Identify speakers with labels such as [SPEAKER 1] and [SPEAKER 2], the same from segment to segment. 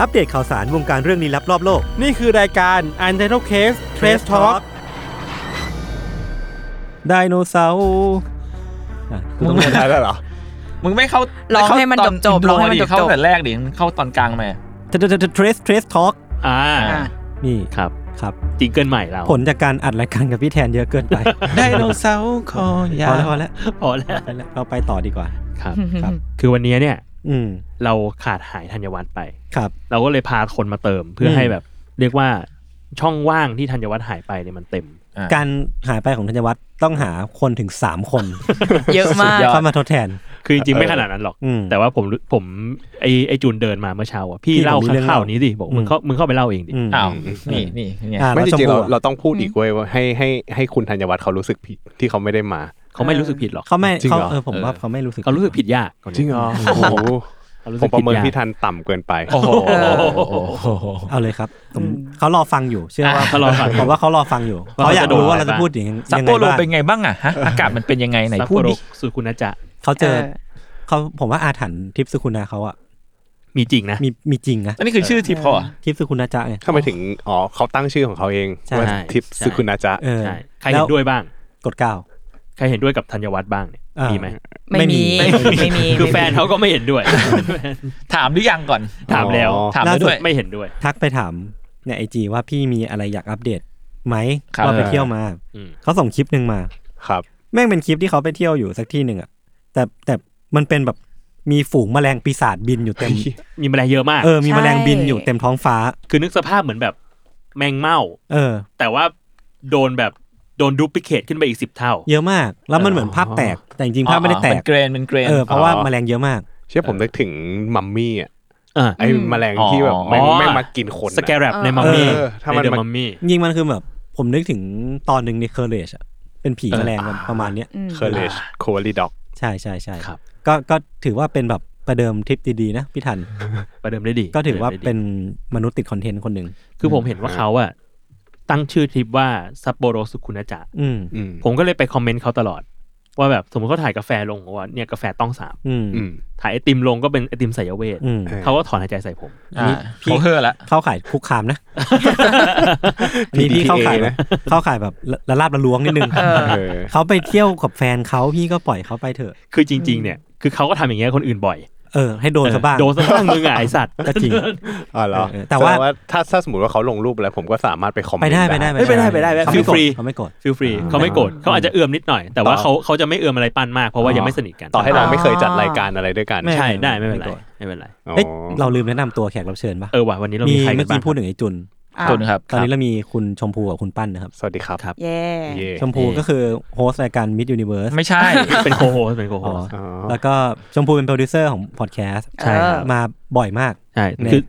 [SPEAKER 1] อัปเดตข่าวสารวงการเรื่องลี้ลับรอบโลก
[SPEAKER 2] นี่คือรายการ u n t i t l e d Case Trace Talk ไดโนเสาร์ อ่ะกูต้องเล่นได้แล้วเหรอ
[SPEAKER 3] มึงไม่เข้า
[SPEAKER 4] ร้องให้มัน
[SPEAKER 3] เข้าต
[SPEAKER 4] จบๆ
[SPEAKER 3] อิโ
[SPEAKER 4] ร้องให้มัน
[SPEAKER 3] ดิ
[SPEAKER 4] จบๆ
[SPEAKER 3] เข้าแต่แรกดิมันเข้าตอนกลางไหม
[SPEAKER 1] Trace Trace Talk
[SPEAKER 2] อ่า
[SPEAKER 3] อ่ะ
[SPEAKER 1] นี่
[SPEAKER 2] ครับ
[SPEAKER 1] ครับ
[SPEAKER 2] จิงเกิลใหม่เรา
[SPEAKER 1] ผลจากการอัดรายการกับพี่แทนเยอะเกินไป
[SPEAKER 2] ไดโนเสาร์คอ
[SPEAKER 1] พ
[SPEAKER 2] ยา
[SPEAKER 1] อ
[SPEAKER 2] ว
[SPEAKER 1] แล้วพอแล้ว
[SPEAKER 2] พอแล้ว
[SPEAKER 1] ไปแล้วเราไปต่อดีกว่า
[SPEAKER 2] ครับ ครับ คือวันนี้เนี่ย
[SPEAKER 1] อืม
[SPEAKER 2] เราขาดหายธัญวัฒน์ไป
[SPEAKER 1] ครับ
[SPEAKER 2] เราก็เลยพาคนมาเติมเพื่อ
[SPEAKER 1] ม
[SPEAKER 2] อให้แบบ เรียกว่าช่องว่างที่ธัญวัฒน์หายไปเนี่ยมันเต็ม
[SPEAKER 3] อ่ะ
[SPEAKER 1] การหายไปของธัญวัฒน์ต้องหาคนถึง 3 คน
[SPEAKER 4] เยอะมาก
[SPEAKER 1] เข้ามาทดแทน
[SPEAKER 2] คือจริงๆ
[SPEAKER 3] เออ
[SPEAKER 2] ไม่ขนาดนั้นหรอก
[SPEAKER 1] อืม
[SPEAKER 2] แต่ว่าผมผมไอไอจูนเดินมาเมื่อเช้าอ่ะพี่
[SPEAKER 1] พี่
[SPEAKER 2] เล่า
[SPEAKER 1] ผมมีเรื่อง
[SPEAKER 2] ข่าว
[SPEAKER 1] เล่า
[SPEAKER 2] นี้ดิบอกมึ
[SPEAKER 1] อื
[SPEAKER 2] ง
[SPEAKER 1] ม
[SPEAKER 2] เข้ามึงเข้าไปเล่าเองดิ
[SPEAKER 1] อืม
[SPEAKER 3] อ้าวนี่นี่ไง
[SPEAKER 1] อ่าแล้
[SPEAKER 5] ไม่
[SPEAKER 1] ว
[SPEAKER 5] จ
[SPEAKER 1] ชม
[SPEAKER 5] ริงๆ
[SPEAKER 1] พู่
[SPEAKER 5] เรา
[SPEAKER 1] อะ
[SPEAKER 5] เราต้องพูดอีกเว้ยว่าให้ให้ให้คุณธัญวัฒน์เขารู้สึกผิดที่เขาไม่ได้มา
[SPEAKER 2] เขาไม่รู้สึกผิดหรอก
[SPEAKER 1] เขาไม่
[SPEAKER 5] จริง
[SPEAKER 1] เขา
[SPEAKER 5] เหรอ
[SPEAKER 1] เออผมว่าเขาไม่รู้สึก
[SPEAKER 2] เขารู้สึกผิดยากกว่านี้
[SPEAKER 5] โอ้โห
[SPEAKER 2] เขารู้
[SPEAKER 5] ผ
[SPEAKER 2] สึ
[SPEAKER 5] ม
[SPEAKER 2] ก
[SPEAKER 5] ป
[SPEAKER 2] ผิด
[SPEAKER 5] ระเมิน
[SPEAKER 2] ยาก
[SPEAKER 5] พี่ทันต่ำเกินไป
[SPEAKER 3] โอ้โห
[SPEAKER 1] เอาเลยครับผมเขารอฟังอยู่ เชื่อว่า
[SPEAKER 2] อ่ะเขารอฟัง
[SPEAKER 1] ผมว่าเขารอฟังอยู่
[SPEAKER 2] ว่า
[SPEAKER 1] เขาอยาก
[SPEAKER 2] จะโดน
[SPEAKER 1] รู้ว่าเราจะพูดอย่างยัง
[SPEAKER 3] ซัป
[SPEAKER 1] ไง
[SPEAKER 3] โปโร
[SPEAKER 1] บ้าง
[SPEAKER 3] เป็นไงบ้างอะฮะอากาศมันเป็นยังไงไหน
[SPEAKER 2] ซัปโป
[SPEAKER 3] พูด
[SPEAKER 2] โร
[SPEAKER 3] ดิ
[SPEAKER 2] สุคุณาจะ
[SPEAKER 1] เขาเจอ
[SPEAKER 4] เออ
[SPEAKER 1] เขาผมว่าอาถรรพ์ทิพย์สุคุณาเขาอ่ะ
[SPEAKER 2] มีจริงนะ
[SPEAKER 1] มีมีจริงนะ
[SPEAKER 3] อันนี้คือชื่อทีพอ
[SPEAKER 1] ทิพย์สุคุณาจะเนี่ย
[SPEAKER 5] ทำไมถึง อ๋อเขาตั้งชื่อของเขาเอง
[SPEAKER 1] ใช่
[SPEAKER 5] ว่าทิป
[SPEAKER 2] ใช่
[SPEAKER 5] สุคุณาจะ
[SPEAKER 1] เออ
[SPEAKER 2] ใช่ใครเห็นด้วยบ้าง
[SPEAKER 1] กดเก้า
[SPEAKER 2] ใครเห็นด้วยกับธัญวัฒน์บ้างเนี่ย
[SPEAKER 1] อ่ามี
[SPEAKER 2] มีไหม
[SPEAKER 4] ไม่มีไม่มี
[SPEAKER 2] คือแฟนเขาก็ไม่เห็นด้วย
[SPEAKER 3] ถามหรือยังก่อน
[SPEAKER 2] ถามแล้ว
[SPEAKER 5] อ๋อ
[SPEAKER 3] ถามแล้วด้วย
[SPEAKER 2] ไม่เห็นด้วย
[SPEAKER 1] ทักไปถามในไอจีว่าพี่มีอะไรอยากอัปเดตไหม
[SPEAKER 3] ครับ
[SPEAKER 1] ว่าไปเที่ยวมา
[SPEAKER 2] อืม
[SPEAKER 1] เขาส่งคลิปหนึ่งมา
[SPEAKER 5] ครับ
[SPEAKER 1] แม่งเป็นคลิปที่เขาไปเที่ยวอยู่สักที่หนึ่งอะแต่แต่มันเป็นแบบมีฝูงแมลงปีศาจบินอยู่เต็ม
[SPEAKER 2] มีแมลงเยอะมาก
[SPEAKER 1] เออมีแมลงบินอยู่เต็มท้องฟ้า
[SPEAKER 2] คือนึกสภาพเหมือนแบบแมงเม่า
[SPEAKER 1] เออ
[SPEAKER 2] แต่ว่าโดนแบบโดนดูปลิเคทขึ้นไปอีกสิบเท่า
[SPEAKER 1] เยอะมากแล้วมันเหมือนภาพแตก แต่จริงๆภาพไม่ได้แต
[SPEAKER 3] เป็
[SPEAKER 1] ก
[SPEAKER 3] นเกรนเป็นเกรน
[SPEAKER 1] เออเพราะว่า
[SPEAKER 5] อ๋อ
[SPEAKER 1] แมลงเยอะมาก
[SPEAKER 5] เชื่อผมนึกถึงมัมมี่อ่ะ
[SPEAKER 2] อ่า
[SPEAKER 5] ไอ้แมลงที่แบบ
[SPEAKER 3] อ๋อ
[SPEAKER 5] แม่งแม่งมากินคน
[SPEAKER 2] สแก
[SPEAKER 5] อะ
[SPEAKER 2] รแรปในมัมมี่
[SPEAKER 5] เออถ้ามัน
[SPEAKER 2] ในเดอะ
[SPEAKER 5] มัน
[SPEAKER 2] มัมมี่
[SPEAKER 1] จริงๆมันคือแบบผมนึกถึงตอนหนึ่งในเคอร์เรจอะเป็นผีแมลงประมาณเนี้ย
[SPEAKER 5] c o u r a g e Cowardly Dog
[SPEAKER 1] ใช่ใช่ใช่
[SPEAKER 2] ครับ
[SPEAKER 1] ก็ก็ถือว่าเป็นแบบประเดิมทริปดีๆนะพี่ทัน
[SPEAKER 2] ประเดิมได้ดี
[SPEAKER 1] ก็ถือว่า
[SPEAKER 2] ระดิมได้ดี
[SPEAKER 1] เป็นมนุษย์ติดคอนเทนต์คนหนึ่ง
[SPEAKER 2] คือผมเห็นว่าเขาอะตั้งชื่อทริปว่าซัปโปโรสุคุณาจะ
[SPEAKER 1] อืม
[SPEAKER 5] อืม
[SPEAKER 2] ผมก็เลยไปคอมเมนต์เขาตลอด ว่าแบบสมมติเขาถ่ายกาแฟลงว่าเนี่ยกาแฟต้องสาม
[SPEAKER 1] อืม
[SPEAKER 5] อืม
[SPEAKER 2] ถ่ายไอติมลงก็เป็นไอติมสายเวท
[SPEAKER 1] อืม
[SPEAKER 5] เออ
[SPEAKER 2] เขาก็ถอนหายใจใส่ผม
[SPEAKER 3] อ่า
[SPEAKER 1] พี่
[SPEAKER 3] ของเธอละ
[SPEAKER 1] เข้าข่ายคุกคามนะ อันนี้พี่
[SPEAKER 5] PDPA
[SPEAKER 1] เข้าข่าย
[SPEAKER 5] นะ
[SPEAKER 1] นะ เข้าข่ายแบบละละลาบละล้วงนิดนึง
[SPEAKER 4] เออ
[SPEAKER 5] เออ
[SPEAKER 1] เขาไปเที่ยวกับแฟนเขาพี่ก็ปล่อยเขาไปเถอะ
[SPEAKER 2] คือจริง ๆ เนี่ย คือเขาก็ทำอย่างเงี้ยคนอื่นบ่อย
[SPEAKER 1] เออ ให้โดนซะบ้าง
[SPEAKER 2] โดนซะบ้างมึงอ่ะไอสัตว์
[SPEAKER 1] ก็จริง
[SPEAKER 5] อ๋อเหรอ
[SPEAKER 1] เออแต่
[SPEAKER 5] แต่
[SPEAKER 1] ว่า
[SPEAKER 5] ว่าถ้าถ้าสมมติว่าเขาลงรูปแล้ว ผมก็สามารถไปคอมเมน
[SPEAKER 1] ไป
[SPEAKER 5] ต์
[SPEAKER 1] ได้ไปได้
[SPEAKER 2] เอ้ยไปได้ไปได้ไปได้
[SPEAKER 1] เขาไม่โกรธ
[SPEAKER 2] Feel free
[SPEAKER 1] เขาไม่โกรธ
[SPEAKER 2] ฟิลฟรีเขาไม่โกรธเขาอาจจะเอื่อมนิดหน่อย แต่ว่าเขาเขาจะไม่เอื่อมอะไรปานมากเพราะว่ายังไม่สนิทกัน
[SPEAKER 5] ต่อให้เรา
[SPEAKER 4] อ๋อ
[SPEAKER 5] ไม่เคยจัดรายการอะไรด้วยกัน
[SPEAKER 1] ไม่
[SPEAKER 2] ใช่ได้ไม่เป็นไร
[SPEAKER 1] ไม่โกรธ
[SPEAKER 2] ไม่เป็นไร
[SPEAKER 5] อ๋อ
[SPEAKER 1] เอ้ยเราลืมแนะนำตัวแขกรับเชิญปะ
[SPEAKER 2] เออว่ะวันนี้เรา
[SPEAKER 1] มี
[SPEAKER 2] มีใครกั
[SPEAKER 1] เมื่อน กี้
[SPEAKER 2] บ้าง
[SPEAKER 1] พูดถึงไอ้จุน
[SPEAKER 4] อ่ะ
[SPEAKER 3] จุนครับ
[SPEAKER 1] ตอนนี้เรามีคุณชมพูกับคุณปั้นนะครับ
[SPEAKER 5] สวัสดีครับ
[SPEAKER 2] ครับ
[SPEAKER 4] เย่
[SPEAKER 5] เย่
[SPEAKER 1] ชมพูก็คือโฮสต์รายการ Mid Universe
[SPEAKER 3] ไม่ใช่
[SPEAKER 2] เป็นโคโฮสเป็นโคโฮ
[SPEAKER 1] อ๋อ
[SPEAKER 2] ส
[SPEAKER 5] อ๋อ
[SPEAKER 1] แล้วก็ชมพูเป็นโปรดิวเซอร์ของพอดแคสต์
[SPEAKER 2] ใช่ครับ
[SPEAKER 1] มาบ่อยมาก
[SPEAKER 2] ใช่
[SPEAKER 1] เนี่ย
[SPEAKER 2] คือ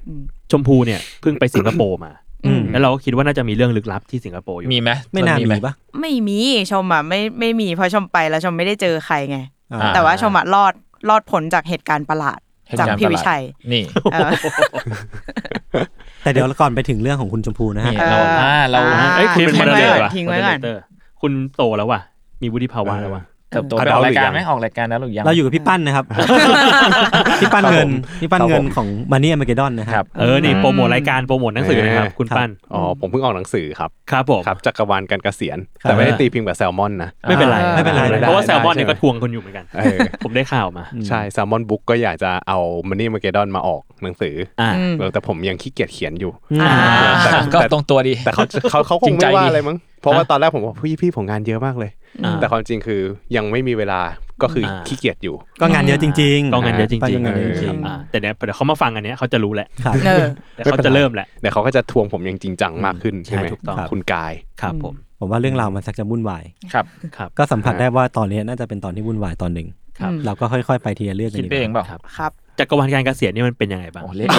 [SPEAKER 2] ชมพูเนี่ยเพิ่งไปสิงคโปร์มา
[SPEAKER 1] อืม
[SPEAKER 3] ม
[SPEAKER 2] แล้วเราก็คิดว่าน่าจะมีเรื่องลึกลับที่สิงคโปร์อยู่
[SPEAKER 3] มีไหม
[SPEAKER 1] ไม่น่ามีปะ
[SPEAKER 4] ไม่มีชมอ่ะไม่ไม่มีเพราะชมไปแล้วชมไม่ได้เจอใครไง
[SPEAKER 1] อ่า
[SPEAKER 3] า
[SPEAKER 4] แต่ว่าชมอ่ะรอดรอดผลจากเหตุการณ์ประหลาด จากพี่วิชัย
[SPEAKER 3] นี่
[SPEAKER 4] เออ
[SPEAKER 1] แต่เดี๋ยวก่อนไปถึงเรื่องของคุณชมพูนะฮะ
[SPEAKER 3] นี่เราอ่าเรา
[SPEAKER 4] อ่า
[SPEAKER 2] เอ้ยคุณเป็น
[SPEAKER 3] ทิ้
[SPEAKER 2] ม
[SPEAKER 3] ง
[SPEAKER 2] เด
[SPEAKER 3] ไว้
[SPEAKER 2] เล
[SPEAKER 3] ก่อน
[SPEAKER 2] วะ
[SPEAKER 4] ทิ้งไว้ก่อน
[SPEAKER 2] moderator คุณโตแล้วว่ะมีวุฒิภาวะแล้วว่ะ
[SPEAKER 3] เติบโต
[SPEAKER 5] อ่ะ
[SPEAKER 3] ไปออกรายการ
[SPEAKER 5] เราอยู่ยัง
[SPEAKER 3] ไหมออกรายการแล้วหรือยัง
[SPEAKER 1] เราอยู่กับพี่ปั้นนะครับ พี่ปั้นเงิน พี่ปั้นเงินของมานี่อเมริกดอนนะค
[SPEAKER 3] ครั
[SPEAKER 1] รับ
[SPEAKER 3] บ
[SPEAKER 2] เออ นี่โปรโมทรายการโปรโมทหนังสือนะครับ
[SPEAKER 5] เออ
[SPEAKER 2] คุณปั้น
[SPEAKER 5] อ๋อผมเพิ่งออกหนังสือครับ
[SPEAKER 2] ครับผม
[SPEAKER 5] ครับจักรวาลการเกษียณ
[SPEAKER 1] ครับ
[SPEAKER 5] แต่ไม่ได้ตีพิมพ์กับแซลมอนนะ
[SPEAKER 2] ไม่เป็นไร
[SPEAKER 1] ไม่เป็นไร
[SPEAKER 5] ได้
[SPEAKER 2] เพราะว่าแซลมอน
[SPEAKER 5] ได้
[SPEAKER 2] เนี่ยก็
[SPEAKER 5] ใช่ไหม
[SPEAKER 2] ทวงคนอยู่เหมือนกัน
[SPEAKER 5] เออ
[SPEAKER 2] ผมได้ข่าวมา
[SPEAKER 5] ใช่แซลมอนบุ๊กก็อยากจะเอามันนี่มาเกดอนมาออกหนังสือ
[SPEAKER 2] อ่า
[SPEAKER 4] อืม
[SPEAKER 5] อแต่ผมยังขี้เกียจเขียนอยู่
[SPEAKER 1] อืม
[SPEAKER 4] อ่า
[SPEAKER 5] แต่
[SPEAKER 3] ก็
[SPEAKER 5] แต่
[SPEAKER 3] ตรงตัวดี
[SPEAKER 5] แต่เขาเขาเขาค
[SPEAKER 3] จริ
[SPEAKER 5] ง
[SPEAKER 3] งใจ
[SPEAKER 5] ไม่ว่า
[SPEAKER 3] ดิ
[SPEAKER 5] อะไรมั้งเพราะว่าตอนแรกผมบอกพี่พี่ผมงานเยอะมากเลย
[SPEAKER 2] อ่า
[SPEAKER 5] แต่ความจริงคือยังไม่มีเวลา ก็คืออา ขี้เกียจอยู่
[SPEAKER 1] ก็งานเยอะจริงๆ
[SPEAKER 2] ก็งานเยอะจริง
[SPEAKER 1] ก็งานเยอะจริง
[SPEAKER 2] ๆอ่าแต่เนี้ยเดี๋ยวเขามาฟังอันเนี้ยเขาจะรู้แหละ
[SPEAKER 1] ครับ
[SPEAKER 4] เออ
[SPEAKER 2] แต่เขาจะเริ่มแหละ
[SPEAKER 5] เดี๋ยวเขาก็จะทวงผมอย่างจริงจังมากขึ้น
[SPEAKER 2] ใช่
[SPEAKER 5] ใช่ไหม
[SPEAKER 2] ถูกต้อง
[SPEAKER 5] คุณกาย
[SPEAKER 2] ครับผม
[SPEAKER 1] ผมว่าเรื่องราวมันสักจะวุ่นวาย
[SPEAKER 3] ครับ
[SPEAKER 2] ครับ
[SPEAKER 1] ก็สัมผัสได้ว่าตอนนี้น่าจะเป็นตอนที่วุ่นวายตอนหนึ่ง
[SPEAKER 4] ครับ
[SPEAKER 1] เราก็ค่อยๆไปทีละเรื่องกั
[SPEAKER 3] คิ
[SPEAKER 1] น
[SPEAKER 3] ด
[SPEAKER 1] ดี
[SPEAKER 3] ไปเอง
[SPEAKER 1] กว่า
[SPEAKER 3] เปล่า
[SPEAKER 2] ครับ
[SPEAKER 4] ครับ
[SPEAKER 2] จักรวาลการเกษียณนี่มันเป็นยังไงบ้าง
[SPEAKER 3] โอ้เล่น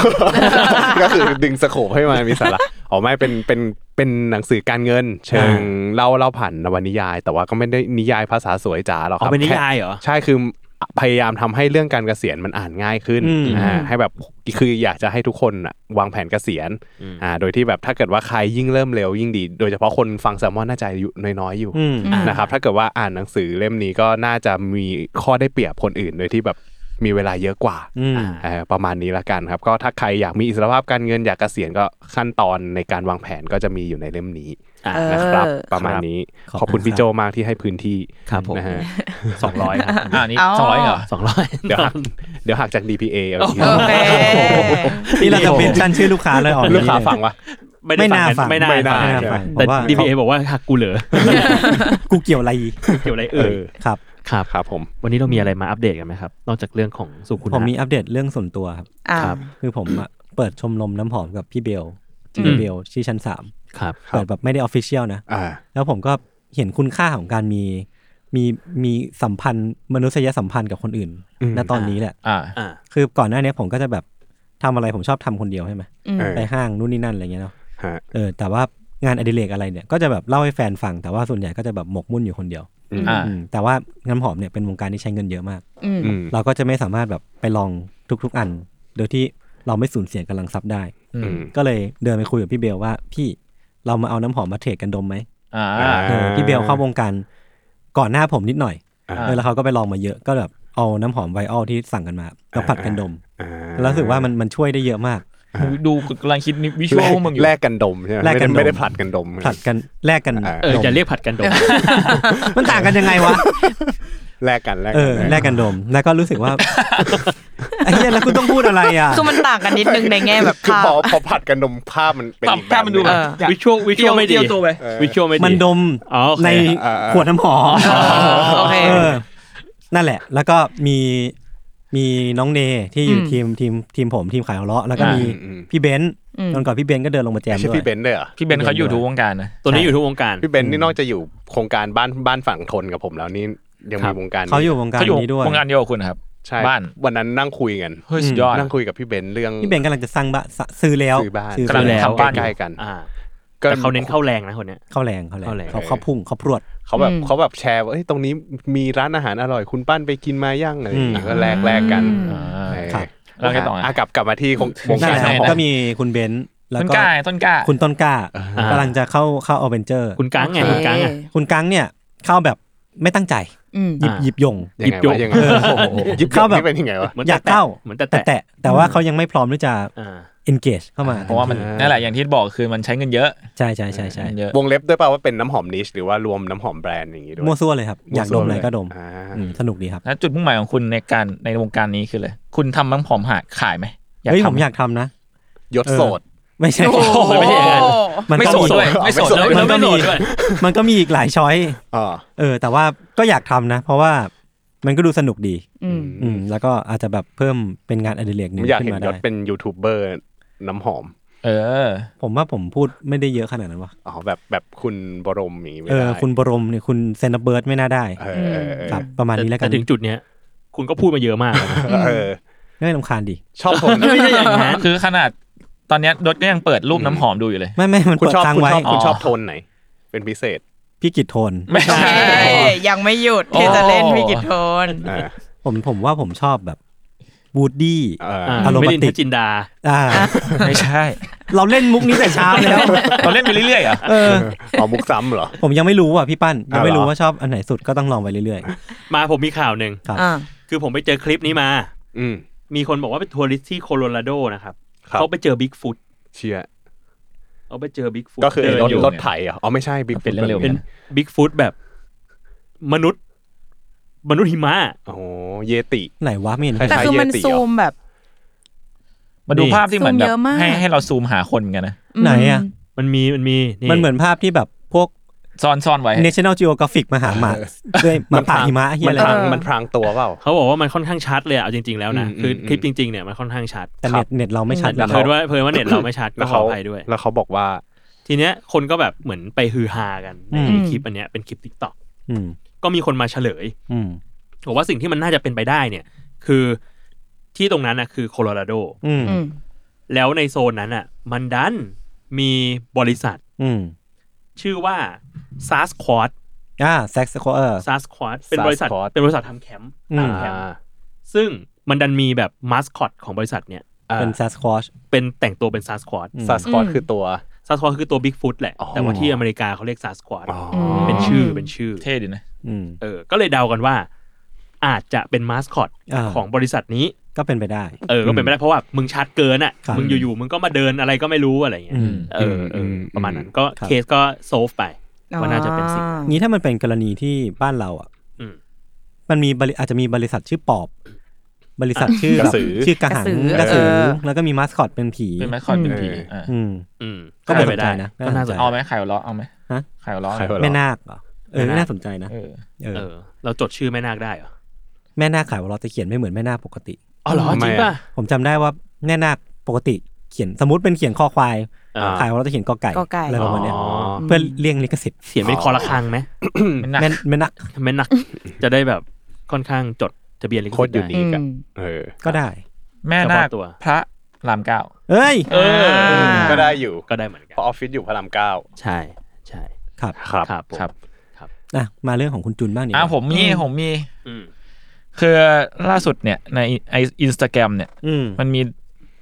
[SPEAKER 5] ก็คือดึงสโคปให้มันมีสาระอ๋อไม่เป็นเป็นเป็นหนังสือการเงิน เชิงเล่าเล่าผ่านนวนิยาย แต่ว่าก็ไม่ได้นิยายภาษาสวยจ๋าหรอกค
[SPEAKER 2] เอา
[SPEAKER 5] รับ
[SPEAKER 2] เป็นนิยาย
[SPEAKER 5] แค่
[SPEAKER 2] เหรอ
[SPEAKER 5] ใช่คือพยายามทำให้เรื่องการเกษียณมันอ่านง่ายขึ้น
[SPEAKER 2] อืม
[SPEAKER 5] อ่าให้แบบคืออยากจะให้ทุกคนอะวางแผนเกษียณ
[SPEAKER 2] อืม
[SPEAKER 5] อ่าโดยที่แบบถ้าเกิดว่าใครยิ่งเริ่มเร็วยิ่งดี โดยเฉพาะคนฟังแซมมอนน่าจะอายุน้อยๆอยู่
[SPEAKER 1] อืม
[SPEAKER 4] อ่าน
[SPEAKER 5] นะครับถ้าเกิดว่าอ่านหนังสือเล่มนี้ก็น่าจะมีข้อได้เปรียบคนอื่น โดยที่แบบมีเวลาเยอะกว่า
[SPEAKER 1] อืม
[SPEAKER 2] อ่า
[SPEAKER 5] เอ่อประมาณนี้ละกันครับ ก็ถ้าใครอยากมีอิสรภาพการเงินอยากเกษียณก็ขั้นตอนในการวางแผนก็จะมีอยู่ในเล่มนี้
[SPEAKER 2] อ่ะ
[SPEAKER 4] เออ
[SPEAKER 5] นะครับ ประมาณนี้
[SPEAKER 1] ครับ
[SPEAKER 5] ขอบคุณพี่โจมากที่ให้พื้นที่
[SPEAKER 2] ครับผม
[SPEAKER 5] นะฮะ
[SPEAKER 2] สองร้อยครับ
[SPEAKER 3] อ่านี่
[SPEAKER 4] เอา
[SPEAKER 3] สองร้อยเหรอ
[SPEAKER 2] สองร้อย
[SPEAKER 5] เดี๋ยวหักเดี๋ยวหักจาก DPA เอาที
[SPEAKER 4] โอเค
[SPEAKER 1] นี่เราจะเป็นชั้นชื่อลูกค้าเลยออก
[SPEAKER 5] ลูกค้าฟังวะ
[SPEAKER 2] ไม่ได้
[SPEAKER 1] ไม่น่าฟัง
[SPEAKER 2] ไม่น่า
[SPEAKER 5] ไม่น่า
[SPEAKER 2] ฟัง
[SPEAKER 5] ฟัง
[SPEAKER 2] แต่
[SPEAKER 1] ผมว่า
[SPEAKER 2] DPA บอกว่าหักกูเหลือ
[SPEAKER 1] กูเกี่ยวอะไรอีก
[SPEAKER 2] เกี่ยวอะไร
[SPEAKER 5] เอ
[SPEAKER 2] เอ่ย
[SPEAKER 5] อ
[SPEAKER 1] ครับ
[SPEAKER 2] ครับ
[SPEAKER 5] ครับผม
[SPEAKER 2] วันนี้เรามีอะไรมาอัปเดตกันไหมครับ นอกจากเรื่องของสุขุน
[SPEAKER 1] ผมมี
[SPEAKER 2] นะ
[SPEAKER 1] อัปเดตเรื่องส่วนตัวครับ
[SPEAKER 4] อ่า
[SPEAKER 2] ครับ
[SPEAKER 1] คือผมอะเปิดชมรมน้ำหอมกับพี่เบลจี
[SPEAKER 2] อืม
[SPEAKER 1] เบลที่ชั้นสาม
[SPEAKER 2] ครับ
[SPEAKER 5] ครับ
[SPEAKER 1] เปิดแบบไม่ได้ออฟฟิเชียลนะ
[SPEAKER 5] อ่า
[SPEAKER 1] แล้วผมก็เห็นคุณค่าของการมี มีมีสัมพันธ์มนุษยสัมพันธ์กับคนอื่น
[SPEAKER 5] อืม
[SPEAKER 1] ณตอนนี้แหละ
[SPEAKER 3] อ่า
[SPEAKER 2] อ่า
[SPEAKER 1] คือก่อนหน้านี้ผมก็จะแบบทำอะไรผมชอบทำคนเดียวใช่ไหม
[SPEAKER 4] อืม
[SPEAKER 5] เออ
[SPEAKER 1] ไปห้างนู่นนี่นั่นอะไรเงี้ยเนาะ
[SPEAKER 5] ฮะ
[SPEAKER 1] เออแต่ว่างานอดิเรกอะไรเนี่ยก็จะแบบเล่าให้แฟนฟังแต่ว่าส่วนใหญ่ก็จะแบบหมกมุ่นอยู่คนเดียว
[SPEAKER 5] อืม
[SPEAKER 3] อ่า
[SPEAKER 1] อืมแต่ว่าน้ำหอมเนี่ยเป็นวงการที่ใช้เงินเยอะมาก
[SPEAKER 4] อืม
[SPEAKER 5] อืม
[SPEAKER 1] เราก็จะไม่สามารถแบบไปลองทุก ๆ อัน โดยที่เราไม่สูญเสียกำลังทรัพย์ได้
[SPEAKER 3] อื
[SPEAKER 5] อื
[SPEAKER 3] ม
[SPEAKER 5] ม
[SPEAKER 1] ก็เลยเดินไปคุยกับพี่เบลว่าพี่เรามาเอาน้ำหอมมาเทรดกันดมไหม
[SPEAKER 3] อ่า
[SPEAKER 1] เออพี่เบลเข้าวงการก่อนหน้าผมนิดหน่อย
[SPEAKER 5] อ่า
[SPEAKER 1] เออแล้วเขาก็ไปลองมาเยอะก็แบบเอาน้ำหอมไวออลที่สั่งกันมาเราผัดกันดม
[SPEAKER 5] อ่า
[SPEAKER 1] แล้วรู้สึกว่ามันมันช่วยได้เยอะมาก
[SPEAKER 3] ดูกำลังคิดวิชวลพวกมึงอยู่
[SPEAKER 5] แลกกันดมใช่ไหม
[SPEAKER 1] แลกกันดม
[SPEAKER 5] ไม่ได้ผลัดกันดม
[SPEAKER 1] ผลัดกันแลกกัน
[SPEAKER 5] อ่า
[SPEAKER 2] เออ
[SPEAKER 1] ดม
[SPEAKER 2] จะเรียกผัดกันดม
[SPEAKER 1] มันต่างกันยังไงวะ
[SPEAKER 5] แลกกันแลก
[SPEAKER 1] เอ
[SPEAKER 5] กั
[SPEAKER 1] อแลกกันดม แล้วก็รู้สึกว่า ไอ้เหี้ยแล้วคุณต้องพูดอะไรอ่ะ
[SPEAKER 4] คือมันต่างกันนิดนึงในแง่แบบ
[SPEAKER 5] คือ
[SPEAKER 4] ภาพ
[SPEAKER 5] พอพอผลัดกันดมภาพมันเป็นอีก
[SPEAKER 3] ภาพมันดู
[SPEAKER 5] ห
[SPEAKER 3] แบบ
[SPEAKER 5] ง
[SPEAKER 4] เออ
[SPEAKER 3] อยาก
[SPEAKER 2] วิชวลวิชวลไม่ดี
[SPEAKER 3] เที่ยวตัวไป
[SPEAKER 5] เออ
[SPEAKER 2] วิชวลไม่ดี
[SPEAKER 1] มันดม
[SPEAKER 2] อ๋อโอเค
[SPEAKER 1] ใน
[SPEAKER 5] อ่าอ่า
[SPEAKER 1] ขวดน้ำหอม
[SPEAKER 3] อ๋อโอเค
[SPEAKER 1] เออนั่นแหละ แล้วก็มีมีน้องเนที่อยู่
[SPEAKER 4] อืม
[SPEAKER 1] ทีมทีมทีมผมทีมขายหัวเราะแล้วก็มี
[SPEAKER 5] อืมอืม
[SPEAKER 1] พี่เบนซ์
[SPEAKER 4] อืม
[SPEAKER 1] ตอนก่อนพี่เบนซ์ก็เดินลงมาแจม
[SPEAKER 5] ไม่ใช่
[SPEAKER 1] ด้วย
[SPEAKER 5] พี่เบนซ์ด้วยเหรอ
[SPEAKER 3] พี่เบนเขาอยู่ทุกวงการนะ
[SPEAKER 2] ตัวนี้อยู่ทุกวงการ
[SPEAKER 5] พี่เบนซ์นี่นอกจากอยู่โครงการบ้านบ้านฝั่งทนกับผมแล้วนี่ยัง
[SPEAKER 2] ครั
[SPEAKER 5] มี
[SPEAKER 2] บ
[SPEAKER 5] วงการ
[SPEAKER 1] เขาอยู่วงการ
[SPEAKER 3] เขาอยู่
[SPEAKER 1] นี้ด้วย
[SPEAKER 3] วงการเดียวกับคุณครับ
[SPEAKER 5] ใช่
[SPEAKER 3] บ้าน
[SPEAKER 5] วันนั้นนั่งคุยกัน
[SPEAKER 3] เฮ้ยสุดยอด
[SPEAKER 5] นั่งคุยกับพี่เบนซ์เรื่อง
[SPEAKER 1] พี่เบนซ์กำลังจะสร้างบ้านสซื้อแล้ว
[SPEAKER 5] ซื้อบ้าน
[SPEAKER 3] กำลัง
[SPEAKER 1] แล้ว
[SPEAKER 3] ทำบ้าน
[SPEAKER 5] ใกล้ๆกัน
[SPEAKER 2] อ่า
[SPEAKER 5] ก็
[SPEAKER 2] แต่เขาเน้นเข้าแรงนะคนเนี้ย
[SPEAKER 1] เข้าแรงเข้าแรง
[SPEAKER 2] เข้าแรง
[SPEAKER 1] เขาเขาพุ่งเขาพรวด
[SPEAKER 5] เขาแบบ
[SPEAKER 4] อืม
[SPEAKER 5] เขาแบบแชร์ว่าเอ้ยตรงนี้มีร้านอาหารอร่อยคุณป้านไปกินมาย่างอะไรอย่างเงี้ย
[SPEAKER 1] อืม
[SPEAKER 5] ก็แลกแลกกัน
[SPEAKER 3] อ่า
[SPEAKER 5] เออ
[SPEAKER 1] ครับ
[SPEAKER 3] แล้วไงต่ออ่ะ
[SPEAKER 5] อ่ะกลับกลับมาที่คงวง
[SPEAKER 1] นั่น
[SPEAKER 5] การ
[SPEAKER 1] แหละ
[SPEAKER 3] ใช่
[SPEAKER 1] ครับ
[SPEAKER 5] ของผม
[SPEAKER 1] ก็มีคุณเบนซ์แล้ว
[SPEAKER 3] ต้น
[SPEAKER 1] ก็
[SPEAKER 3] กล้าไงต้นกล้า
[SPEAKER 1] คุณต้นกล้า
[SPEAKER 2] อ่าก
[SPEAKER 1] กำลังจะเข้าเข้าอเวนเจอร์
[SPEAKER 2] คุณกังไงคุณกังอ่ะ
[SPEAKER 1] คุณกังเนี่ยเข้าแบบไม่ตั้งใจ
[SPEAKER 4] อืม
[SPEAKER 1] หยิบ
[SPEAKER 2] อ่า
[SPEAKER 1] หยิบยง
[SPEAKER 2] หยิบยก
[SPEAKER 5] ยังไงวะยังไงวะโอ้โหหยิบย
[SPEAKER 1] เข้าก แบบ
[SPEAKER 5] นี่เป็นยังไงวะ
[SPEAKER 2] หมืน
[SPEAKER 1] อยากเข้า
[SPEAKER 2] แตะๆเหมือนแต่แต่
[SPEAKER 1] แต่แต่ว่าเขายังไม่พร้อมที่จะ
[SPEAKER 2] อ่า
[SPEAKER 1] engage เข้ามา
[SPEAKER 3] เพราะว่ามัน
[SPEAKER 5] อ่านั่
[SPEAKER 3] นั่นแหละอย่างที่บอกคือมันใช้เงินเยอะ
[SPEAKER 1] ใช่ใช่ใช่ใช่
[SPEAKER 3] เงินเยอะ
[SPEAKER 5] วงเล็บด้วยเปล่าว่าเป็นน้ำหอมนิชหรือว่ารวมน้ำหอมแบรนด์อย่างงี้ด้วย
[SPEAKER 1] มั่วซั่วเลยครับ อยากดมอะไรก็ดม
[SPEAKER 5] อ่า
[SPEAKER 1] อืมสนุกดีครับ
[SPEAKER 3] แล้วจุดมุ่งหมายของคุณในการในวงการนี้คืออะไร คุณทำน้ำหอมหาขายไหม
[SPEAKER 1] เฮ้ย
[SPEAKER 3] ทำ
[SPEAKER 1] ผมอยากทำนะ
[SPEAKER 5] ยศโสด
[SPEAKER 1] ไม่ใช่
[SPEAKER 4] โอ้โห
[SPEAKER 2] มันไม่ใช่อย่างนั้น
[SPEAKER 1] มัน
[SPEAKER 3] ไม่
[SPEAKER 1] ก็
[SPEAKER 3] โส
[SPEAKER 1] มี
[SPEAKER 3] ดด้วยไม่โสดด้วย
[SPEAKER 1] มันก็
[SPEAKER 2] ไม่โส
[SPEAKER 1] มี
[SPEAKER 2] ดด้วย
[SPEAKER 1] มันก็มีอีกหลายช้อย
[SPEAKER 5] อ่า
[SPEAKER 1] เออ แต่ว่าก็อยากทำนะ เพราะว่ามันก็ดูสนุกดี
[SPEAKER 4] อืม
[SPEAKER 1] อืมแล้วก็อาจจะแบบเพิ่มเป็นงานอดิเรกห
[SPEAKER 5] ผ
[SPEAKER 1] นึ
[SPEAKER 5] ม
[SPEAKER 1] ง
[SPEAKER 5] อยาก
[SPEAKER 1] ขึ้น
[SPEAKER 5] เห็น
[SPEAKER 1] มาย ได้
[SPEAKER 5] ศเป็นยูทูบเบอร์น้ำหอม
[SPEAKER 3] เออ
[SPEAKER 1] ผมว่าผมพูดไม่ได้เยอะขนาดนั้นวะ
[SPEAKER 5] อ๋อแบบแบบคุณบรมอย่างนี้ไม่
[SPEAKER 1] เอ
[SPEAKER 5] ได้
[SPEAKER 1] อคุณบรมเนี่ยคุณเซนเบิร์ดไม่น่าได้
[SPEAKER 5] เออเออเออ
[SPEAKER 1] ครับ ประมาณนี้แล้วกัน
[SPEAKER 2] แต่ถึงจุดเนี้ย คุณก็พูดมาเยอะมากแล้วนะ
[SPEAKER 5] เออ
[SPEAKER 1] ไม่ลำคาญดิ
[SPEAKER 5] ชอบคน
[SPEAKER 2] ไม่ใช่อย่างนั้น
[SPEAKER 3] คือขนาดตอนเนี้ยรถก็ยังเปิดรูปน้ำหอมดูอยู่เลย
[SPEAKER 1] ไม่ไม่มัน
[SPEAKER 5] คุณ
[SPEAKER 1] เปิด
[SPEAKER 5] ชอบ
[SPEAKER 1] ทาง
[SPEAKER 5] คุณ
[SPEAKER 1] ไว้
[SPEAKER 5] ชอบ
[SPEAKER 3] อ๋อ
[SPEAKER 5] คุณชอบโทนไหน เป็นพิเศษ
[SPEAKER 1] พี่กิตโทน
[SPEAKER 3] ไม่
[SPEAKER 4] โอ
[SPEAKER 3] ใช่
[SPEAKER 4] เคยังไม่หยุดที่จะเล่น
[SPEAKER 3] โอ้
[SPEAKER 4] วิกิตโทน
[SPEAKER 5] อ่า
[SPEAKER 1] ผมผมว่าผมชอบแบบบูดดี้
[SPEAKER 5] เออ
[SPEAKER 2] อ่า
[SPEAKER 1] อารมณ์
[SPEAKER 2] ไม่ได้
[SPEAKER 1] ปฏิ
[SPEAKER 2] ทัชจินดา
[SPEAKER 1] อ่า
[SPEAKER 3] ไม่ใช่
[SPEAKER 1] เราเล่นมุกนี้แต่เช้าแล้ว
[SPEAKER 3] เราเล่นไปเรื่อยๆเหรอ่ะ
[SPEAKER 1] เออ
[SPEAKER 5] อ๋อมุกซ้ำเหรอ
[SPEAKER 1] ผมยังไม่รู้อ่ะพี่ปั้น ยังไม่
[SPEAKER 5] อ่าเหรอ
[SPEAKER 1] รู้ว่าชอบอันไหนสุดก็ต้องลองไปเรื่อย
[SPEAKER 2] มาผมมีข่าวหนึ่ง
[SPEAKER 1] ครับ
[SPEAKER 4] อ่า
[SPEAKER 2] คือผมไปเจอคลิปนี้มา
[SPEAKER 5] อืม
[SPEAKER 2] มีคนบอกว่าเป็นทัวริสต์ที่โคโลราโดนะครับ
[SPEAKER 5] ครับ
[SPEAKER 2] เขาไปเจอบิ๊กฟุต
[SPEAKER 5] เชีย
[SPEAKER 2] เขาไปเจอบิ๊กฟุต
[SPEAKER 5] ก็คือไอ้ร
[SPEAKER 2] เดิ
[SPEAKER 5] ถ
[SPEAKER 2] นยู่
[SPEAKER 5] รถไถเหรอ่ะอ๋อไม่ใช่บิ๊ก
[SPEAKER 3] เป็นเรื่องเร็ว
[SPEAKER 2] เป็นบิ๊กฟุตแบบมนุษย์ มนุษย์หิมะ
[SPEAKER 5] โอ้โหเยติ
[SPEAKER 1] ไหนวะไม่เห็น
[SPEAKER 5] คล้าย
[SPEAKER 4] แต่คือมัน
[SPEAKER 5] เยติเหรอ
[SPEAKER 4] ซูมแบบ
[SPEAKER 3] มาดูภาพที่เหมือนแบ
[SPEAKER 4] ซูมเย
[SPEAKER 3] บ
[SPEAKER 4] อะมาก
[SPEAKER 3] ให้ให้เราซูมหาคนกันนะ
[SPEAKER 1] ไหนอ่ะ
[SPEAKER 2] มันมีมันมี
[SPEAKER 1] มันเหมือนภาพที่แบบพวก
[SPEAKER 3] ซ่อนซ่อนไว้
[SPEAKER 1] National Geographic มาหาหมาด้วยหมาป่าหิมะเฮีย
[SPEAKER 5] มั
[SPEAKER 1] อะ
[SPEAKER 5] น
[SPEAKER 1] ไร
[SPEAKER 5] พราง
[SPEAKER 4] เออ
[SPEAKER 5] มันพรางตัวเปล่า
[SPEAKER 2] เขาบอกว่ามันค่อนข้างชัดเลยอะเอาจริงๆแล้วนะ
[SPEAKER 5] อืม
[SPEAKER 2] คือ
[SPEAKER 5] อืม
[SPEAKER 2] คลิปจริงๆเนี่ยมันค่อนข้างชัด
[SPEAKER 1] แต่เน็ตเน็ตเราไม่ชัดเล
[SPEAKER 2] แต่
[SPEAKER 1] ย
[SPEAKER 2] เพิ่นว่าเพิ่นว่าเน็ตเราไม่ชัดก็
[SPEAKER 5] แล้ว
[SPEAKER 2] ขอ
[SPEAKER 5] เขา
[SPEAKER 2] อภัยด้วย
[SPEAKER 5] แล้วเขาบอกว่า
[SPEAKER 2] ทีเนี้ยคนก็แบบเหมือนไปฮือฮากันใน
[SPEAKER 4] อืม
[SPEAKER 2] คลิปอันเนี้ยเป็นคลิปทิกตอก
[SPEAKER 1] อืม
[SPEAKER 2] ก็มีคนมาเฉลย
[SPEAKER 1] อืม
[SPEAKER 2] บอกว่าสิ่งที่มันน่าจะเป็นไปได้เนี่ย คือที่ตรงนั้นนะคือโคโลราโด
[SPEAKER 1] อืม
[SPEAKER 4] อืม
[SPEAKER 2] แล้วในโซนนั้นอ่ะ มันดันมีบริษัท
[SPEAKER 1] อืม
[SPEAKER 2] ชื่อว่า s a s q u a d
[SPEAKER 1] อ่าแซ็กซ์คเออ
[SPEAKER 2] s a s q u a d เป็นบริษัท
[SPEAKER 5] Sasquatch
[SPEAKER 2] เป็นบริษัททำแคมป์
[SPEAKER 1] อืม
[SPEAKER 2] ทำแคมป์ซึ่งมันดันมีแบบมาสคอตของบริษัทเนี่ย
[SPEAKER 1] เป็นแซ็กซ์คอช
[SPEAKER 2] เป็นแต่งตัวเป็น s a s q u a d
[SPEAKER 1] อืม
[SPEAKER 5] ซาสคอต
[SPEAKER 4] อืม
[SPEAKER 5] คือตัว
[SPEAKER 2] s a s q u a d คือตัว Bigfoot แหละ
[SPEAKER 5] อ๋อ
[SPEAKER 2] แต่ว่าที่อเมริกาเขาเรียก s a s q u a d
[SPEAKER 4] ม
[SPEAKER 2] เป็นชื่อเป็นชื่อ
[SPEAKER 3] เท่ดีนะ
[SPEAKER 1] อืม
[SPEAKER 2] เออ ก็เลยเดากันว่า อาจจะเป็นมาสคอต
[SPEAKER 1] อ่า
[SPEAKER 2] ของบริษัทนี้
[SPEAKER 1] ก็เป็นไปได้
[SPEAKER 2] เออ ก็เป็นไปได้เพราะว่ามึงชัดเกินอ่ะ
[SPEAKER 1] ครับ
[SPEAKER 2] มึงอยู่ๆ มึงก็มาเดินอะไรก็ไม่รู้อะไรอย่างเงี้ย
[SPEAKER 1] อืม
[SPEAKER 2] เออเอออ
[SPEAKER 5] ม
[SPEAKER 2] ประมาณนั้น ก็
[SPEAKER 1] ครับ
[SPEAKER 2] เคสก็โซฟไป ว่าน่าจะเป็นสิ่ง
[SPEAKER 4] อ่า
[SPEAKER 1] งี้ถ้ามันเป็นกรณีที่บ้านเราอ่ะ
[SPEAKER 2] อืม
[SPEAKER 1] มันมีบริอาจจะมีบริษัทชื่อปอบ บริษัทชื่อ
[SPEAKER 5] กระสือ
[SPEAKER 1] ชื่อกระหัง
[SPEAKER 4] กระ
[SPEAKER 1] ระ
[SPEAKER 4] สือก
[SPEAKER 1] สือ
[SPEAKER 4] เออ
[SPEAKER 1] แล้วก็มีมาสคอตเป็นผี
[SPEAKER 3] เป็นไมคอนเป็นผี
[SPEAKER 5] อืม
[SPEAKER 3] อ่ะ
[SPEAKER 1] อืม
[SPEAKER 2] อืม
[SPEAKER 1] ก็น่า
[SPEAKER 2] เป็
[SPEAKER 1] สนใจนะ
[SPEAKER 2] ก็น่าสนใจ
[SPEAKER 3] เอาไหมขายหัวเราะเอาไหม
[SPEAKER 1] ฮะ
[SPEAKER 3] ขายหัวเราะ
[SPEAKER 5] ใครหัว
[SPEAKER 1] แม่
[SPEAKER 5] เราะ
[SPEAKER 1] นาคเหรอเออน่าสนใจนะ
[SPEAKER 3] เออ
[SPEAKER 1] เอ
[SPEAKER 2] เอ
[SPEAKER 1] อ
[SPEAKER 2] อ เราจดชื่อแม่นาคได้เหรอ
[SPEAKER 1] แม่นาคขายหัวเราะแต่เขียนไม่เหมือนแม่นาคปกติ
[SPEAKER 2] อ๋อเหรอจ
[SPEAKER 5] ทำไม
[SPEAKER 2] ริงป่ะ
[SPEAKER 5] อะ
[SPEAKER 1] ผมจำได้ว่าแม่นาคปกติเขียนสมมติเป็นเขียนคอควาย
[SPEAKER 2] อ่า
[SPEAKER 1] ขายหัวเราะจะเขียนกอไก่
[SPEAKER 4] กอไก่
[SPEAKER 1] อะไรประมาณเนี้ย
[SPEAKER 5] อ๋อ
[SPEAKER 1] เพื่อเลี่ยงลิขสิทธิ์
[SPEAKER 2] เขียนเป็นคอละครังไหม
[SPEAKER 3] เป็นหนัก
[SPEAKER 1] แม่แม่นาค
[SPEAKER 2] แม่นัก จะได้แบบค่อนข้างจดทะเบียนลิข
[SPEAKER 5] โค
[SPEAKER 2] สิ
[SPEAKER 5] ต
[SPEAKER 2] ทธิ์
[SPEAKER 5] รยู
[SPEAKER 2] ได้
[SPEAKER 5] นิคอะ
[SPEAKER 4] อืม
[SPEAKER 5] เออ
[SPEAKER 1] ก็ได้
[SPEAKER 3] แม่นาค
[SPEAKER 2] เฉพาะตัว
[SPEAKER 3] พระรามเก้า
[SPEAKER 1] เอ้ย
[SPEAKER 3] เออ
[SPEAKER 5] ก็ได้อยู่
[SPEAKER 2] ก็ได้เหมือนกั
[SPEAKER 5] เพ
[SPEAKER 2] น
[SPEAKER 5] ราะออฟฟิศอยู่พระรามเก้า
[SPEAKER 2] ใช่ใช่
[SPEAKER 1] ครับ
[SPEAKER 5] ครับ
[SPEAKER 2] ครับผม
[SPEAKER 3] ครับ
[SPEAKER 1] อ่ะมาเรื่องของคุณจุนบ้างดีก
[SPEAKER 3] อ่ะ
[SPEAKER 1] ว่า
[SPEAKER 3] ผมมีผมมี
[SPEAKER 2] อืม
[SPEAKER 3] คือล่าสุดเนี่ยในไออินสตาแกรมเนี่ย
[SPEAKER 1] อืม
[SPEAKER 3] มันมี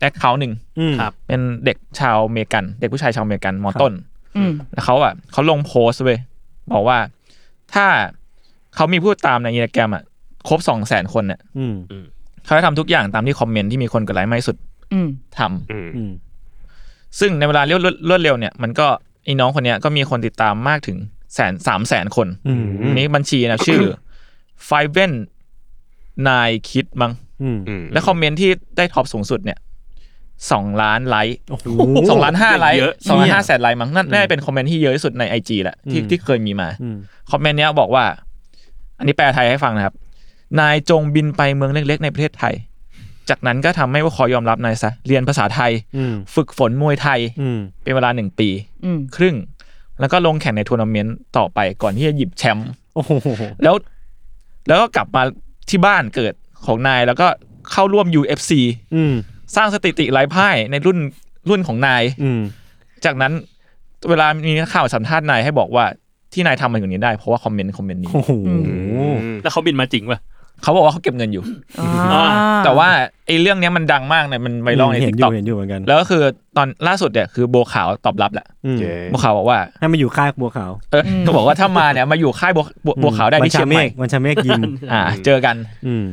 [SPEAKER 3] แอคเคาท์หนึ่ง
[SPEAKER 1] อืม
[SPEAKER 2] ครับ
[SPEAKER 3] เป็นเด็กชาวอเมริกัน เด็กผู้ชายชาวอเมริกันมอต้น
[SPEAKER 4] อืม
[SPEAKER 3] แล้วเขาอ่ะเขาลงโพสต์เว้ยบอกว่าถ้าเขามีผู้ตามในอินสตาแกรมอ่ะครบสองแสนคนเนี่ย
[SPEAKER 1] อืม
[SPEAKER 3] เขาจะทำทุกอย่างตามที่คอมเมนต์ที่มีคนกดไลค์มากที่สุด
[SPEAKER 4] อืม
[SPEAKER 3] ทำ
[SPEAKER 5] อืม
[SPEAKER 1] อืม
[SPEAKER 3] ซึ่งในเวลาเรวดรวดเร็วเนี่ยมันก็ไอ้น้องคนเนี้ยก็มีคนติดตามมากถึงแสนสามแสนคน
[SPEAKER 1] อืม
[SPEAKER 3] อันนี้บัญชีนะชื่อ ไฟเว่นนายคิดมั้ง
[SPEAKER 1] อืม
[SPEAKER 5] อืม
[SPEAKER 3] และคอมเมนต์ที่ได้ท็อปสูงสุดเนี่ยสองล้านไลค์
[SPEAKER 1] โอ้โห
[SPEAKER 3] สองล้านห้าไลค์
[SPEAKER 2] เยอะ
[SPEAKER 3] สองล้านห้าแสนไลค์มั้งนั่นน่าจะเป็นคอมเมนต์ที่เยอะที่สุดในไอจีแหละที่
[SPEAKER 1] อืม
[SPEAKER 3] ที่เคยมีมา
[SPEAKER 1] อืม
[SPEAKER 3] คอมเมนต์เนี้ยบอกว่า อันนี้แปลไทยให้ฟังนะครับ นายจงบินไปเมืองเล็กๆ ในประเทศไทย จากนั้นก็ทำให้ว่าคอยอมรับนายซะ เรียนภาษาไทย
[SPEAKER 1] อืม
[SPEAKER 3] ฝึกฝนมวยไทย
[SPEAKER 1] อืม
[SPEAKER 3] เป็นเวลาหนึ่งปี
[SPEAKER 4] อืม
[SPEAKER 3] ครึ่ง แล้วก็ลงแข่งในทัวร์นาเมนต์ต่อไปก่อนที่จะหยิบแชมป์
[SPEAKER 1] โอ้โห
[SPEAKER 3] แล้ว แล้วก็กลับมาที่บ้านเกิดของนายแล้วก็เข้าร่วม UFC
[SPEAKER 1] อืม
[SPEAKER 3] สร้างสถิติไร้พ่ายในรุ่นรุ่นของนาย
[SPEAKER 1] อืม
[SPEAKER 3] จากนั้นเวลามีนักข่าวสัมภาษณ์นายให้บอกว่าที่นายทำมันอย่างนี้ได้เพราะว่าคอมเมนต์คอมเมนต์นี้
[SPEAKER 1] โอ้โห
[SPEAKER 5] อืม
[SPEAKER 2] แล้วเขาบินมาจริงป่ะ
[SPEAKER 3] เขาบอกว่าเขาเก็บเงินอยู่
[SPEAKER 4] อ่า
[SPEAKER 3] แต่ว่าไอ้เรื่องเนี้ยมันดังมากเนี่ยมันไวรัลใน
[SPEAKER 1] เห็
[SPEAKER 3] ทิ
[SPEAKER 1] น
[SPEAKER 3] ก
[SPEAKER 1] อ
[SPEAKER 3] ต็อยู่ ก
[SPEAKER 1] เห็นอยู่เหมือนกัน
[SPEAKER 3] แล้วก็คือตอนล่าสุดเนี่ยคือโบวขาวตอบรับแหละ
[SPEAKER 1] อืม
[SPEAKER 5] เย้
[SPEAKER 3] โบวขาวบอกว่า
[SPEAKER 1] ให้มาอยู่ค่ายบัวขาว
[SPEAKER 3] เออ
[SPEAKER 4] ม
[SPEAKER 3] เขาบอกว่าถ้ามาเนี่ยมาอยู่ค่ายโบวบัวบัวขาวได้ที่เชียงใหม่
[SPEAKER 1] วันชาเมฆยิ ม
[SPEAKER 3] อ่า เจอกัน
[SPEAKER 1] อืม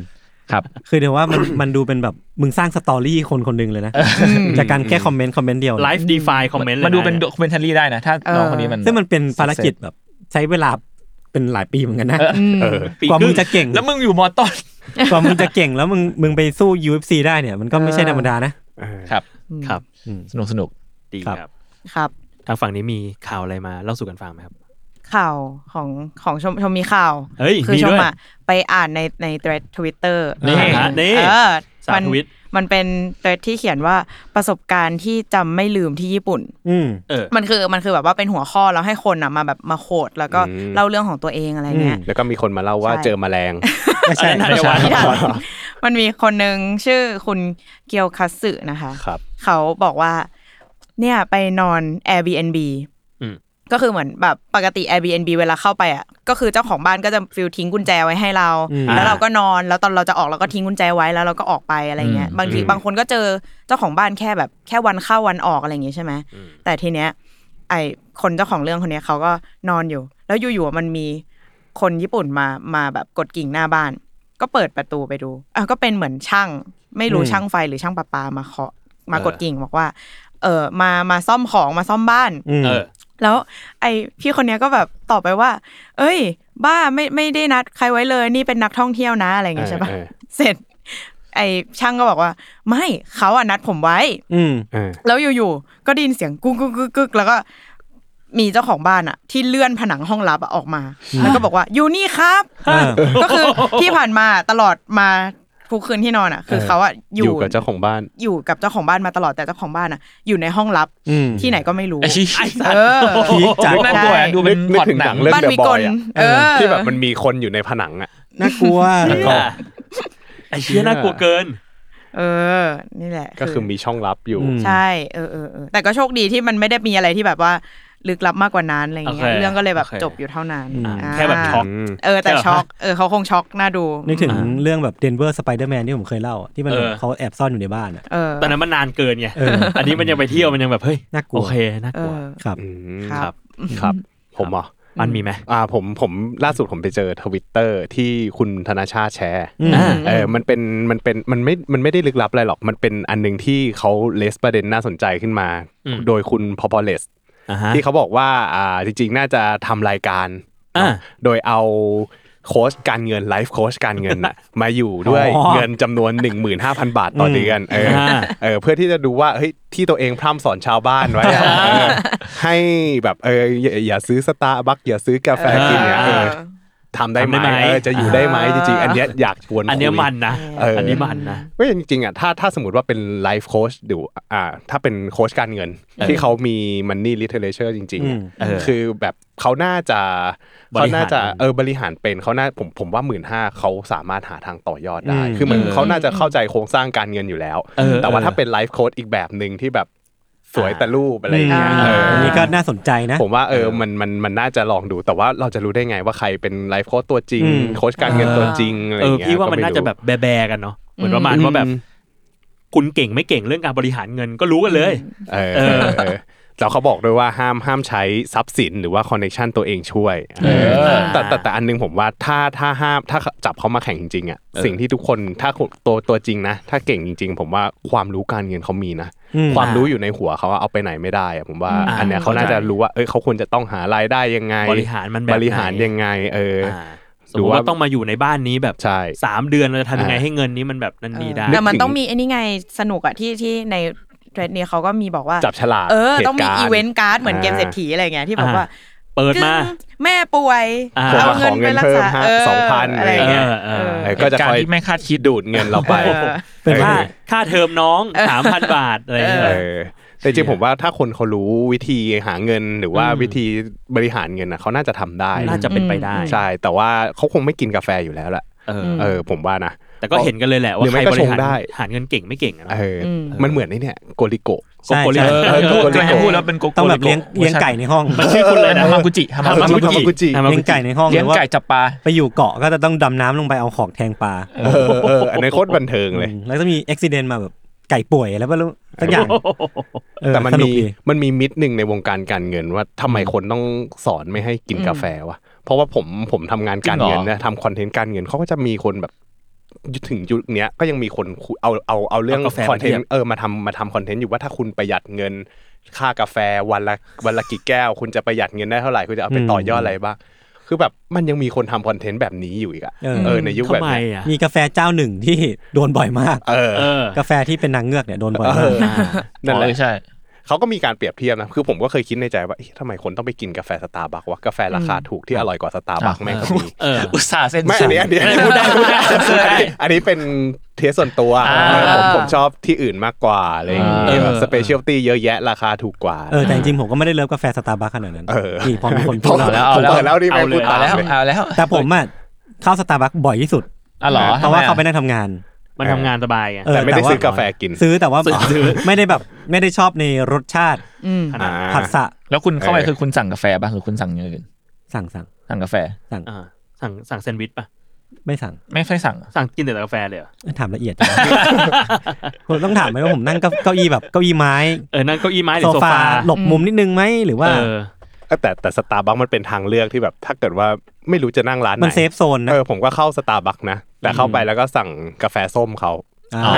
[SPEAKER 3] ครับ
[SPEAKER 1] คือเดี๋ยวว่ามัน มันดูเป็นแบบมึงสร้างสตอรี่คนคนหนึ่งเลยนะ จากการแค่คอมเมนต์คอมเมนต์เดียวนะ
[SPEAKER 2] ไลฟ์ดีฟายคอมเมนต์เลย
[SPEAKER 3] มันดูเป็น
[SPEAKER 2] ย
[SPEAKER 3] คอมเมนทารีได้นะ ถ้าน้องคนนี้มัน
[SPEAKER 1] ซึ่งมันเป็นภารกิจแบบใช้เวลาเป็นหลายปีเหมือนกันนะ
[SPEAKER 5] เออ
[SPEAKER 2] ปี
[SPEAKER 1] กว่า
[SPEAKER 2] ครึ่
[SPEAKER 1] มึง
[SPEAKER 2] ง
[SPEAKER 1] จะเก่ง
[SPEAKER 3] แล้วมึงอยู่มอต้น
[SPEAKER 1] กว่ามึงจะเก่งแล้วมึง มึงไปสู้ UFC ได้เนี่ย มันก็ไม่ใช่ธรรมดานะ
[SPEAKER 2] ครับ
[SPEAKER 3] สนุกสนุก
[SPEAKER 2] ดี
[SPEAKER 1] ครับ
[SPEAKER 2] ครับ
[SPEAKER 4] ครับ
[SPEAKER 2] ทางฝั่งนี้มีข่าวอะไรมาเล่าสู่กันฟังไหมครับ
[SPEAKER 4] ข่าวของของชมชมมีข่าว
[SPEAKER 2] เฮ้ย
[SPEAKER 4] คือ
[SPEAKER 2] มี
[SPEAKER 4] ชม
[SPEAKER 2] ด้วย
[SPEAKER 4] อ่ะไปอ่านในในเทรดทวิตเตอร์
[SPEAKER 2] นี่ฮะนี่สาว
[SPEAKER 4] มัน
[SPEAKER 2] Twitter
[SPEAKER 4] มันเป็นเทรดที่เขียนว่าประสบการณ์ที่จำไม่ลืมที่ญี่ปุ่น
[SPEAKER 1] อืม
[SPEAKER 2] เออ
[SPEAKER 4] มันคือมันคือแบบว่าเป็นหัวข้อแล้วให้คนอ่ะมาแบบมาโคดแล้วก็
[SPEAKER 5] อืม
[SPEAKER 4] เล่าเรื่องของตัวเองอะไรเงี้ย
[SPEAKER 5] แล้วก็มีคนมาเล่าว่า
[SPEAKER 4] ใช่
[SPEAKER 5] เจอแมลง
[SPEAKER 1] ไม่ใช่
[SPEAKER 2] อันนั้น
[SPEAKER 1] ไม่ใช่
[SPEAKER 2] อันนั้น
[SPEAKER 4] มันมีคนหนึ่งชื่อคุณเกียวคัตสึนะคะ
[SPEAKER 5] ครับ
[SPEAKER 4] เขาบอกว่า เนี่ยไปนอน Airbnb
[SPEAKER 2] อืม
[SPEAKER 4] ก็คือเหมือนแบบปกติ Airbnb เวลาเข้าไปอ่ะก็คือเจ้าของบ้านก็จะฟิลทิ้งกุญแจไว้ให้เรา
[SPEAKER 1] อืม
[SPEAKER 4] แล้วเราก็นอนแล้วตอนเราจะออกเราก็ทิ้งกุญแจไว้แล้วเราก็ออกไปอะไรเงี้ยบางที
[SPEAKER 5] อืม
[SPEAKER 4] บางคนก็เจอเจ้าของบ้านแค่แบบแค่วันเข้าวันออกอะไรอย่างงี้ใช่ไหมแต่ทีเนี้ย ไอคนเจ้าของเรื่องคนเนี้ยเขาก็นอนอยู่ แล้วอยู่ๆมันมีคนญี่ปุ่นมามาแบบกดกิ่งหน้าบ้าน ก็เปิดประตูไปดูอ่ะก็เป็นเหมือนช่าง ไม่รู้
[SPEAKER 1] อืม
[SPEAKER 4] ช่างไฟหรือช่างประปามาเคาะมากดกิ่งบอกว่า เออมามาซ่อมของมาซ่อมบ้าน
[SPEAKER 1] อืม
[SPEAKER 2] เออ
[SPEAKER 4] แล้ว ไอพี่คนเนี้ยก็แบบตอบไปว่า เอ้ย บ้าไม่ไม่ได้นัดใครไว้เลย นี่เป็นนักท่องเที่ยวนะอะไรอย่างเงี้ยใช่ปะ
[SPEAKER 5] เออ
[SPEAKER 4] เสร็จ ไอช่างก็บอกว่า ไม่เขาอะนัดผมไว้
[SPEAKER 1] อืม
[SPEAKER 5] เออ
[SPEAKER 4] แล้วอยู่ๆก็ได้ยินเสียงกุ๊กกุ๊กกุ๊กกุ๊กแล้วก็ มีเจ้าของบ้านอะที่เลื่อนผนังห้องลับอะออกมา แล้วก็บอกว่าอยู่นี่ครับ
[SPEAKER 1] เออ
[SPEAKER 4] ก็คือที่ผ่านมาตลอดมาทุกคืนที่นอนอะคือ
[SPEAKER 1] เออ
[SPEAKER 4] เขาอะอ
[SPEAKER 5] อยู่
[SPEAKER 4] ยู่
[SPEAKER 5] กับเจ้าของบ้าน
[SPEAKER 4] อยู่กับเจ้าของบ้านมาตลอดแต่เจ้าของบ้านอะอยู่ในห้องลับ
[SPEAKER 1] อืม
[SPEAKER 4] ที่ไหนก็ไม่รู้
[SPEAKER 3] ไอ้ชี้
[SPEAKER 4] เออ
[SPEAKER 1] พีคจัด
[SPEAKER 3] น่ากลัวดูเป็น
[SPEAKER 5] นึก
[SPEAKER 3] พล็อด
[SPEAKER 5] ถึง
[SPEAKER 3] ห
[SPEAKER 5] หนั
[SPEAKER 3] นัง
[SPEAKER 5] งเรื่อง
[SPEAKER 4] บ้านวิกล
[SPEAKER 5] The Boy อะ
[SPEAKER 4] เออ
[SPEAKER 5] ที่แบบมันมีคนอยู่ในผนังอ่ะ
[SPEAKER 1] น่ากลัว
[SPEAKER 2] ไอ้เชี่ยน่ากลัวเกิน
[SPEAKER 4] เออ นี่แหละ
[SPEAKER 5] ก็คือมีช่องลับอยู่
[SPEAKER 1] อืม
[SPEAKER 4] ใช่ เออเออเออแต่ก็โชคดีที่มันไม่ได้มีอะไรที่แบบว่าลึกลับมากกว่านั้นอะไรเงี้ย
[SPEAKER 2] โอเค
[SPEAKER 4] เรื่องก็เลยแบบ
[SPEAKER 2] โอเค
[SPEAKER 4] จบอยู่เท่านั้น
[SPEAKER 1] อืม
[SPEAKER 4] อ่า
[SPEAKER 2] แค่แบบช็อก
[SPEAKER 4] เออแต่
[SPEAKER 2] ใช่ปะ
[SPEAKER 4] ช็อกเออเขาคงช็อกน่าดู
[SPEAKER 1] นึกถึง
[SPEAKER 2] อ่า
[SPEAKER 1] เรื่องแบบเดนเวอร์สไปเดอร์แมนที่ผมเคยเล่าอะที่มันแบบ
[SPEAKER 2] เออ
[SPEAKER 1] เขาแอบซ่อนอยู่ในบ้านอ่ะ
[SPEAKER 4] เออ
[SPEAKER 2] ตอนนั้นมันนานเกินไง
[SPEAKER 1] เอออั
[SPEAKER 2] อันนี้มันยังไปเที่ยวมันยังแบบเฮ้ย
[SPEAKER 1] น่ากลัว
[SPEAKER 2] โอเคน่าก
[SPEAKER 4] เอ
[SPEAKER 2] ลัว
[SPEAKER 4] อ
[SPEAKER 1] ครับ
[SPEAKER 5] อืม
[SPEAKER 4] ครับ
[SPEAKER 5] ครับ ผมเหรอ่ะ
[SPEAKER 2] มันมีไหม
[SPEAKER 5] อ่าผมผมล่าสุดผมไปเจอทวิตเตอร์ที่คุณธนาชาติแชร์
[SPEAKER 1] อืม
[SPEAKER 2] อ่า
[SPEAKER 5] เออ มันเป็น มันเป็น มันไม่ มันไม่ได้ลึกลับอะไรหรอก มันเป็นอันหนึ่งที่เขาเลสประเด็นน่าสนใจขึ้นมา
[SPEAKER 2] อืม
[SPEAKER 5] โดยคุณพอพอเลส
[SPEAKER 2] อ่าฮะ
[SPEAKER 5] ที่เขาบอกว่า อ่า จริงๆ น่าจะทำรายการ
[SPEAKER 2] อ่า
[SPEAKER 5] เนอะโดยเอาโค้ชการเงินไลฟ์โค้ชการเงิ นน่ะ มาอยู่ด้วย
[SPEAKER 1] อ๋อ
[SPEAKER 5] เงินจำนวน 15,000 บาทต่ออ
[SPEAKER 1] ม
[SPEAKER 5] เดือน เออ
[SPEAKER 2] อ่า
[SPEAKER 5] เออเพื่อที่จะดูว่าเฮ้ยที่ตัวเองพร่ำสอนชาวบ้านไว้อะเออให้แบบเอออย่าอย่าซื้อสตาร์บัคอย่าซื้อกาแฟกินเนี่ยเอ
[SPEAKER 4] เอ
[SPEAKER 5] อ
[SPEAKER 4] อ
[SPEAKER 5] ทำได้ไห
[SPEAKER 2] ทำ
[SPEAKER 5] ม
[SPEAKER 2] ได้ไหม
[SPEAKER 5] เออจะอยู่ได้ไหมจริงๆ อันเนี้ยอยากชวน
[SPEAKER 2] อันเนี้ย
[SPEAKER 5] คุย
[SPEAKER 2] มันนะ
[SPEAKER 5] เอออั
[SPEAKER 2] อันนี้มันนะ
[SPEAKER 5] เว้ยจริงๆอ่ะถ้าถ้าสมมติว่าเป็นไลฟ์โค้ชดูอ่าถ้าเป็นโค้ชการเงิน
[SPEAKER 2] เออ
[SPEAKER 5] ที่เขามีมันนี่ลิเทเลเชอร์จริงๆ
[SPEAKER 1] อื
[SPEAKER 5] อ่ะ
[SPEAKER 1] ม
[SPEAKER 2] เออ
[SPEAKER 5] คือแบบเขาน่าจะ
[SPEAKER 2] บ
[SPEAKER 5] เขา
[SPEAKER 2] ริหาร
[SPEAKER 5] น่าจะเออบริหารเป็นเขาน่าผมผมว่าหมื่นห้าเขาสามารถหาทางต่อยอดได้
[SPEAKER 1] อืม
[SPEAKER 5] คือเหมือน
[SPEAKER 2] เออ
[SPEAKER 5] เขาน่าจะเข้าใจโครงสร้างการเงินอยู่แล้ว
[SPEAKER 2] เออ
[SPEAKER 5] แต่ว่า
[SPEAKER 2] เออ
[SPEAKER 5] ถ้าเป็นไลฟ์โค้ชอีกแบบหนึ่งที่แบบสวยแต่รูปอะไรอย่างเงี้ย
[SPEAKER 4] อ่า
[SPEAKER 5] เอออ
[SPEAKER 1] อันนี้ก็น่าสนใจนะ
[SPEAKER 5] ผมว่าเออ มัน มัน มันน่าจะลองดู แต่ว่าเราจะรู้ได้ไงว่าใครเป็นไลฟ์โค้ชตัวจริง
[SPEAKER 1] อืม
[SPEAKER 5] โค้ชการเงินตัวจริงอะไรอ
[SPEAKER 2] เออย่าง
[SPEAKER 5] เงี้ย
[SPEAKER 2] พี่ว่า
[SPEAKER 5] ก็
[SPEAKER 2] มัน
[SPEAKER 5] ไรู้
[SPEAKER 2] น่าจะแบบแบๆกันเนาะเหมือนประมาณ
[SPEAKER 5] อื
[SPEAKER 2] ว่าแบบคุณเก่งไม่เก่งเรื่องการบริหารเงินก็รู้กันเลย
[SPEAKER 5] เออ
[SPEAKER 2] เอ
[SPEAKER 5] เอ
[SPEAKER 2] อ
[SPEAKER 5] อเออแล้วเขาบอกด้วยว่าห้ามห้ามใช้ทรัพย์สินหรือว่าคอนเน t ชันตัวเองช่วย
[SPEAKER 3] เออ
[SPEAKER 5] แต่แต่แต่อันนึงผมว่าถ้าถ้าห้ามถ้าจับเขามาแข่งจริงๆอ่ะสิ่งที่ทุกคนถ้าตัวตัวจริงนะ ถ้าเก่งจริง ๆ ผมว่าความรู้การเงินเขามีนะ
[SPEAKER 1] อืม
[SPEAKER 5] ความรู้อยู่ในหัวเขาอะเอาไปไหนไม่ได้อะผมว่า
[SPEAKER 2] อ่า
[SPEAKER 5] อันเนี้ยเขาน่าจะ
[SPEAKER 2] เข้าใจ
[SPEAKER 5] รู้ว่าเอ้ยเขาควรจะต้องหารายได้ยังไง
[SPEAKER 2] บริหารมันแบบ
[SPEAKER 5] บริหาร
[SPEAKER 2] ไหน
[SPEAKER 5] ยังไง เอออ
[SPEAKER 2] อ่าสมมติว่าต้องมาอยู่ในบ้านนี้แบบ
[SPEAKER 5] ใช่
[SPEAKER 2] สามเดือนเราจะทำยังไง
[SPEAKER 5] อ่า
[SPEAKER 2] ให้เงินนี้มันแบบนั้นนี่ได้
[SPEAKER 4] แต่มันต้องมีไอ้นี่ไงสนุกอะที่ที่ในเทรดนี้เขาก็มีบอกว่า
[SPEAKER 5] จับฉลาก
[SPEAKER 4] เออ
[SPEAKER 5] ห
[SPEAKER 4] ต้องมี
[SPEAKER 5] การณ์
[SPEAKER 4] อีเวนต์การ์ดเหมือนเกม
[SPEAKER 5] อ่า
[SPEAKER 4] เศรษฐีอะไรเงี้ยที่แบบว่า
[SPEAKER 2] เปิดมา
[SPEAKER 4] จึ๊งแม่ป่วย
[SPEAKER 2] อ่า
[SPEAKER 4] เอาเงินไปรักษา
[SPEAKER 5] ขอเงิน
[SPEAKER 4] เ
[SPEAKER 5] เพิ่มห้าสองพัน
[SPEAKER 4] อะไร
[SPEAKER 2] เอ
[SPEAKER 4] เงี้ย
[SPEAKER 2] อเออ
[SPEAKER 5] เออก็จะ
[SPEAKER 3] การ
[SPEAKER 5] คอย
[SPEAKER 3] ที่ไม่คาดคิด
[SPEAKER 5] ดูดเงินเราไป
[SPEAKER 4] เออ
[SPEAKER 1] เป็น
[SPEAKER 5] เอ
[SPEAKER 1] ว่า
[SPEAKER 5] อ
[SPEAKER 2] ค่าเทอมน้องสามพันบาทอะไรอย่างเงี้
[SPEAKER 5] เอย อแต่จริงๆผมว่าถ้าคนเขารู้วิธีหาเงินหรือว่า
[SPEAKER 2] อืม
[SPEAKER 5] วิธีบริหารเงินน่ะเขาน่าจะทำได้
[SPEAKER 2] น่าจะเป็นไปได้
[SPEAKER 5] ใช่ แต่ว่าเขาคงไม่กินกาแฟอยู่แล้วแหละ
[SPEAKER 2] เออ
[SPEAKER 5] เออ ผมว่านะ
[SPEAKER 2] แต่ก็เห็นกันเลยแหละ
[SPEAKER 5] ห
[SPEAKER 2] ว่า
[SPEAKER 5] รือ
[SPEAKER 2] ใค
[SPEAKER 5] ไม่
[SPEAKER 2] ร
[SPEAKER 5] ก็
[SPEAKER 2] บริหาร
[SPEAKER 5] ชงได้
[SPEAKER 2] หารเงินเก่งไม่เก่งอะเนาะ
[SPEAKER 5] เอออ
[SPEAKER 4] ม
[SPEAKER 5] มันเหมือนไอ้เนี่ยโกริโกะ
[SPEAKER 1] ใช่
[SPEAKER 2] โกโกริ
[SPEAKER 1] ใช่
[SPEAKER 3] เออ
[SPEAKER 5] เออ
[SPEAKER 3] พูด
[SPEAKER 5] โกโกริโก
[SPEAKER 3] แม่พูดแล้วเป็นโกโก
[SPEAKER 1] ต้องแบ
[SPEAKER 3] ริ
[SPEAKER 1] บ
[SPEAKER 3] โก
[SPEAKER 1] เลี้ยงเลี้ยงไก่ในห้อง
[SPEAKER 2] มันชื่อคุณเลยนะ
[SPEAKER 3] ฮามากุจิฮา
[SPEAKER 5] ฮา
[SPEAKER 3] มา
[SPEAKER 5] มา
[SPEAKER 3] กุ
[SPEAKER 5] กุ
[SPEAKER 3] จิ
[SPEAKER 5] จิฮามา
[SPEAKER 2] ฮามา
[SPEAKER 5] กุจิ
[SPEAKER 2] กุ
[SPEAKER 1] เลี้ย
[SPEAKER 2] จิ
[SPEAKER 1] งไก่ในห้องห
[SPEAKER 3] เลี้ย
[SPEAKER 1] รือ
[SPEAKER 3] ง
[SPEAKER 1] ว่า
[SPEAKER 3] ไก่จับปลา
[SPEAKER 1] ไปอยู่เกาะก็จะต้องดำน้ำลงไปเอาของแทงปลา
[SPEAKER 5] เออเอออันนี้นโคตรบันเทิงเลย
[SPEAKER 1] อืมแล้วจะมีอุบิเหตุมาแบบไก่ป่วยแล้วก็รู้สักอย่างเออ
[SPEAKER 5] แต่มัน
[SPEAKER 1] สนุ
[SPEAKER 5] มี
[SPEAKER 1] กดี
[SPEAKER 5] มันมีมิดหนึ่งในวงการการเงินว่าทำไมคนต้องสอนไม่ให้กินกาแฟวะเพราะว่าผมผมทำงานการเงิ
[SPEAKER 3] จ
[SPEAKER 5] น
[SPEAKER 3] ริงเหรอ
[SPEAKER 5] นะทำคอนเทนต์การเงินเขาก็จะมีคนแบบถึงยุคเนี้ยก็ยังมีคนคุยเอาเอาเอาเรื่อง
[SPEAKER 2] เอากาแฟ
[SPEAKER 5] คอนเทน
[SPEAKER 2] มาเที
[SPEAKER 5] ต์
[SPEAKER 2] ยบ
[SPEAKER 5] เออมาทำมาทำคอนเทนต์อยู่ว่าถ้าคุณประหยัดเงิน ค่ากาแฟวันละวันละกี่แก้ว คุณจะประหยัดเงินได้เท่าไหร่คุณจะเอาไปต่อยอดอะไรบ้างคือแบบมันยังมีคนทำคอนเทนต์แบบนี้อยู่อีกอะ
[SPEAKER 1] เออ
[SPEAKER 5] เออในยุคแบบ
[SPEAKER 2] ทำไม
[SPEAKER 5] เนี้ย
[SPEAKER 2] อ่ะ
[SPEAKER 1] มีกาแฟเจ้าหนึ่งที่โดนบ่อยมาก
[SPEAKER 5] เออ
[SPEAKER 2] เออก
[SPEAKER 1] าแฟที่เป็นนางเงือกเนี่ยโดนบ่อยมาก
[SPEAKER 5] เออ
[SPEAKER 2] อ่า
[SPEAKER 5] นั่นแหละ
[SPEAKER 3] อ๋อใช่
[SPEAKER 5] เขาก็มีการเปรียบเทียบนะ คือผมก็เคยคิดในใจว่าเอ๊ะทำไมคนต้องไปกินกาแฟสตาร์บัควะ กาแฟราคาถูกที่อร่อยกว่าสตาร์บัค
[SPEAKER 3] อ่ะ
[SPEAKER 5] แม่งก็มี
[SPEAKER 2] เออ
[SPEAKER 3] อุตส่าห์เซ็น
[SPEAKER 5] ไม่ อันนี้อันนี้อันนี้
[SPEAKER 2] พูดได้พูดได้
[SPEAKER 5] อันนี้อันนี้เป็นเทสส่วนตัว
[SPEAKER 3] อ่า
[SPEAKER 5] ผมผมชอบที่อื่นมากกว่าอะไรอย่าง
[SPEAKER 2] เอ
[SPEAKER 5] งี้
[SPEAKER 2] อ
[SPEAKER 5] แบบสเปเชียลตี้เยอะแยะราคาถูกกว่า
[SPEAKER 1] เออแต่จริงๆผมก็ไม่ได้เลิฟกาแฟสตาร์บัคขนาดนั้น
[SPEAKER 5] เออ
[SPEAKER 1] นี่พอมีคนพูด
[SPEAKER 3] เอา
[SPEAKER 1] แล้ว
[SPEAKER 3] แล้วเอา
[SPEAKER 5] ผม
[SPEAKER 3] แล้ว
[SPEAKER 5] เปิดแล้วนี่ไป
[SPEAKER 2] เอาเลย
[SPEAKER 5] พูดตา
[SPEAKER 3] เอาแล้ว
[SPEAKER 5] มเลย
[SPEAKER 3] เอาแล้ว
[SPEAKER 1] แต่ผมอ่ะเข้าสตาร์บัคบ่อยที่สุด
[SPEAKER 3] อ๋อเหรอ
[SPEAKER 1] เพราะว่า
[SPEAKER 3] ทำมอ่
[SPEAKER 1] เขาไปนั่งทำงาน
[SPEAKER 2] มันทำงานสบายไง
[SPEAKER 1] เออ
[SPEAKER 5] แต่ไม่ได้ซื้อกาแฟกิน
[SPEAKER 1] ซื้อแต่ว่า
[SPEAKER 2] ซื้อ
[SPEAKER 1] ไม่ได้แบบไม่ได้ชอบในรสชาติ
[SPEAKER 4] อืม
[SPEAKER 5] อ่า
[SPEAKER 1] ผัสสะ
[SPEAKER 3] แล้วคุณเข้าไป
[SPEAKER 5] เออ
[SPEAKER 3] คือคุณสั่งกาแฟป่ะหรือคุณสั่งอย่างอื่น
[SPEAKER 1] สั่งสั่ง
[SPEAKER 3] สั่งกาแฟ
[SPEAKER 2] อ่าสั่งสั่งแซนด์วิชป่ะ
[SPEAKER 1] ไม่สั่ง
[SPEAKER 3] ไม่ค่อยสั่งอะ
[SPEAKER 2] สั่งกินแต่กาแฟเลยเหรอ
[SPEAKER 1] ถามละเอียดจัง ผมต้องถามไหมว่าผมนั่งเก้าเก้าอี้แบบเก้าอี้ไม้
[SPEAKER 2] เออนั่งเก้าอี้ไม้หรื
[SPEAKER 1] โซ
[SPEAKER 2] อโซ
[SPEAKER 1] ฟา
[SPEAKER 2] ฟา
[SPEAKER 1] หลบมุมนิดนึงไหมหรือว่า
[SPEAKER 2] เออ
[SPEAKER 5] เออแต่แต่สตาร์บัคมันเป็นทางเลือกที่แบบถ้าเกิดว่าไม่รู้จะนั่งร้านไหน
[SPEAKER 1] มันเซฟโซนนะ
[SPEAKER 5] เออผมก็เข้าสตาร์บัคนะ แต่เข้าไปแล้วก็สั่งกาแฟส้มเขา
[SPEAKER 1] อ
[SPEAKER 3] อ๋อ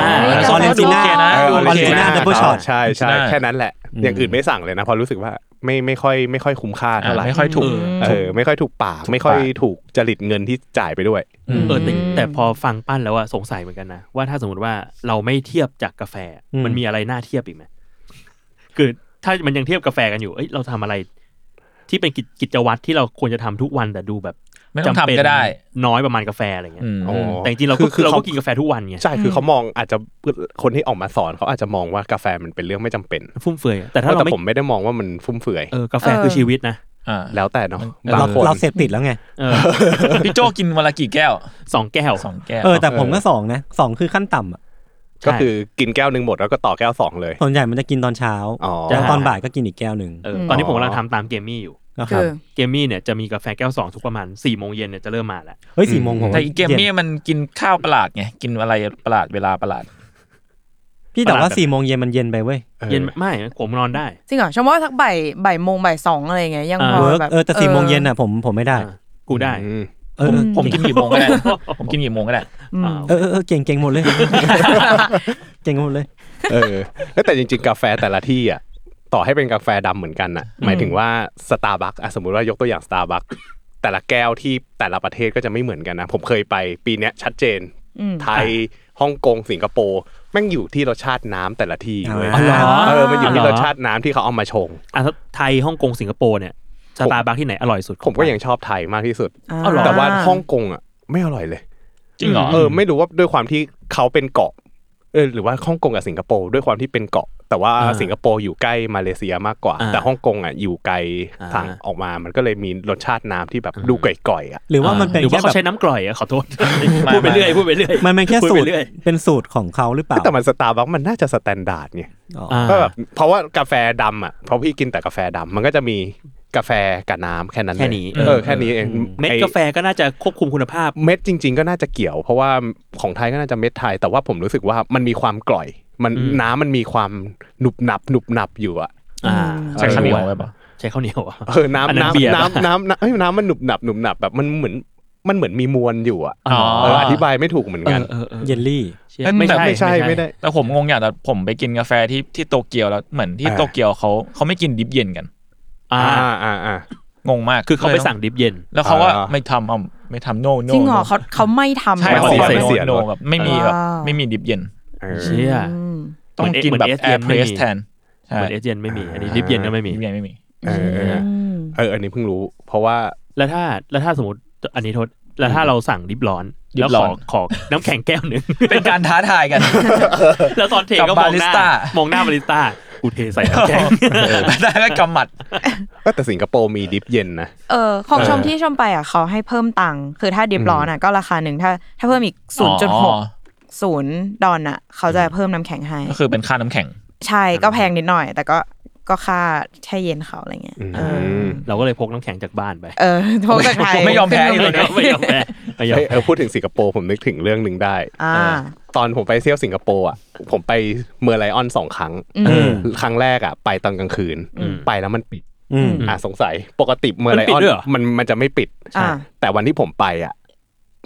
[SPEAKER 1] อเรนจิน่า
[SPEAKER 4] เออ
[SPEAKER 5] เออ
[SPEAKER 1] Original
[SPEAKER 5] Original
[SPEAKER 1] Double Shot
[SPEAKER 5] ใช่ใช่
[SPEAKER 3] ใช่
[SPEAKER 5] แค่นั้นแหละ
[SPEAKER 1] อืม
[SPEAKER 5] อย่างอื่นไม่สั่งเลยนะเพราะรู้สึกว่าไม่ไม่ค่อยไม่ค่อยคุ้มค่า
[SPEAKER 3] อ่า
[SPEAKER 5] เท่าไหร่
[SPEAKER 3] ไม่ค่อยถูก
[SPEAKER 2] เออ
[SPEAKER 5] เออไม่ค่อยถูกปากไม่ค่อยถูกจริตเงินที่จ่ายไปด้วย
[SPEAKER 3] อืม
[SPEAKER 2] เออแต่แต่พอฟังปั้นแล้วอะสงสัยเหมือนกันนะ ว่าถ้าสมมติว่าเราไม่เทียบจากกาแฟ
[SPEAKER 1] อืม
[SPEAKER 2] มันมีอะไรน่าเทียบอีกไหมคือถ้ามันยังเทียบกาแฟกันอยู่เอ้ยเราทำอะไร ที่เป็นกิจกิจวัตรที่เราควรจะทำทุกวันแต่ดูแบบ
[SPEAKER 3] ไม่ต้อง
[SPEAKER 2] จำเป็น
[SPEAKER 3] ทำก็ได้
[SPEAKER 2] น้อยประมาณกาแฟอะไรเงี้ย
[SPEAKER 3] อืม
[SPEAKER 5] อ๋อ
[SPEAKER 2] แต่จริงๆเรา
[SPEAKER 5] คื
[SPEAKER 2] ก็
[SPEAKER 5] อคือ
[SPEAKER 2] เรา
[SPEAKER 5] เขา
[SPEAKER 2] ก็กินกาแฟทุกวันไง
[SPEAKER 5] ใช่คือเขามองอาจจะคนที่ออกมาสอนเขาอาจจะมองว่ากาแฟมันเป็นเรื่องไม่จำเป็น
[SPEAKER 2] ฟุ่มเฟือยอะแต่ถ้าเรา
[SPEAKER 5] แต่
[SPEAKER 2] ไม่
[SPEAKER 5] ผมไม่ได้มองว่ามันฟุ่มเฟือย
[SPEAKER 2] เออกาแฟคือชีวิตนะ
[SPEAKER 3] อ่า
[SPEAKER 5] แล้วแต่เนาะ
[SPEAKER 3] มัน
[SPEAKER 5] บา
[SPEAKER 1] เรา
[SPEAKER 5] งคน
[SPEAKER 1] เราเสพติดแล้วไง
[SPEAKER 2] เออ
[SPEAKER 3] พี่โจกินวันละกี่แก้ว
[SPEAKER 2] สองแก้ว
[SPEAKER 3] สองแก้ว
[SPEAKER 1] เออแต่ผมก็สองนะสองคือขั้นต่ำอะ
[SPEAKER 5] ก็คือกินแก้วหนึ่งหมดแล้วก็ต่อแก้วสองเลย
[SPEAKER 1] ส่วนใหญ่มันจะกินตอนเช้า
[SPEAKER 5] อ๋อ
[SPEAKER 1] แล้วตอนบ่ายก็กินอีกแก้วหนึ่ง
[SPEAKER 2] เอออ
[SPEAKER 4] ม
[SPEAKER 2] ตอนนี้ผมกำลังทำตามเกมมี่อยู่
[SPEAKER 1] นะค
[SPEAKER 4] คื
[SPEAKER 1] รับ
[SPEAKER 4] อ
[SPEAKER 2] เกมมี่เนี่ยจะมีกาแฟแก้วสองทุกประมาณสี่โมงเย็นเนี่ยจะเริ่มมาแล้ว
[SPEAKER 1] เฮ้ยสี่โมงผม
[SPEAKER 3] แต่อีเกมมี่มันกินข้าวประหลาดไงกินอะไรประหลาดเวลาประหลาด
[SPEAKER 1] พี่แต่ว่า
[SPEAKER 2] ประหลาด
[SPEAKER 1] สี่โมงเย็นมันเย็นไปเว้ย
[SPEAKER 2] เย็นไม่ผมนอนได้
[SPEAKER 4] จริงเหรอฉันว่าสักบ่ายบ่ายโมงบ่ายสองอะไรอย่างเงี้ยยัง
[SPEAKER 2] อ่า
[SPEAKER 4] พอ
[SPEAKER 1] เวิร์ก
[SPEAKER 4] แบบ
[SPEAKER 1] เออแต่สี่โมงเย็นอ่ะผมผมไม่ได้
[SPEAKER 2] อ่ะกูได้
[SPEAKER 5] อืม
[SPEAKER 1] เออ
[SPEAKER 3] ผมกินกี่โมงก็ได้ ผมกินกี่โมงก็ได้
[SPEAKER 4] อืม
[SPEAKER 1] เออเออเออเก่งเก่งหมดเลย เก่งหมดเลย
[SPEAKER 5] เออเอ้ยแต่จริงๆ กาแฟแต่ละที่อ่ะต่อให้เป็นกาแฟดำเหมือนกันอ่ะ หมายถึงว่าสตาร์บัคอะสมมุติว่ายกตัวอย่างสตาร์บัคแต่ละแก้วที่แต่ละประเทศก็จะไม่เหมือนกันนะ ผมเคยไปปีเนี้ยชัดเจน
[SPEAKER 4] อืม
[SPEAKER 5] ไทยฮ่องกงสิงคโปร์แม่งอยู่ที่รสชาติน้ำแต่ละที่เลย
[SPEAKER 1] อ๋อเหรอ
[SPEAKER 5] เออมันอยู่
[SPEAKER 2] อ๋
[SPEAKER 5] ที่
[SPEAKER 2] อเหร
[SPEAKER 5] ร
[SPEAKER 2] อ
[SPEAKER 5] สชาติน้ำที่เขาเอามาชง
[SPEAKER 2] อ่ะถ้าไทยฮ่องกงสิงคโปร์เนี่ยสตาร์บัคที่ไหนอร่อยสุด
[SPEAKER 5] ผมก็ยังชอบไทยมากที่สุด
[SPEAKER 4] อ่า
[SPEAKER 5] แต่ว่าฮ่องกงอ่ะไม่อร่อยเลย
[SPEAKER 3] จริงเหรอ
[SPEAKER 5] เออไม่รู้ว่าด้วยความที่เขาเป็นเกาะเออหรือว่าฮ่องกงกับสิงคโปร์ด้วยความที่เป็นเกาะ แต่ว่า
[SPEAKER 2] อ่า
[SPEAKER 5] สิงคโปร์อยู่ใกล้มาเลเซียมากกว่า
[SPEAKER 2] อ่า
[SPEAKER 5] แต่ฮ่องกงอ่ะอยู่ไกล
[SPEAKER 2] อ่า
[SPEAKER 5] ทางออกมามันก็เลยมีรสชาติน้ำที่แบบดูก่อยๆอ่ะ
[SPEAKER 1] หรือว่ามันเป็น
[SPEAKER 2] หรือว่า
[SPEAKER 1] แค่แบ
[SPEAKER 2] เขา
[SPEAKER 1] บ
[SPEAKER 2] ใช้น้ำกร่อยอะขอโทษ พูดไปเรื่อยพูดไปเรื่อย
[SPEAKER 1] มันเป็นแค่
[SPEAKER 2] พูด
[SPEAKER 1] สู
[SPEAKER 2] ไป
[SPEAKER 1] ตร
[SPEAKER 2] เอย
[SPEAKER 1] เป็นสูตรของเขาหรือเปล่า
[SPEAKER 5] แต่มันสตาร์บัคมันน่าจะสแตนดาร์ดไง
[SPEAKER 1] อ๋อ
[SPEAKER 2] อ่า
[SPEAKER 5] ก็แบบเพราะว่ากาแฟดำอ่ะเพราะพี่กินแต่กาแฟดำมันก็จะมีกาแฟกับน้ำแค่นั้นเลย
[SPEAKER 2] แค่นี้
[SPEAKER 5] เออแค่นี้เอง
[SPEAKER 2] เม็ด
[SPEAKER 5] ไอ้
[SPEAKER 2] กาแฟก็น่าจะควบคุมคุณภาพ
[SPEAKER 5] เม็ดจริง ๆ ก็น่าจะเกี่ยว เพราะว่าของไทยก็น่าจะเม็ดไทย แต่ว่าผมรู้สึกว่ามันมีความกร่อย มัน
[SPEAKER 2] อืม
[SPEAKER 5] น้ำมันมีความหนุบหนับหนุบหนับอยู่อะ
[SPEAKER 2] อ่า
[SPEAKER 3] ใช้ข้าวเหนียวไว้ปะ
[SPEAKER 2] ใช้ข้าวเหนียวอะ
[SPEAKER 5] เออ
[SPEAKER 2] อัน
[SPEAKER 5] น้ำ
[SPEAKER 2] นั้นเบียร์
[SPEAKER 5] น้ำน้ำน้ำน้ำเอ้ยน้ำมันหนุบหนับหนุบหนับแบบมันเหมือนมันเหมือนมีมวลอยู่อะ
[SPEAKER 3] อ๋อ
[SPEAKER 5] เอออธิบายไม่ถูกเหมือนกัน
[SPEAKER 2] เออเออ
[SPEAKER 1] เยลลี่
[SPEAKER 2] เชี่ย
[SPEAKER 3] เอ้ย
[SPEAKER 2] ไม่ใช่
[SPEAKER 5] ไม่ใช่ไม่ได้
[SPEAKER 3] แต่ผมงงอย่างแต่ผมไปกินกาแฟที่ที่โตเกียวแล้วเหมือนที่
[SPEAKER 5] อ่า
[SPEAKER 3] โตเกียวเขาเขาไม่กินดิบเย็นกัน
[SPEAKER 2] อ่า
[SPEAKER 5] อ่าอ่าอ่า
[SPEAKER 3] งงมาก
[SPEAKER 2] คือเขาไปสั่งดิฟเย็น
[SPEAKER 3] แล้วเขาว่า
[SPEAKER 5] อ่า
[SPEAKER 3] ไม่ทำเอาไม่ทำโนโน
[SPEAKER 4] จริงเหรอเขาเขาไม่ทำ
[SPEAKER 3] ใช่
[SPEAKER 4] หร
[SPEAKER 3] เขาบ
[SPEAKER 4] อ
[SPEAKER 3] อกว่า
[SPEAKER 5] เสีย
[SPEAKER 3] โน
[SPEAKER 5] เสีย
[SPEAKER 3] โนแบบไม่มีแบบ
[SPEAKER 4] ว้าว
[SPEAKER 3] ไม่มีดิบเย็น
[SPEAKER 5] เออ
[SPEAKER 2] เชี่ย
[SPEAKER 4] อืม
[SPEAKER 3] ต้องกินแบบ
[SPEAKER 2] เหมือน
[SPEAKER 3] แอ
[SPEAKER 2] SDN
[SPEAKER 3] ร์
[SPEAKER 2] ไม่
[SPEAKER 3] เพร
[SPEAKER 2] มี
[SPEAKER 3] สแทน
[SPEAKER 2] เหมือนเอสเย็นไม่มีอันนี้ดิฟเย็นก็ไม่มี
[SPEAKER 3] ดิบเย็นไม่มี
[SPEAKER 5] เออเออเอออันนี้เพิ่งรู้ เพราะว่า
[SPEAKER 2] แล้วถ้าแล้วถ้าสมมติอันนี้โทษแล้วถ้าเราสั่งดิบร้อน
[SPEAKER 3] ดิ
[SPEAKER 2] แล้ว
[SPEAKER 3] บร้
[SPEAKER 2] ข
[SPEAKER 3] อ
[SPEAKER 2] อน ขอน้ำแข็งแก้วหนึ่ง
[SPEAKER 3] เป็นการท้าทายกัน
[SPEAKER 2] แล้วตอนเท
[SPEAKER 3] กั
[SPEAKER 2] ก็
[SPEAKER 3] บ
[SPEAKER 2] มองห
[SPEAKER 3] บาริ
[SPEAKER 2] น้า
[SPEAKER 3] สต้า
[SPEAKER 2] มองหน้าบาริสต้ากูเทใส่น้ำแข็ง
[SPEAKER 3] ได้ก็กำหมัด
[SPEAKER 5] เอ้ยแต่สิงคโปร์มีดิฟเย็นนะ
[SPEAKER 4] เออของ
[SPEAKER 5] เออ
[SPEAKER 4] ชมที่ชมไปอ่ะเขาให้เพิ่มตังค์คือถ้าดิบร้อนอ่ะก็ราคาหนึ่งถ้า ถ้าเพิ่มอีกศูนย์จุดหกศูนย์ดอนอ่ะ เขาจะเพิ่มน้ำแข็งให้
[SPEAKER 3] ก็คือเป็นค่าน้ำแข็ง
[SPEAKER 4] ใช่ก็แพงนิดหน่อย แต่ก็ก็ค่าแช่เย็นเขาอะไรเงี้ย
[SPEAKER 5] อืม
[SPEAKER 4] เออ
[SPEAKER 2] เราก็เลยพกน้ำแข็งจากบ้านไป
[SPEAKER 4] เออ โทษจากไทย
[SPEAKER 3] ไม่ยอมแพ้
[SPEAKER 4] ขึ้น
[SPEAKER 3] อีกเล
[SPEAKER 4] เครื่
[SPEAKER 3] ย
[SPEAKER 4] งบิน
[SPEAKER 2] ไม่ยอมแพ้ไม่ยอม
[SPEAKER 5] เอ้ยเออพูดถึงสิงคโปร์ผมนึกถึงเรื่องหนึ่งได้
[SPEAKER 4] อ่า
[SPEAKER 5] ตอนผมไปเที่ยวสิงคโปร์อ่ะผมไปเมอร์ไลออนสองครั้ง
[SPEAKER 1] อืม
[SPEAKER 5] ครั้งแรกอ่ะไปตอนกลางคืน ไปแล้วมันปิด
[SPEAKER 1] อืม
[SPEAKER 5] อ่ะสงสัยปกติเมอร์ไล
[SPEAKER 2] ปิ
[SPEAKER 5] อ
[SPEAKER 2] ด
[SPEAKER 5] อน
[SPEAKER 2] ด้วยเหรอ
[SPEAKER 5] มันมันจะไม่ปิด
[SPEAKER 4] อ่า
[SPEAKER 5] แต่วันที่ผมไปอ่ะ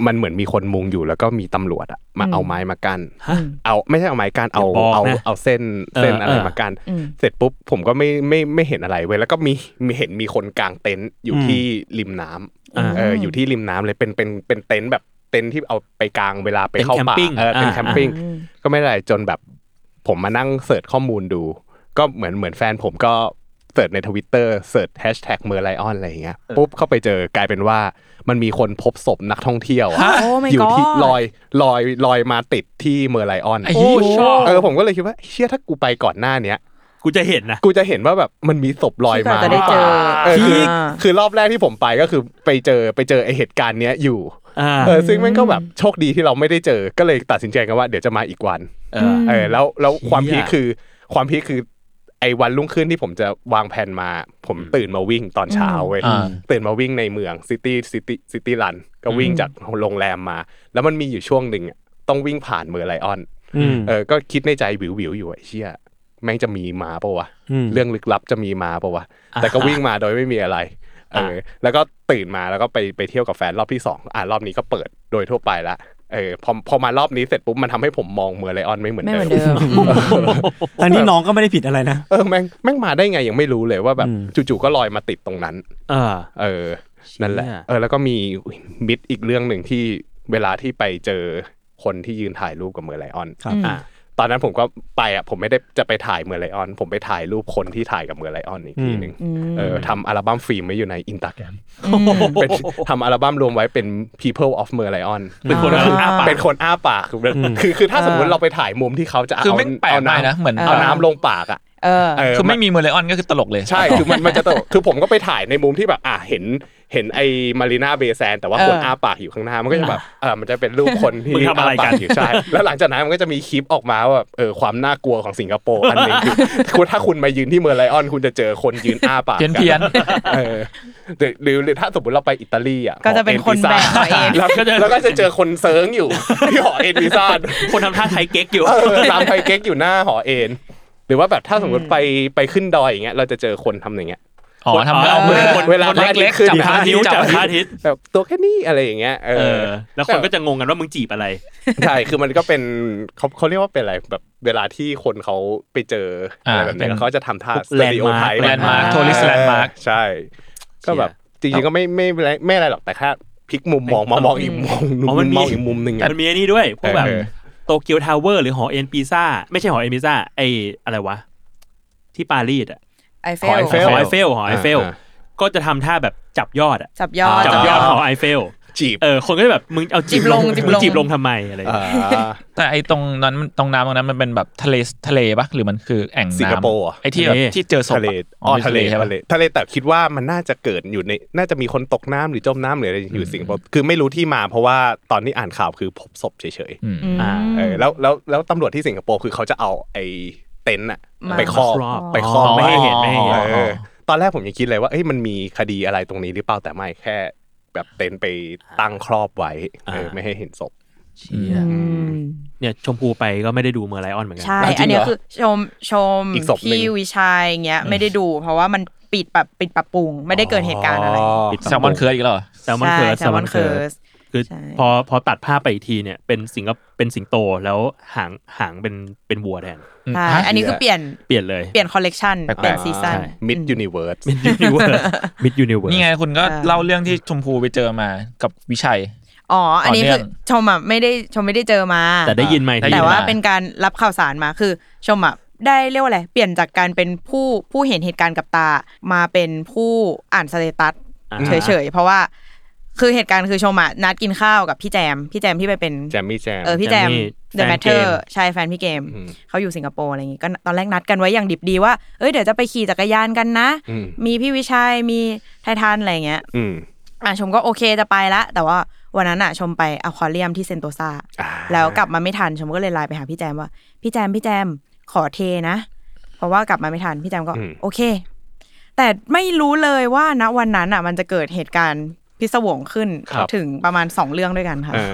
[SPEAKER 5] มันเหมือนมีคนมุงอยู่แล้วก็มีตำรวจอ่ะมาเอาไม้มากั้น
[SPEAKER 2] ฮะ
[SPEAKER 5] เอาไม่ใช่เอาไม้กั้นเอา
[SPEAKER 2] อย่าบอกนะ
[SPEAKER 5] เอาเอาเส้น
[SPEAKER 2] เออ
[SPEAKER 5] เส้นอะไร
[SPEAKER 2] เออ
[SPEAKER 5] มากั้น
[SPEAKER 4] อืม
[SPEAKER 5] เสร็จปุ๊บผมก็ไม่ไม่ไม่เห็นอะไรเว้ยแล้วก็มีมีเห็นมีคนกางเต็นท์อยู่ที่ริมน้ำ
[SPEAKER 2] อ่า
[SPEAKER 5] เอออยู่ที่ริมน้ำเลยเป็นเป็นเป็นเต็นท์แบบเต็นท์ที่เอาไปกางเวลาไปเข้าป่า
[SPEAKER 2] เต็นท์แคมปิ้ง
[SPEAKER 5] เออเต็นท์
[SPEAKER 2] อ่า
[SPEAKER 5] แคมปิ้ง ก็ไม่ได้จนแบบผมมานั่งเสิร์ชข้อมูลดู ก็เหมือนเหมือนแฟนผมก็เสิร์ชในทวิตเตอร์เสิร์ชแฮชแท็กเมอร์ไลออนอะไรอย่างเงี้ยปุ๊บเข้าไปเจอกลายเป็นว่ามันมีคนพบศพนักท่องเที่ยวอะ
[SPEAKER 4] โอ้ my
[SPEAKER 5] อยู่ที่
[SPEAKER 4] god
[SPEAKER 5] ลอยลอยลอยมาติดที่เมอร์ไลออน
[SPEAKER 3] ไอ้เหี้ยชอบ
[SPEAKER 5] เออผมก็เลยคิดว่าเชี่ยถ้ากูไปก่อนหน้าเนี้ย
[SPEAKER 2] กูจะเห็นนะ
[SPEAKER 5] กูจะเห็นว่าแบบมันมีศพลอยมา
[SPEAKER 4] ที่ก่อนจะได้เจอ
[SPEAKER 5] เออคือ
[SPEAKER 4] อ่า
[SPEAKER 5] คือรอบแรกที่ผมไปก็คือไปเจอไปเจอไอเหตุการณ์เนี้ยอยู่
[SPEAKER 2] อ่า
[SPEAKER 5] เออซึ่งแมันก็แบบโชคดีที่เราไม่ได้เจอก็เลยตัดสินใจกันว่าเดี๋ยวจะมาอีกวัน
[SPEAKER 2] เออ
[SPEAKER 5] เออแล้วแล้ว
[SPEAKER 2] เชี่ย
[SPEAKER 5] ความพีคคือความพีคคือไอ้วันรุ่งขึ้นที่ผมจะวางแผนมา ผมตื่นมาวิ่งตอนเช้าเว้ย
[SPEAKER 3] อ่า
[SPEAKER 5] ตื่นมาวิ่งในเมืองซิตี้ซิตี้ซิตี้รันก็วิ่งจากโรงแรมมา แล้วมันมีอยู่ช่วงหนึ่งอะต้องวิ่งผ่านเมอร์ไลออน
[SPEAKER 1] อืม
[SPEAKER 5] เออก็คิดในใจวิววิวๆอยู่ไอ้เชี่ยแม่งจะมีมาปะวะ
[SPEAKER 1] อืม
[SPEAKER 5] เรื่องลึกลับจะมีมาปะวะแต่ก็วิ่งมาโดยไม่มีอะไรเออแล้วก็ตื่นมาแล้วก็ไปไปเที่ยวกับแฟนรอบที่สองอ่ารอบนี้ก็เปิดโดยทั่วไปละเออพอพอมารอบนี้เสร็จปุ๊บมันทำให้ผมมองเมอร์ไลออนไม่เหมือน
[SPEAKER 4] ไม่
[SPEAKER 5] เดิ
[SPEAKER 4] เหมือ
[SPEAKER 5] ม
[SPEAKER 4] นเดิม
[SPEAKER 1] อันนี้น้องก็ไม่ได้ผิดอะไรนะ
[SPEAKER 5] เออแม่งแม่งมาได้ไงยังไม่รู้เลยว่าแบบ
[SPEAKER 1] อืม
[SPEAKER 5] จู่ๆก็ลอยมาติดตรงนั้น
[SPEAKER 2] เออ
[SPEAKER 5] เออ นั่นแหละ
[SPEAKER 2] เชี่ย
[SPEAKER 5] เออแล้วก็มีอุ๊ยมิดอีกเรื่องหนึ่งที่เวลาที่ไปเจอคนที่ยืนถ่ายรูปกับเมอร์ไลออน
[SPEAKER 1] ครับ
[SPEAKER 5] อ่ะ ตอนนั้นผมก็ไปอ่ะผมไม่ได้จะไปถ่ายเมอร์ไลออน ผมไปถ่ายรูปคนที่ถ่ายกับเมอร์ไลออนอีกทีหนึ่งเออทำอัลบั้มฟิล์มไว้อยู่ในอินตาแกรมเป็นทำอัลบั้มรวมไว้เป็น People of m e r l i o n
[SPEAKER 2] เป็นคน
[SPEAKER 4] อ่า
[SPEAKER 2] อ้าปาก
[SPEAKER 5] เป็นคนอ้าปากคือคือคือถ้าสมมติเราไปถ่ายมุมที่เขาจะเอา
[SPEAKER 3] คือไม่แปลกไปนะเหมือน
[SPEAKER 5] เอาน้ำลงปากอ่ะ
[SPEAKER 4] เออ
[SPEAKER 5] เ
[SPEAKER 3] คือไม่มีเมอร์เลออนก็คือตลกเลย
[SPEAKER 5] ใช่ คือมันมันจะตลกคือผมก็ไปถ่ายในมุมที่แบบอ่ะเห็นเห็นไอ้มารีนาเบย์แซนแต่ว่าค
[SPEAKER 4] เอ
[SPEAKER 5] น
[SPEAKER 4] ออ้
[SPEAKER 5] อ้าปากอยู่ข้างหน้า มันก็จะแบบเออมันจะเป็นรูปคนที่
[SPEAKER 2] มึงทำอะไรกัน
[SPEAKER 5] าปาอยู่ใช่ แล้วหลังจากนั้นมันก็จะมีคลิปออกมาว่าแบบเออความน่ากลัวของสิงคโปร์อันหนึงคือคุณถ้าคุณมายืนที่เม อร์ไลออน คุณจะเจอคนยืนอ้าปาก
[SPEAKER 3] เพี้ยนเพี้ยน
[SPEAKER 5] เออหรือหรือหรือถ้าสมมติเราไปอิตาลีอ่ะ
[SPEAKER 4] ก็จะเป็นคนแบกหอเอ็น
[SPEAKER 5] แล้วก็จะแล้วก็จะเจอคนเซิร์งอยู่ ที่หอเอ็นวีซ่า
[SPEAKER 2] คนทำท่าไทยเก๊ก อยู่
[SPEAKER 5] เออตามไปเก๊กอยู่หน้าหอเอ็นหรือว่าแบบถ้าสมมติไปไปขึ้นดอยอย่างเงี้ยเราจะเจอคนทำอย่างเงี้ย
[SPEAKER 3] อ๋อทำเอามือ
[SPEAKER 2] เออ
[SPEAKER 3] คน
[SPEAKER 5] เวลา
[SPEAKER 3] คนเล็ก
[SPEAKER 5] ขึ้น
[SPEAKER 3] ๆจับ
[SPEAKER 2] พ
[SPEAKER 3] พา
[SPEAKER 2] ระอา
[SPEAKER 3] นิ้
[SPEAKER 2] นิ้
[SPEAKER 3] ว
[SPEAKER 2] ว
[SPEAKER 3] จับ
[SPEAKER 2] จั
[SPEAKER 3] บ พา
[SPEAKER 2] พระอาทิตย์
[SPEAKER 5] แบบตัวแค่นี้อะไรอย่างเงี้ยเอ
[SPEAKER 2] เอ
[SPEAKER 5] อ
[SPEAKER 2] อ แล้วคนก็จะงงกันว่ามึงจีบอะไร
[SPEAKER 5] ใช่คือมันก็เป็นเขาเขาเรียกว่าเป็นอะไรแบบเวลาที่คนเขาไปเจออะไรแบบเนี้
[SPEAKER 3] อ่า
[SPEAKER 5] ย
[SPEAKER 3] เป็น
[SPEAKER 5] เขาจะทำท่า
[SPEAKER 2] พวก landmark
[SPEAKER 5] stereotype
[SPEAKER 3] แลนด์มาร์คทัวริสแลนด์มาร์ค
[SPEAKER 5] ใช่ ก็แบบจริงๆก็ไม่ไม่ไม่ไม่อะไรหรอกแต่แค่พลิกมุมมองมามองอีกมุมหนึ่ง
[SPEAKER 2] อ๋อมันมี
[SPEAKER 5] มองอีกมุมหนึ่งอะ
[SPEAKER 2] มันมีไอ้นี่ด้วยพวกแบบ
[SPEAKER 5] เออ
[SPEAKER 2] โตเกียวทาวเวอร์หรือหอเอ็นปีซ่าไม่ใช่หอเอ็นปีซ่าไออะไรวะ ที่ปารีสอะ
[SPEAKER 4] ไอเฟ
[SPEAKER 5] หอไอเฟ
[SPEAKER 4] ล
[SPEAKER 5] Eiffel
[SPEAKER 2] หอไอเฟลหอไอเฟล
[SPEAKER 5] อ่า
[SPEAKER 2] ก็จะทำท่าแบบจับยอดอะ
[SPEAKER 4] จับยอด
[SPEAKER 2] จับยอดหอไอเฟล
[SPEAKER 5] จีบ
[SPEAKER 2] เออคนก็จะแบบมึงเอาจีบลง
[SPEAKER 4] จีบลง
[SPEAKER 2] มึจีบลงทำไมอะไรอย่างเงี้ย
[SPEAKER 5] อ่า
[SPEAKER 3] แต่ไอ้ตรงนั้นมันตรงน้ำตรงนั้นมันเป็นแบบทะเลทะเลปะหรือมันคือแอ่งน้ำ
[SPEAKER 5] สิงคโปร์อะ
[SPEAKER 3] ไอ้ที่แบบ
[SPEAKER 2] ทะเล
[SPEAKER 3] ที่เจอศพ
[SPEAKER 5] ทะเล
[SPEAKER 3] อะ
[SPEAKER 5] อ๋อทะเล
[SPEAKER 3] ใช่ปะ
[SPEAKER 5] ทะเลทะเลแต่คิดว่ามันน่าจะเกิดอยู่ใน น่าจะมีคนตกน้ำหรือจมน้ำหรืออะไรอยู่สิงคโปร์คือไม่รู้ที่มาเพราะว่าตอนที่อ่านข่าวคือพบศพเฉย
[SPEAKER 3] อืม
[SPEAKER 4] อืม
[SPEAKER 2] อ่า
[SPEAKER 5] ๆเออแล้วแล้วแล้วตำรวจที่สิงคโปร์คือเขาจะเอาไอ้เต็นท์อะ
[SPEAKER 4] มา
[SPEAKER 5] ไปครอบ
[SPEAKER 2] ครอบ
[SPEAKER 5] ไปครอบ
[SPEAKER 3] อ๋อ
[SPEAKER 2] ไม่ให้เห็นไม่ให้เห็น
[SPEAKER 5] เออตอนแรกผมยังคิดเลยว่าเอ้ยมันมีคดีอะไรตรงนี้หรือเปล่าแต่ไม่แค่ แบบเต็นท์ไปตั้งครอบไว้เออไม่ให้เห็นศพ
[SPEAKER 4] อืม
[SPEAKER 2] เนี่ยชมพูไปก็ไม่ได้ดูเมอร์ไลออนเหมือนกั
[SPEAKER 4] ใช่
[SPEAKER 5] แล้วจริง
[SPEAKER 4] อันเนี้ย
[SPEAKER 5] เหรอ
[SPEAKER 4] คือชมชม
[SPEAKER 5] อีกศพหนึ่ง
[SPEAKER 4] พี่วิชัยเงี้ยไม่ได้ดู เพราะว่ามันปิดปรับปิดปรับปรุง ไม่ได้เกิดเหตุการณ์อะไร
[SPEAKER 2] ปิด
[SPEAKER 3] แซลมอนเคิร์ดอีกแล้วเหรอ
[SPEAKER 2] แซลมอนเคิร์ด
[SPEAKER 4] แซลมอนเคิร์ส
[SPEAKER 2] คือ
[SPEAKER 4] ใช่
[SPEAKER 2] พอพอตัดภาพไปอีกทีเนี่ยเป็นสิงคโปร์เป็นสิงโตแล้วหางหางเป็นเป็นวัวแทน
[SPEAKER 3] อืม
[SPEAKER 4] ใช่
[SPEAKER 3] ฮะ
[SPEAKER 4] อันนี้คือเปลี่ยน
[SPEAKER 2] เปลี่ยนเลย
[SPEAKER 4] เปลี่ยนคอลเลกชัน
[SPEAKER 3] แปลกๆ
[SPEAKER 4] เปลี่ยนซีซั่น
[SPEAKER 5] มิดยูนิเวิร์ส
[SPEAKER 2] มิดยูนิเวิร์ สมิดยูนิเวิร์ส
[SPEAKER 3] นี่ไงคุณก็
[SPEAKER 4] เออ
[SPEAKER 3] เล่าเรื่องที่ชมพูไปเจอมากับวิชัย
[SPEAKER 4] อ๋อ อันนี้
[SPEAKER 3] ต่อเนื่
[SPEAKER 4] คือ
[SPEAKER 3] อง
[SPEAKER 4] ชมอ่ะไม่ได้ชมไม่ได้เจอมา
[SPEAKER 2] แต่ได้ยินไหม
[SPEAKER 3] แต่ ด้
[SPEAKER 4] แต่
[SPEAKER 2] ได้ยิน
[SPEAKER 4] ว่า
[SPEAKER 2] ไหม
[SPEAKER 4] เป็นการรับข่าวสารมาคือชมอ่ะได้เรียกว่าอะไรเปลี่ยนจากการเป็นผู้ผู้เห็นเหตุการณ์กับตามาเป็นผู้อ่านสเตตัส
[SPEAKER 2] อ่า
[SPEAKER 4] เฉยๆ เพราะว่า คือเหตุการณ์คือชมอ่ะนัดกินข้าวกับพี่แจม พี่แจมที่ไปเป็น
[SPEAKER 5] แจมมี่แจม
[SPEAKER 4] เออพี่แจม
[SPEAKER 2] แจมนี่
[SPEAKER 4] The
[SPEAKER 2] แฟน
[SPEAKER 4] Matter
[SPEAKER 2] เกม
[SPEAKER 4] ใช่แฟนพี่เกม
[SPEAKER 5] อืม
[SPEAKER 4] เขาอยู่สิงคโปร์อะไรอย่างงี้ก็ตอนแรกนัดกันไว้อย่างดิบดีว่าเอ้ยเดี๋ยวจะไปขี่จักรยานกันนะ
[SPEAKER 5] อืม
[SPEAKER 4] มีพี่วิชัยมีไททันอะไรอย่างเงี้ย
[SPEAKER 5] อืม
[SPEAKER 4] อ่ะชมก็โอเคจะไปละ แต่ว่าวันนั้นอ่ะชมไปอควาเรียมที่เซนโตซา
[SPEAKER 5] อ่า
[SPEAKER 4] แล้วกลับมาไม่ทัน ชมก็เลยไลน์ไปหาพี่แจมว่า พี่แจมพี่แจมขอเทนะ เพราะว่ากลับมาไม่ทัน พี่แจมก็ โอเค แต่ไม่รู้เลยว่าณวันนั้นอ่ะ มันจะเกิดเหตุการณ์พิศวงขึ้น
[SPEAKER 5] ครับ
[SPEAKER 4] ถึงประมาณสองเรื่องด้วยกันค่ะ
[SPEAKER 5] เออ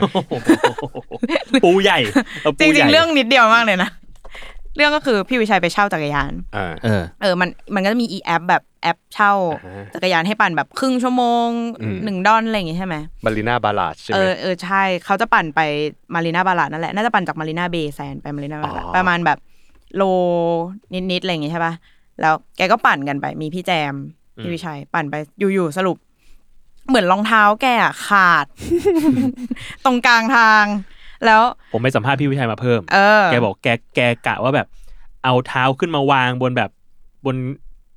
[SPEAKER 2] ปูใหญ่า
[SPEAKER 4] จ
[SPEAKER 2] ปูให
[SPEAKER 4] ริ
[SPEAKER 2] ญ่
[SPEAKER 4] งๆ เรื่องนิดเดียวมากเลยนะ เรื่องก็คือพี่วิชัยไปเช่าจักรยาน
[SPEAKER 5] อ่า
[SPEAKER 2] เออ
[SPEAKER 4] เออ มัน มันก็จะมีอีแอปแบบแอปเช่า
[SPEAKER 5] อ่าฮะ
[SPEAKER 4] จักรยานให้ปั่นแบบครึ่งชั่วโมง
[SPEAKER 5] อืม
[SPEAKER 4] หนึ่งดอนอะไรอย่างงี้ใช่ไหม
[SPEAKER 5] บาลีนาบาลาดใช่
[SPEAKER 4] เอ
[SPEAKER 5] ไหม
[SPEAKER 4] อเออใช่เขาจะปั่นไปมารีนาบาลาดนั่นแหละ น่าจะปั่นจากมารีนาเบย์แซนไปมารีนาบาลาด
[SPEAKER 5] อ๋อ
[SPEAKER 4] ประมาณแบบโลนิดๆอะไรอย่างงี้ใช่ปะแล้วแกก็ปั่นกันไปมีพี่แจมพี่วิชัยปั่นไปอยู่ๆสรุป เหมือนรองเท้าแกอะขาด ตรงกลางทาง แล้ว
[SPEAKER 2] ผมไปสัมภาษณ์พี่วิชัยมาเพิ่ม
[SPEAKER 4] เออ
[SPEAKER 2] แกบอกแกแกกะว่าแบบ เอาเท้าขึ้นมาวางบนแบบบน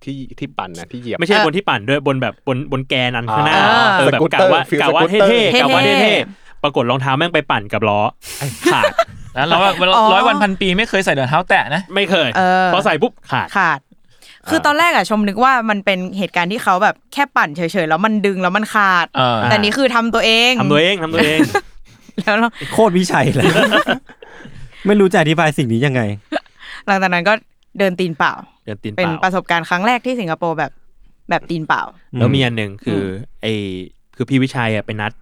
[SPEAKER 5] ที่ที่ปั่นนะที่เหยียบ
[SPEAKER 2] ไม่ใช่บนที่ปั่นด้วยบนแบบบนบนแกนอันข้างหน้า
[SPEAKER 5] อ่า
[SPEAKER 2] เออแบบ
[SPEAKER 5] สกูต
[SPEAKER 2] กะ
[SPEAKER 5] เตอร์
[SPEAKER 2] ว่า
[SPEAKER 5] ฟีล
[SPEAKER 2] กะว่า
[SPEAKER 5] สกูตเตอร์
[SPEAKER 2] เท่ๆกะว่า
[SPEAKER 4] เท่ๆ
[SPEAKER 2] เท่ๆปรากฏรองเท้าแม่งไปปั่นกับล้อขาด
[SPEAKER 3] แล้วเรา
[SPEAKER 4] อ๋อ
[SPEAKER 3] ร้อยวันพันปีไม่เคยใส่รองเท้าแตะนะ
[SPEAKER 2] ไม่เคย
[SPEAKER 4] เออ
[SPEAKER 2] พอใส่ปุ๊บขาด
[SPEAKER 4] ขาด คือตอนแรกอะชมนึกว่ามันเป็นเหตุการณ์ที่เขาแบบแค่ปั่นเฉยๆแล้วมันดึงแล้วมันขาด
[SPEAKER 3] เออ
[SPEAKER 4] แต่นี่คือทำตัวเอง
[SPEAKER 2] ทำตัวเองทำตัวเอง
[SPEAKER 4] แล้ว
[SPEAKER 1] โคตรวิชัยเลย ไม่รู้จะอธิบายสิ่งนี้ยังไง
[SPEAKER 4] หลังจากนั้นก็เดินตีนเปล่า
[SPEAKER 2] เดินตีนเป
[SPEAKER 4] เป็นป
[SPEAKER 2] ล่า
[SPEAKER 4] ระสบการณ์ครั้งแรกที่สิงคโปร์แบบแบบตีนเปล่า
[SPEAKER 2] แล้วมีอันหนึ่งคืออไอคือพี่วิชัยอะไปนัด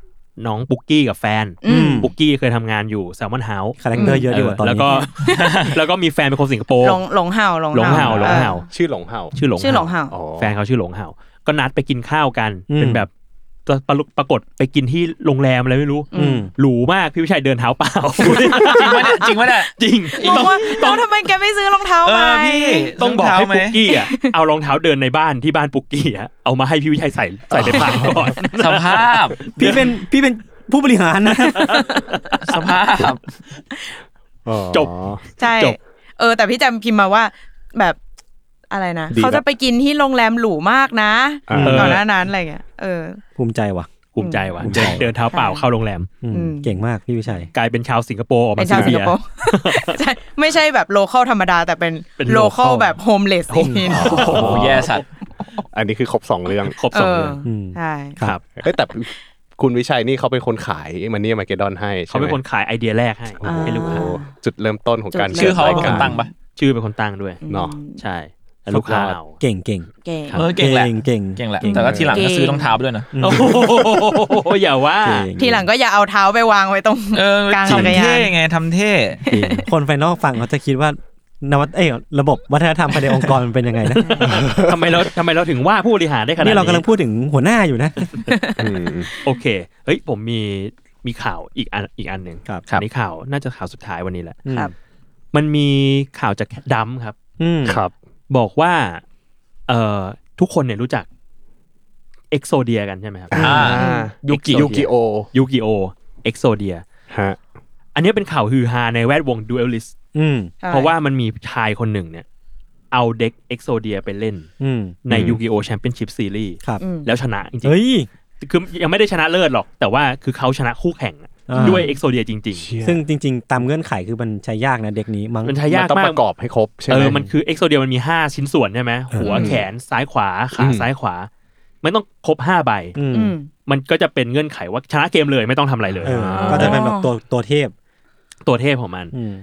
[SPEAKER 2] น้องปุ๊กกี้กับแฟน
[SPEAKER 4] อืม
[SPEAKER 2] ปุ๊กกี้เคยทำงานอยู่แซลมอนเฮาส์
[SPEAKER 1] คาแรคเตอร์เยอะดีกว่าตอน
[SPEAKER 2] แล้ว
[SPEAKER 1] นี้
[SPEAKER 2] ก็ แล้วก็มีแฟนเป็นคนสิงคโปร์
[SPEAKER 4] หลงหลงเห่าหลง
[SPEAKER 2] หลงเห่าหลงเห่า
[SPEAKER 4] อ
[SPEAKER 5] ชื่อหลงเห่า
[SPEAKER 2] ชื่อหลง
[SPEAKER 4] ชื่อหลงเห่า
[SPEAKER 5] อ๋อ
[SPEAKER 2] แฟนเขาชื่อหลงเห่าก็นัดไปกินข้าวกัน เป็นแบบปรากฏปรากฏไปกินที่โรงแรมอะไรไม่รู้
[SPEAKER 1] อืม
[SPEAKER 2] หรูมากพี่วิชัยเดินเท้าเปล่า
[SPEAKER 3] จริงวะเนี่ยจริงวะเนี่ย
[SPEAKER 2] จริง
[SPEAKER 4] งงว่าแล้วทำไมแกไม่ซื้อรองเท้า
[SPEAKER 3] เอ
[SPEAKER 4] มา
[SPEAKER 3] อพี่
[SPEAKER 2] ต้องบอก
[SPEAKER 3] ร
[SPEAKER 2] ให้
[SPEAKER 3] เท้าไหม
[SPEAKER 2] ปุกกี้อ่ะเอารองเท้าเดินในบ้านที่บ้านปุกกี้อ่ะเอามาให้พี่วิชัยใส่ใส่ไปผ่านก่อน
[SPEAKER 3] สภาพ
[SPEAKER 1] พี่เป็นพี่เป็นผู้บริหารนะ
[SPEAKER 3] สภาพ
[SPEAKER 5] อ๋อ
[SPEAKER 2] จบ
[SPEAKER 4] ใช่
[SPEAKER 2] จบ
[SPEAKER 4] เออ แต่พี่แจมพิมพ์มาว่าแบบอะไรนะ
[SPEAKER 5] ดีครับ
[SPEAKER 4] เขาจะไปกินที่โรงแรมหรูมากนะ
[SPEAKER 5] อ่า
[SPEAKER 2] เออ
[SPEAKER 4] ก่อนหน้านั้นอะไรเงี้ยเออ
[SPEAKER 1] ภูมิใจว่ะ
[SPEAKER 2] ภูมิใจว่ะ
[SPEAKER 1] ภูมิใจ
[SPEAKER 2] เดินเท้าเปล่าเข้าโรงแรม
[SPEAKER 1] อืม
[SPEAKER 4] อืม
[SPEAKER 1] เก่งมากพี่วิชัย
[SPEAKER 2] กลายเป็นชาวสิงคโปร์ออก
[SPEAKER 4] เป็
[SPEAKER 2] มาน
[SPEAKER 4] ชาวสิ
[SPEAKER 2] ซื้อเบี
[SPEAKER 4] งค
[SPEAKER 2] ยร์
[SPEAKER 4] โปร์ ใช่ไม่ใช่แบบโลเคอลธรรมดา แต่เป็น
[SPEAKER 2] เป็น
[SPEAKER 4] โลเคอ
[SPEAKER 2] local
[SPEAKER 4] ลแบบโฮมเล สอิน
[SPEAKER 3] โอ้โหแย่สัตว์
[SPEAKER 5] อันนี้คือครบสองเรื่อง
[SPEAKER 2] ครบ
[SPEAKER 4] เอ
[SPEAKER 2] สอง
[SPEAKER 4] อ
[SPEAKER 2] เรื่อง
[SPEAKER 1] อืม
[SPEAKER 4] ใช่
[SPEAKER 2] ครับ
[SPEAKER 5] เอ้ยแต่คุณวิชัยนี่เขาเป็นคนขายมันนี่มาเกดอนให้ใช่
[SPEAKER 2] เขา
[SPEAKER 5] ไหม
[SPEAKER 2] เป็นคนขายไอเดียแรกให้
[SPEAKER 4] อ่า
[SPEAKER 2] ให้ลูกค้า
[SPEAKER 5] จุดเริ่มต้นของการ
[SPEAKER 4] จุดริ่ม
[SPEAKER 3] ชื่อเขาเป็น
[SPEAKER 5] กิ
[SPEAKER 3] คน
[SPEAKER 5] ดรย
[SPEAKER 3] ตั้งปะ
[SPEAKER 2] ชื่อเป็นคนตั้งด้วย
[SPEAKER 5] เนาะ
[SPEAKER 2] ใช่แล้วลูกค้า
[SPEAKER 5] สุดยอด
[SPEAKER 2] เอา
[SPEAKER 1] เก่งเก่ง
[SPEAKER 4] เก่ง
[SPEAKER 3] เออเก่งแหละ
[SPEAKER 1] เก่ง
[SPEAKER 3] เก่งแหละ แต่ว่าทีหลังก็ซื้อรองเท้าไปด้วยนะ
[SPEAKER 1] อืม
[SPEAKER 2] โอ้โหอย่าว่า
[SPEAKER 1] เก่
[SPEAKER 4] ทีหลังก็อย่าเอาเท้าไปวางไว้ตรง
[SPEAKER 3] เออก
[SPEAKER 4] ลางจักร
[SPEAKER 3] ทำ
[SPEAKER 4] ยาน
[SPEAKER 3] เท่ไงทำเท่
[SPEAKER 1] จริงคนไฟนอลฟังเขาจะคิดว่านวัตเอ้ยระบบวัฒนธรรมภายในองค์กรมันเป็นยังไงนะ
[SPEAKER 2] ทำไมเราทำไมเราถึงว่าผู้บริหารได้ขนาดนี้
[SPEAKER 1] นี่เรากำลังพูดถึงหัวหน้าอยู่นะ
[SPEAKER 5] อืม
[SPEAKER 2] โอเค เฮ้ย ผมมีมีข่าวอีกอันอีกอันหนึ่ง
[SPEAKER 1] ครับ
[SPEAKER 2] อันนี้ข่าวน่าจะข่าวสุดท้ายวันนี้แหละ
[SPEAKER 4] ครับ
[SPEAKER 2] มันมีข่าวจากดัมครับ
[SPEAKER 1] อืม
[SPEAKER 5] ครับ
[SPEAKER 2] บอกว่า เอ่อทุกคนเนี่ยรู้จักเอ็กโซเดียกันใช่ไหมครับ
[SPEAKER 3] อ่า
[SPEAKER 5] ยูกิ
[SPEAKER 2] Yuki
[SPEAKER 5] ยูกิโอ
[SPEAKER 2] ยูกิโอเอ็กโซเดีย
[SPEAKER 5] ฮะ
[SPEAKER 2] อันนี้เป็นข่าวฮือฮาในแวดวงดูเอลิส
[SPEAKER 1] อืม
[SPEAKER 2] เพราะว่ามันมีชายคนหนึ่งเนี่ย เอาเด็กเอ็กโซเดียไปเล่น
[SPEAKER 1] อืม
[SPEAKER 2] ใน
[SPEAKER 5] อืม
[SPEAKER 2] ยูกิโอแชมเปี้ยนชิพซีรีส์
[SPEAKER 1] ครับ
[SPEAKER 4] อืม
[SPEAKER 2] แล้วชนะจริงๆ
[SPEAKER 1] เฮ้ย
[SPEAKER 2] คือยังไม่ได้ชนะเลิศหรอก แต่ว่าคือเขาชนะคู่แข่งอะ
[SPEAKER 1] อ่า
[SPEAKER 2] ด้วยเอ็กโซเดียจริง
[SPEAKER 1] ซึ่งจริง ๆ ตามเงื่อนไขคือมันใช้ยากนะเด็กนี้มั้ง
[SPEAKER 2] ๆ มันใช้
[SPEAKER 5] มัน
[SPEAKER 2] ยาก
[SPEAKER 5] ต้อง
[SPEAKER 2] มาก
[SPEAKER 5] ประกอบให้ครบใช่ไหม
[SPEAKER 2] เออมันคือเอ็กโซเดียมันมี 5 ชิ้นส่วนใช่ไหมหัว
[SPEAKER 4] อืม
[SPEAKER 2] แขนซ้ายขวา ขา
[SPEAKER 5] อืม
[SPEAKER 2] ซ้ายขวา มันต้องครบ 5 ใบ
[SPEAKER 1] อืม
[SPEAKER 4] อืม
[SPEAKER 2] มันก็จะเป็นเงื่อนไขว่าชนะเกมเลยไม่ต้องทำอะไรเลย
[SPEAKER 1] เออ
[SPEAKER 2] อ่า
[SPEAKER 1] ก็จะเป็นแบบตัวตัวเทพ
[SPEAKER 2] ตัวเทพของมัน
[SPEAKER 1] อืม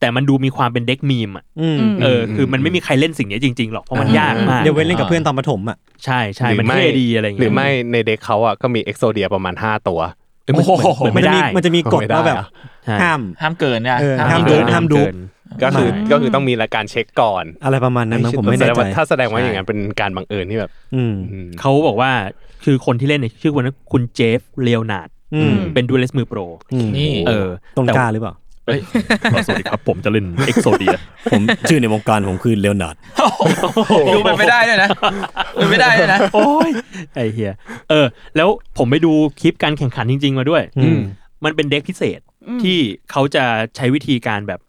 [SPEAKER 2] แต่มันดูมีความเป็นเด็กมีมอะ
[SPEAKER 1] อืม
[SPEAKER 2] เอออ
[SPEAKER 5] ม
[SPEAKER 2] คือมันไม่มีใครเล่นสิ่งนี้จริง ๆ หรอกเพราะมันยากมาก
[SPEAKER 1] เดี๋ยวเว้นเล่นกับเพื่อนตอนประถมอ่ะ
[SPEAKER 2] ใช่ใช่
[SPEAKER 5] หรื
[SPEAKER 2] มัน
[SPEAKER 5] อไม่
[SPEAKER 2] เท่ดีอะไรอย่าง
[SPEAKER 5] หรื
[SPEAKER 2] เงี้
[SPEAKER 5] อย ไม่ในเด็กเขาอ่ะก็มีเอ็กโซเดียประมาณ 5 ตัว
[SPEAKER 2] เออมันเหมือน
[SPEAKER 1] มั
[SPEAKER 2] ไม่
[SPEAKER 1] จะ
[SPEAKER 2] ได้
[SPEAKER 1] มีมันจะมีกฎ
[SPEAKER 5] ไม่ได้
[SPEAKER 1] ว่าแบบ
[SPEAKER 5] อะ
[SPEAKER 2] ใช่
[SPEAKER 1] ห้าม
[SPEAKER 3] ห้ามเกินนะ
[SPEAKER 1] เออ
[SPEAKER 3] ห้าม
[SPEAKER 1] ห้าม
[SPEAKER 3] เกิ
[SPEAKER 1] เดิ
[SPEAKER 3] น
[SPEAKER 1] นห้ามดู
[SPEAKER 2] เกิน
[SPEAKER 5] ก็คือ
[SPEAKER 4] อืม
[SPEAKER 5] ก็คือต้องมีละการเช็คก่อน
[SPEAKER 1] อะไรประมาณนั้นนะผมไม่
[SPEAKER 5] แส
[SPEAKER 1] แน่
[SPEAKER 5] ดง
[SPEAKER 1] ใจ
[SPEAKER 5] ว่าถ้าแสดงว่า
[SPEAKER 2] ใช่
[SPEAKER 5] อย่างนั้นเป็นการบังเอิญที่แบบ
[SPEAKER 1] อืม
[SPEAKER 5] อืม
[SPEAKER 2] เขาบอกว่าคือคนที่เล่นเนี่ยชื่อคนนั้นคุณเจฟเลโอนาร์ด
[SPEAKER 1] อืม
[SPEAKER 2] เป็นดูเลสมือโปร
[SPEAKER 1] อืม
[SPEAKER 3] นี่
[SPEAKER 2] เออ
[SPEAKER 1] ตรงกล้า
[SPEAKER 2] แ
[SPEAKER 1] หรือเปล่า
[SPEAKER 2] เอ้ยสวัสดีครับ ผมจะเล่นเอ็กโซเดีย
[SPEAKER 1] ผม ชื่อในวงการผมคือเลโอนาร์ด
[SPEAKER 3] ดูมันไม่ได้ด้วยนะมันไม่ได้ด้วยนะ
[SPEAKER 2] โอ้ยไอเฮียเออ แล้วผมไปดูคลิปการแข่งขันจริง ๆ มาด้วย
[SPEAKER 1] อืม
[SPEAKER 2] มันเป็นเด็กพิเศษที่เขาจะใช้วิธีการแบบ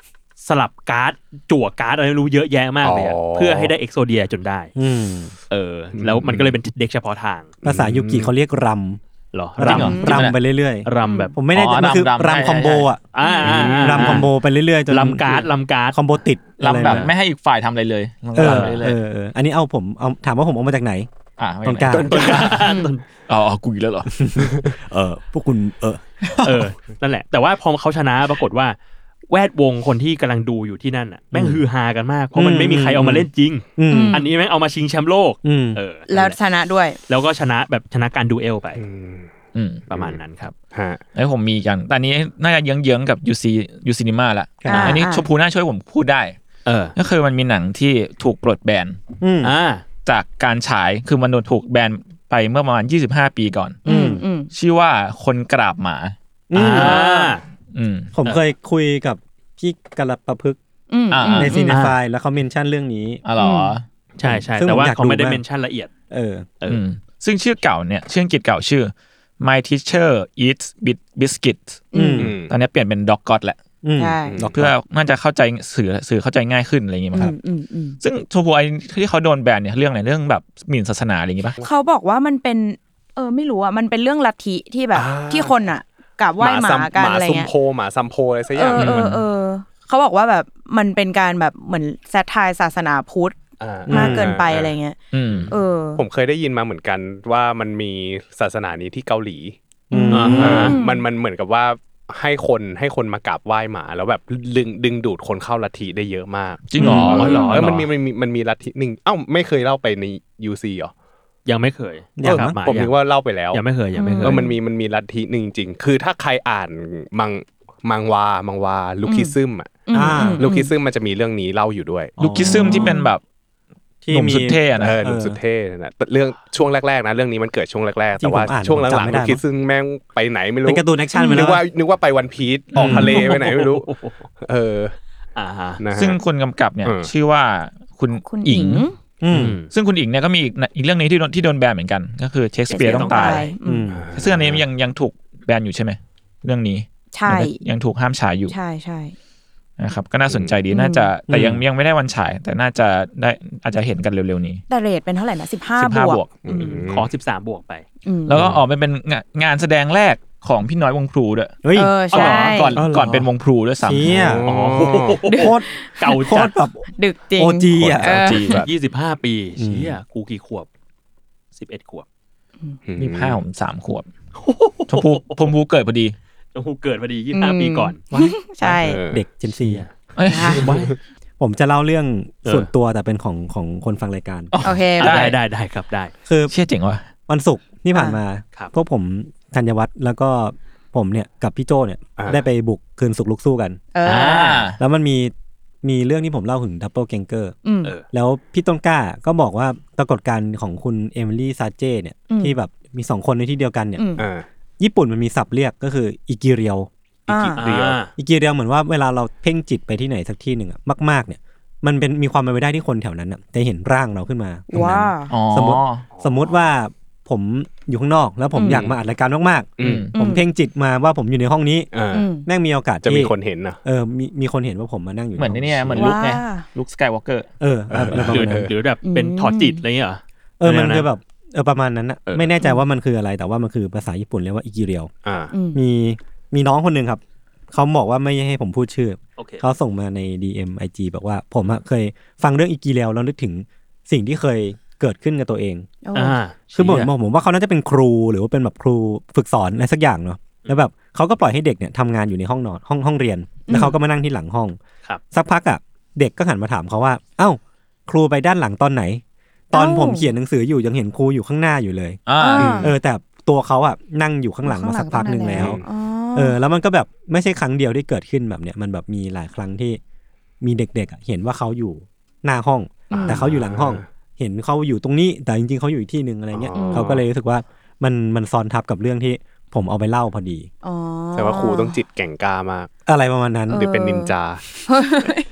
[SPEAKER 2] สลับการ์ด จั่วการ์ดอะไรไม่รู้เยอะแยะมากเลยอะ
[SPEAKER 5] อ๋อ
[SPEAKER 2] เพื่อให้ได้เอ็กโซเดียจนได้
[SPEAKER 1] อืม
[SPEAKER 2] เออ แล้วมันก็เลยเป็นเด็กเฉพาะทาง
[SPEAKER 1] ภาษายูกิเขาเรียกร
[SPEAKER 2] เหรอ
[SPEAKER 1] ำ
[SPEAKER 2] ร
[SPEAKER 3] จงเหอ
[SPEAKER 1] รำไปเรื่อย
[SPEAKER 2] ำรำแบบ
[SPEAKER 1] ๆ ผมไม่แน่ใจ
[SPEAKER 3] อ๋อ
[SPEAKER 1] มันคือ
[SPEAKER 3] รำรำ
[SPEAKER 1] รำคอมโบอ่ะ
[SPEAKER 2] อ่าอ่าอ่าร
[SPEAKER 1] ำคอมโบไปเรื่อยๆจน
[SPEAKER 2] รำการ์ดรำการ์ด
[SPEAKER 1] คอมโบติด
[SPEAKER 3] ลำแบบ
[SPEAKER 1] อะร
[SPEAKER 3] ไม่ให้อีกฝ่ายทำอะไรเลยลำ
[SPEAKER 1] เออ
[SPEAKER 3] ลำไปเลย
[SPEAKER 1] เออเอออันนี้เอาผมเอาถามว่าผมเอามาจากไหน
[SPEAKER 3] อ่ะ
[SPEAKER 1] ตรงกลาง
[SPEAKER 2] ต้นการ์ด
[SPEAKER 3] อ๋อกูอีกแล้วเหรอ
[SPEAKER 1] เออพวกคุณเออ
[SPEAKER 2] เออ นั่นแหละ แต่ว่าพอเขาชนะปรากฏว่า แวดวงคนที่กำลังดูอยู่ที่นั่นอ่ะแม่งฮือฮากันมาก เพราะมัน
[SPEAKER 1] อืม
[SPEAKER 2] ไม่มีใครเอามาเล่นจริง
[SPEAKER 1] อืม
[SPEAKER 2] อันนี้แม่งเอามาชิงแชมป์โลก
[SPEAKER 1] อืม
[SPEAKER 2] เออ
[SPEAKER 4] แล้วชนะด้วย
[SPEAKER 2] แล้วก็ชนะแบบชนะการดูเอลไป
[SPEAKER 5] อืม
[SPEAKER 3] อืม
[SPEAKER 2] ประมาณนั้นครับ
[SPEAKER 5] ฮะ
[SPEAKER 3] แล้วผมมีอีกอันแต่อันนี้น่าจะเยื้องๆกับยูซียูซินิมาละ
[SPEAKER 4] อ่า
[SPEAKER 3] อันนี้
[SPEAKER 4] อ่า
[SPEAKER 3] ชมพูน่าช่วยผมพูดได้
[SPEAKER 2] เออ
[SPEAKER 3] ก็คือมันมีหนังที่ถูกปลดแบน
[SPEAKER 1] อืม
[SPEAKER 2] อ่า
[SPEAKER 3] จากการฉายคือมันโดนถูกแบนไปเมื่อประมาณ 25 ปีก่อน
[SPEAKER 4] อืมอืม
[SPEAKER 3] ชื่อว่าคนกราบหมา
[SPEAKER 1] อื
[SPEAKER 2] อ่
[SPEAKER 1] มา
[SPEAKER 3] อืม
[SPEAKER 1] ผมเคยคุยกับพี่กระประพฤกษ์
[SPEAKER 4] อืม
[SPEAKER 3] อ่า
[SPEAKER 4] อืม
[SPEAKER 1] ในซีเน
[SPEAKER 2] อ่า
[SPEAKER 1] ฟายแล้วเขาเมนชั่นเรื่องนี้
[SPEAKER 3] อ๋อเหรอ
[SPEAKER 2] ใช่ใช่
[SPEAKER 1] ซึ่งผม
[SPEAKER 2] แต่ว่า
[SPEAKER 1] อยาก
[SPEAKER 2] เขาไม่ได้
[SPEAKER 1] ดูมาก
[SPEAKER 2] เมนชั่นละเอียด
[SPEAKER 1] เออ
[SPEAKER 2] เออ
[SPEAKER 3] อื
[SPEAKER 2] อื
[SPEAKER 3] มซึ่งชื่อเก่าเนี่ยชื่ออังกฤษเก่าชื่อ My teacher eats Bit- biscuit
[SPEAKER 1] อืม
[SPEAKER 3] ตอนนี้เปลี่ยนเป็น dog god แหละ
[SPEAKER 1] อืม
[SPEAKER 4] ใช่
[SPEAKER 3] เพื่อน่าจะเข้าใจสื่อสื่อเข้าใจง่ายขึ้นอะไรอย่างงี้มั้ง
[SPEAKER 4] อื
[SPEAKER 3] ครับ
[SPEAKER 4] มอืมอืม
[SPEAKER 3] ซึ่งโชโพไอที่เขาโดนแบนเนี่ยเรื่องอะไรเรื่องแบบหมิ่นศาสนาอะไรอย่างงี้ปะ
[SPEAKER 4] เขาบอกว่ามันเป็น เออ ไม่รู้อ่ะ มันเป็นเรื่องลัทธิที่แบบ
[SPEAKER 5] อ่า
[SPEAKER 4] ที่คนอ่ะกราบไหว้หมา
[SPEAKER 5] ซั
[SPEAKER 4] กัน
[SPEAKER 5] หมา
[SPEAKER 4] อะไร
[SPEAKER 5] ซุม
[SPEAKER 4] เงี้ย
[SPEAKER 5] โพหมาซัมโพอะไรสักอ
[SPEAKER 4] เอย่าง อ
[SPEAKER 5] หนึ่ง
[SPEAKER 4] เอ
[SPEAKER 5] มัน
[SPEAKER 4] อเออเขาบอกว่าแบบมันเป็นการแบบเหมือนแซทไทายศาสนาพุทธ
[SPEAKER 5] อ่
[SPEAKER 4] มากเกินไปอะไรเงี้ย
[SPEAKER 3] อืม
[SPEAKER 4] เออ
[SPEAKER 5] ผมเคยได้ยินมาเหมือนกันว่ามันมีศาสนานี้ที่เกาหลี
[SPEAKER 1] อืม
[SPEAKER 2] อ่าฮะ
[SPEAKER 4] อืม
[SPEAKER 5] มันมันเหมือนกับว่าให้คนให้คนมากราบไหว้หมา แล้วแบบดึงดึงดูดคนเข้าลัทธิได้เยอะมาก
[SPEAKER 3] จริงเหรอ
[SPEAKER 5] ม
[SPEAKER 3] อ๋อเหรอ
[SPEAKER 5] เออมันมีมันมีมันมีลัทธิหนึ่งเอ้าไม่เคยเล่าไปใน UC เหรอ
[SPEAKER 2] ยังไม่เคย
[SPEAKER 1] ยัง
[SPEAKER 2] กลับ
[SPEAKER 5] เออผม
[SPEAKER 2] ยั
[SPEAKER 5] นึกว่าเล่าไปแล้ว
[SPEAKER 2] ยังไม่เคยยังไม่เคย
[SPEAKER 5] เออมันมีมันมีลัทธิหนึ่งจริงๆคือถ้าใครอ่านมังมังวามังวาลูคิซึมอะ
[SPEAKER 4] อืม
[SPEAKER 1] อ่า
[SPEAKER 4] อืม
[SPEAKER 5] ลูคิซึมมันจะมีเรื่องนี้เล่าอยู่ด้วย
[SPEAKER 3] ลูกิซึมที่เป็นแบบหนุ่มสุดเท่อะนะ
[SPEAKER 5] เออหนุ่มสุดเท่นะแต่เรื่องช่วงแรกๆนะเรื่องนี้มันเกิดช่วงแรกๆ
[SPEAKER 1] จริ
[SPEAKER 5] แต่
[SPEAKER 1] งผม
[SPEAKER 5] ว่า
[SPEAKER 1] อ่าน
[SPEAKER 5] ช่ว
[SPEAKER 1] ผ
[SPEAKER 5] ง
[SPEAKER 1] ม
[SPEAKER 5] หลั
[SPEAKER 1] จำ
[SPEAKER 5] ง
[SPEAKER 1] ไม่
[SPEAKER 5] ๆ
[SPEAKER 1] ได้
[SPEAKER 5] ลูคิซึมแม่งไปไหนไม่รู้
[SPEAKER 1] เป็นการ์ตูนแอคชั่นไปแล้
[SPEAKER 5] นึ
[SPEAKER 1] ว
[SPEAKER 5] กว่านึกว่าไปวันพีซออกทะเลไปไหนไม่รู้เออ
[SPEAKER 2] อ่าฮะ
[SPEAKER 5] นะฮะ
[SPEAKER 3] ซึ่งคนกำกับเนี่ย
[SPEAKER 5] เออ
[SPEAKER 3] ชื่อว่าคุณ
[SPEAKER 4] คุณ
[SPEAKER 3] อิ
[SPEAKER 4] อิ
[SPEAKER 3] ง
[SPEAKER 4] ง
[SPEAKER 1] อื
[SPEAKER 2] อื
[SPEAKER 1] ม
[SPEAKER 2] ม
[SPEAKER 3] ซึ่งคุณอิงเนี่ยก็มีอีกอีกเรื่องนี้ที่โดนที่โดนแบนเหมือนกัน ก็คือเชคสเปียร์ต้องตาย
[SPEAKER 4] อืม
[SPEAKER 3] ซึ่งอันนี้ยังยังถูกแบนอยู่ใช่ไหมเรื่องนี้
[SPEAKER 4] ใช่
[SPEAKER 3] ยังถูกห้ามฉายอยู่
[SPEAKER 4] ใช่ใช่
[SPEAKER 3] นะครับก็น่าสนใจดีน่าจะแต่ยังยังไม่ได้วันฉาย แต่น่าจะได้อาจจะเห็นกันเร็วๆนี้
[SPEAKER 4] แต่เรทเป็นเท่าไหร่นะสิบห้า
[SPEAKER 3] สิบห้าบวก
[SPEAKER 5] อืม
[SPEAKER 2] ขอสิบสามบวกไป
[SPEAKER 4] อืม
[SPEAKER 3] แล้วก็ออกไปเป็นงานงานแสดงแรกของพี่น้อยวงพลูด้วย
[SPEAKER 1] เฮ้ย
[SPEAKER 4] เออใช่
[SPEAKER 3] เอาเหรอก่อน
[SPEAKER 1] เออเหรอ
[SPEAKER 3] ก่อนเป็นวงพลูด้วยซ้ำ
[SPEAKER 1] เชี่ย
[SPEAKER 5] อ๋อ
[SPEAKER 1] โคตร
[SPEAKER 2] เก่า
[SPEAKER 1] โค
[SPEAKER 2] จั
[SPEAKER 1] ต
[SPEAKER 2] ด
[SPEAKER 1] รแบบ
[SPEAKER 4] ดึกจริง
[SPEAKER 1] โอจีอ่ะ
[SPEAKER 4] เออ
[SPEAKER 3] จีแบบ
[SPEAKER 2] ยี่สิบห้าปี
[SPEAKER 1] อืม
[SPEAKER 2] เชี่ยกูกี่ขวบสิบเอ็ดขวบ
[SPEAKER 3] มีผ้าผมสามขวบชมพูชมพูเกิดพอดี
[SPEAKER 2] กูเกิดพอดียี่ห้าปีก่อน
[SPEAKER 4] ใช่
[SPEAKER 5] ออ
[SPEAKER 1] เด็กเจนซี
[SPEAKER 3] เอ้ย
[SPEAKER 1] ผมจะเล่าเรื่อง
[SPEAKER 2] เออ
[SPEAKER 1] ส่วนตัวแต่เป็นของของคนฟังรายการ
[SPEAKER 4] โอเค
[SPEAKER 3] ได้
[SPEAKER 2] ได้ได้ได้ครับได้
[SPEAKER 1] คือ
[SPEAKER 3] เชี่ยเจ๋งว่ะ
[SPEAKER 1] วันศุกร์ที่ผ่านมา
[SPEAKER 2] ครับ
[SPEAKER 1] พวกผมธัญวัฒน์แล้วก็ผมเนี่ยกับพี่โจเนี่ย
[SPEAKER 5] อ่า
[SPEAKER 1] ได้ไปบุกคืนสุกลุกสู้กัน
[SPEAKER 4] เออ
[SPEAKER 1] แล้วมันมีมีเรื่องที่ผมเล่าถึงดับเบิลเกงเกอร์
[SPEAKER 4] อืม
[SPEAKER 2] เออ
[SPEAKER 1] แล้วพี่ต้นกล้าก็บอกว่าปรากฏการณ์ของคุณเอมิลี่ซาเจเนี่ย
[SPEAKER 4] อืม
[SPEAKER 1] ที่แบบมีสองคนในที่เดียวกันเนี่ย
[SPEAKER 4] อืม
[SPEAKER 5] อ่า
[SPEAKER 1] ญี่ปุ่นมันมีศัพท์เรียกก็คืออิกิเรียว
[SPEAKER 4] อ่า
[SPEAKER 2] อ่
[SPEAKER 5] เดี๋ยว
[SPEAKER 2] า
[SPEAKER 1] อิกิเรียวเหมือนว่าเวลาเราเพ่งจิตไปที่ไหนสักที่หนึ่งอะมาก ๆเนี่ย มันเป็นมีความเป็นไปได้ที่คนแถวนั้นอะจะเห็นร่างเราขึ้นมาตรงนั้
[SPEAKER 4] ว้าน
[SPEAKER 3] อ๋อ
[SPEAKER 1] สมมติ สมมุติว่าผมอยู่ข้างนอกแล้วผม
[SPEAKER 4] อืม
[SPEAKER 1] อยากมาอัดรายการมาก
[SPEAKER 5] อืม
[SPEAKER 1] ๆ ผมเพ่งจิตมาว่าผมอยู่ในห้องนี้
[SPEAKER 5] อ่า
[SPEAKER 4] อืม
[SPEAKER 1] แม่งมีโอกาส
[SPEAKER 5] จะมี
[SPEAKER 1] ที่
[SPEAKER 5] คนเห็นนะ
[SPEAKER 1] เออมีมีคนเห็นว่าผมมานั่งอยู่
[SPEAKER 3] เหมือนไอ้เนี่ย
[SPEAKER 1] ห้ง
[SPEAKER 3] เหมือน
[SPEAKER 1] ชี
[SPEAKER 3] ลุ
[SPEAKER 1] วิต
[SPEAKER 3] กไง
[SPEAKER 4] ว้า
[SPEAKER 3] ลุกสกายวอล์กเกอร์
[SPEAKER 1] เออเอออะไรประ
[SPEAKER 2] หรือ
[SPEAKER 1] มาณนั้น
[SPEAKER 2] หรือแบบเป็น
[SPEAKER 4] อืม
[SPEAKER 2] ถอดจิตอะไรเงี้ยเหรอ
[SPEAKER 1] เออมัน
[SPEAKER 2] แนวนั้น
[SPEAKER 1] คือแบบเออประมาณนั้นอะ
[SPEAKER 2] เออ
[SPEAKER 1] ไม่แน่ใจว่ามันคืออะไรแต่ว่ามันคือภาษาญี่ปุ่นเรียกว่าอิกิเรียว
[SPEAKER 5] อ่า
[SPEAKER 4] อืม
[SPEAKER 1] มีมีน้องคนหนึ่งครับเขาบอกว่าไม่ให้ผมพูดชื่อ
[SPEAKER 2] โอเค
[SPEAKER 1] เขาส่งมาใน DM IG บอกว่าผมอะเคยฟังเรื่องอิกิแล้วแล้วนึกถึงสิ่งที่เคยเกิดขึ้นกับตัวเอง
[SPEAKER 4] โอ้
[SPEAKER 2] อ่า
[SPEAKER 1] คือผม
[SPEAKER 3] เชี่ย
[SPEAKER 1] ผมผมว่าเขาน่าจะเป็นครูหรือว่าเป็นแบบครูฝึกสอนอะไรสักอย่างเนาะแล้วแบบเขาก็ปล่อยให้เด็กเนี่ยทำงานอยู่ในห้องนอนห้องห้องเรียน แล้วเขาก็มานั่งที่หลังห้อง
[SPEAKER 2] ครับ
[SPEAKER 1] สักพักอะเด็กก็หันมาถามเขาว่า เอ้า ครูไปด้านหลังตอนไหน ตอน
[SPEAKER 4] เอ้า
[SPEAKER 1] ผมเขียนหนังสืออยู่ยังเห็นครูอยู่ข้างหน้าอยู่เลย
[SPEAKER 3] อ่า
[SPEAKER 4] อ่า
[SPEAKER 1] เออ แต่ตัวเขาอะนั่งอยู่ข้างหลังมาสักพักหนึ่งแล้ว
[SPEAKER 5] ข้างหลัง
[SPEAKER 4] อ๋อ
[SPEAKER 1] เออแล้วมันก็แบบไม่ใช่ครั้งเดียวที่เกิดขึ้นแบบเนี้ยมันแบบมีหลายครั้งที่มีเด็กๆอะเห็นว่าเขาอยู่หน้าห้อง แต่เขาอยู่หลังห้อง เห็นเขาอยู่ตรงนี้แต่จริงๆเขาอยู่อีกที่หนึ่งอะไรเงี้ย
[SPEAKER 5] อ๋อ
[SPEAKER 1] เขาก็เลยรู้สึกว่ามันมันซ้อนทับกับเรื่องที่ผมเอาไปเล่าพอดี
[SPEAKER 4] อ๋อ
[SPEAKER 5] แต่ว่าครูต้องจิตแก่งกล้ามาก
[SPEAKER 1] อะไรประมาณนั้น
[SPEAKER 4] เออ
[SPEAKER 5] หรือเป็นนินจา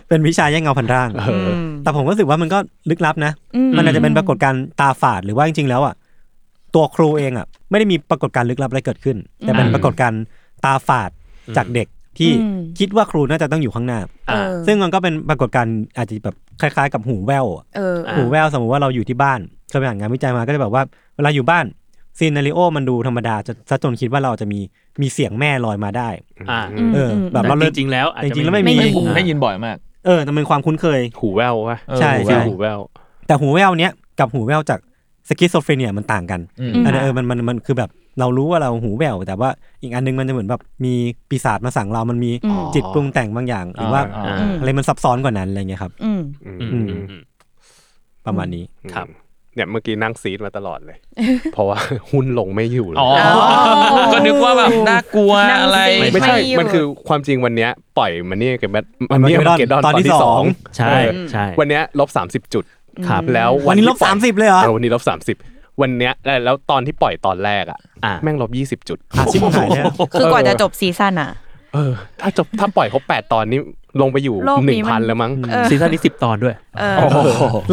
[SPEAKER 1] เป็นวิชาแย่งเงาพันร่าง
[SPEAKER 5] เออ
[SPEAKER 4] ม
[SPEAKER 1] แต่ผมก็รู้สึกว่ามันก็ลึกลับนะ
[SPEAKER 4] ม
[SPEAKER 1] มันอาจจะเป็นปรากฏการณ์ตาฝาดหรือว่าจริงๆแล้วอ่ะตัวครูเองอ่ะไม่ได้มีปรากฏการณ์ลึกลับอะไรเกิดขึ้น แต่เป็น
[SPEAKER 3] อืม
[SPEAKER 1] ปรากฏการณ์ตาฝาดจากเด็กที่
[SPEAKER 4] อืม
[SPEAKER 1] คิดว่าครูน่าจะต้องอยู่ข้างหน้า
[SPEAKER 4] เออ
[SPEAKER 1] ซึ่งมันก็เป็นปรากฏการณ์อาจจะแบบคล้ายๆ กับหูแว่วอะ
[SPEAKER 4] เออ
[SPEAKER 2] า
[SPEAKER 1] หูแว่วสมมติว่าเราอยู่ที่บ้านเคยไปอ่านงานวิจัยมาก็จะแบบว่าเวลาอยู่บ้านซีนาริโอมันดูธรรมดาจะซะจนคิดว่าเราจะมีมีเสียงแม่ลอยมาได้
[SPEAKER 2] อ่า
[SPEAKER 1] เอออ
[SPEAKER 4] ม
[SPEAKER 1] แบบเรา
[SPEAKER 2] จ
[SPEAKER 1] เลิก
[SPEAKER 2] ริงๆแล้วอาจ
[SPEAKER 1] จ
[SPEAKER 2] จะ
[SPEAKER 1] ริงๆแล้วไม่มี
[SPEAKER 3] ไม่ผม
[SPEAKER 2] อ่า
[SPEAKER 3] ได้ยินบ่อยมาก
[SPEAKER 1] เออแต่มันเป็นความคุ้นเคย
[SPEAKER 5] หูแว่ววะ
[SPEAKER 3] เออ
[SPEAKER 1] ใช่
[SPEAKER 3] หู
[SPEAKER 1] ใช่
[SPEAKER 3] แว่ว
[SPEAKER 5] หูแว่ว
[SPEAKER 1] แต่หูแว่วเนี้ยกับหูแว่วจากสกิสโซเฟเนียมันต่างกัน
[SPEAKER 3] อืม
[SPEAKER 1] อันนั้นเออมันมันมันคือแบบเรารู้ว่าเราหูแว่วแต่ว่าอีกอันนึงมันจะเหมือนแบบมีปีศาจมาสั่งเรามันมี
[SPEAKER 4] อืม
[SPEAKER 1] จิตปรุงแต่งบางอย่าง หรือว่า
[SPEAKER 3] อ่
[SPEAKER 4] อืม
[SPEAKER 1] อะไรมันซับซ้อนกว่านั้นอะไรเงี้ยครับ
[SPEAKER 4] อืม
[SPEAKER 2] อืมอืมอืม
[SPEAKER 1] ประมาณนี้
[SPEAKER 2] ครับ
[SPEAKER 5] เนี่ยเมื่อกี้นั่งซีดมาตลอดเลย เพราะว่า หุ้นลงไม่อยู่เลย
[SPEAKER 3] อ๋อก็นึกว่าแบบน่ากลัว
[SPEAKER 4] นั่ง
[SPEAKER 3] อะไร
[SPEAKER 4] สิ
[SPEAKER 5] ไม่ใช่
[SPEAKER 4] ไม่อยู่
[SPEAKER 5] มันคือความจริงวันเนี้ยปล่อยมันนี่เก็บมันนี่เก็บดอน
[SPEAKER 1] ต
[SPEAKER 5] ต
[SPEAKER 1] อ
[SPEAKER 5] อน น
[SPEAKER 1] ที่
[SPEAKER 5] ที่
[SPEAKER 1] ส
[SPEAKER 5] ส
[SPEAKER 1] อ
[SPEAKER 5] อง ง
[SPEAKER 2] ใช่ใช่
[SPEAKER 5] วันเนี้ยลบสามสิบจุด
[SPEAKER 2] ครับ
[SPEAKER 5] แล้ว
[SPEAKER 1] วันนี้ลบ
[SPEAKER 5] ที่ป
[SPEAKER 1] สาม
[SPEAKER 5] ย
[SPEAKER 1] สิบเลยเหรอ
[SPEAKER 5] เออวันนี้ลบสามสิบวันเนี้ยแล้วตอนที่ปล่อยตอนแรกอ่ะ
[SPEAKER 2] อ่า
[SPEAKER 5] แม่งลบยี่สิบจุด
[SPEAKER 1] อาชิบหายแล้ว
[SPEAKER 4] คือกว่าจะจบซีซั่นอ่ะ
[SPEAKER 5] เออถ้าจบถ้าปล่อยเขาแปดตอนนี้ลงไปอยู่
[SPEAKER 4] โลก
[SPEAKER 5] ห
[SPEAKER 4] นี้
[SPEAKER 5] นึ่งพัน
[SPEAKER 4] มัน
[SPEAKER 5] แล้วมั้ง
[SPEAKER 4] เออ
[SPEAKER 2] ซีซั่นนี้สิบตอนด้วย
[SPEAKER 4] เออ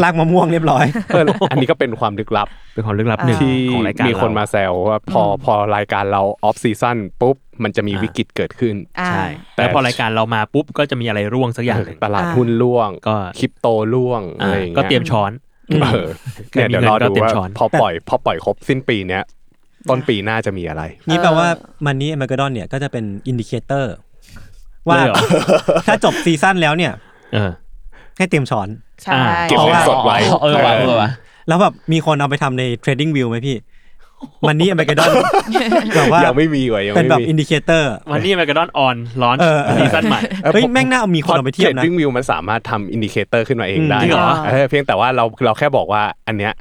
[SPEAKER 1] ลากมะม่วงเรียบร้อย
[SPEAKER 5] เอออันนี้ก็เป็นความลึกลับ
[SPEAKER 2] เป็นความลึกลับหนึ่ง
[SPEAKER 4] อ่า
[SPEAKER 5] ที่
[SPEAKER 2] ของรายการ
[SPEAKER 5] มีคน
[SPEAKER 2] เร
[SPEAKER 5] มาแซวว่าพออพอรายการเราออฟซีซั่นปุ๊บ มันจะมี
[SPEAKER 2] อ่า
[SPEAKER 5] วิกฤตเกิดขึ้น
[SPEAKER 4] อ่า
[SPEAKER 2] ใช่แต่พอรายการเรามาปุ๊บก็จะมีอะไรร่วงสักอย่างหนึ่ง
[SPEAKER 5] ตลาด
[SPEAKER 4] อ่า
[SPEAKER 5] หุ้นล่วง
[SPEAKER 2] ก็
[SPEAKER 5] คริปโตล่วงอะ
[SPEAKER 2] อ่า
[SPEAKER 5] ไรอย่าง
[SPEAKER 2] ก็
[SPEAKER 5] เงี้ย
[SPEAKER 2] เตรียมช้อน
[SPEAKER 5] เออเนี่ยเดี๋ยวรอ
[SPEAKER 2] เงิน
[SPEAKER 5] ดู
[SPEAKER 2] ก็เตรีย
[SPEAKER 5] ว่าม
[SPEAKER 2] ช้อน
[SPEAKER 5] พอปล่อยพอปล่อยครบสิ้นปีเนี้ยต้นปีหน้าจะมีอะไร
[SPEAKER 1] นี่แปลว่ามันนี้ม a ก e ดอนเนี่ยก็จะเป็นอินดิเคเตอร์ ว่า
[SPEAKER 2] เลยเหรอ
[SPEAKER 1] ถ้าจบซีซั่นแล้วเนี่ย
[SPEAKER 2] เออ
[SPEAKER 1] ให้เตรียมช้อน
[SPEAKER 4] ใช่
[SPEAKER 2] อ่า
[SPEAKER 5] เก็บเงินสดไว้
[SPEAKER 3] เออว่ะเออว่ะ
[SPEAKER 1] แล้วแบบมีคนเอาไปทำใน Trading View ไหมพี่ มันนี้ม a ก e ดอนแบบว่า
[SPEAKER 5] ยังไม่มีเว้ยยัง
[SPEAKER 1] เป็น
[SPEAKER 5] ไม่
[SPEAKER 1] แบบ
[SPEAKER 5] มี
[SPEAKER 1] อินดิเคเตอร์
[SPEAKER 2] วันนี้แมกกาดอนออนร้อน
[SPEAKER 1] เออเออ
[SPEAKER 2] ซีซั่นใหม่
[SPEAKER 1] เฮ้ย แม่งน่าเอามีคนเอาไปเทียบนะ
[SPEAKER 5] ดิ้งวิวมันสามารถทำอินดิเคเตอร์ขึ้นมาเองได้
[SPEAKER 2] จริงเหรอ
[SPEAKER 5] เออเพียงแต่ว่าเราเราแค่บอกว่าอันเนี้ย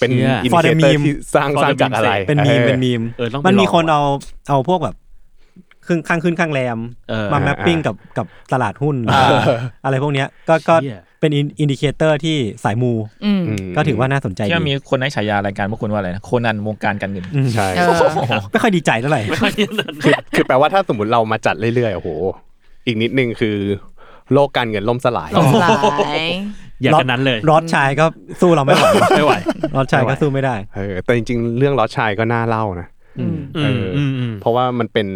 [SPEAKER 5] เป็น
[SPEAKER 2] เชี่ย
[SPEAKER 5] อิน
[SPEAKER 1] For
[SPEAKER 5] ดิเค
[SPEAKER 1] the
[SPEAKER 5] เตอร์
[SPEAKER 1] meme
[SPEAKER 5] ที่สร้าง
[SPEAKER 2] For the
[SPEAKER 5] สร้างจากอะไร
[SPEAKER 2] meme
[SPEAKER 1] เป็นมีมเป็นมีม
[SPEAKER 2] เออต้องไป
[SPEAKER 1] มันมีคน
[SPEAKER 2] ลอง
[SPEAKER 1] เอาเอาพวกแบบครึ่งข้างขึ้นข้างแรม
[SPEAKER 2] เออ
[SPEAKER 1] มาแมปปิ้งกับกับตลาดหุ้นอะไรพวกเนี้ยก็ก็
[SPEAKER 2] เชี่ย
[SPEAKER 1] เป็นอินดิเคเตอร์ที่สายมู
[SPEAKER 4] อืม
[SPEAKER 1] ก็ถือว่าน่าสนใจ
[SPEAKER 3] ที่มัน
[SPEAKER 1] ดี
[SPEAKER 3] มีคนให้ฉายารายการพวกคุณว่าอะไรนะโคนันวงการการเงิน
[SPEAKER 1] อืม
[SPEAKER 5] ใช่
[SPEAKER 4] เออ
[SPEAKER 1] ไม่ค่อยดีใจเท่าไหร่
[SPEAKER 2] ไม่ค่อยได้นั่น
[SPEAKER 5] คือคือแปลว่าถ้าสมมติเรามาจัดเรื่อยๆโอ้โห อีกนิดนึงคือ โลกการเงินล่มสลาย
[SPEAKER 4] สงสาย
[SPEAKER 2] อย่างกันนั้นเลย
[SPEAKER 1] รอดชายก็สู้เราไม่ไหว
[SPEAKER 2] ไม่ไหว
[SPEAKER 1] รอดชายก็สู้ไม่ได้
[SPEAKER 5] เออแต่จริงๆ เรื่องล้อชายก็น่าเล่านะ
[SPEAKER 4] อืม
[SPEAKER 2] อืมอืมอืม
[SPEAKER 5] เพราะว่ามันเป็น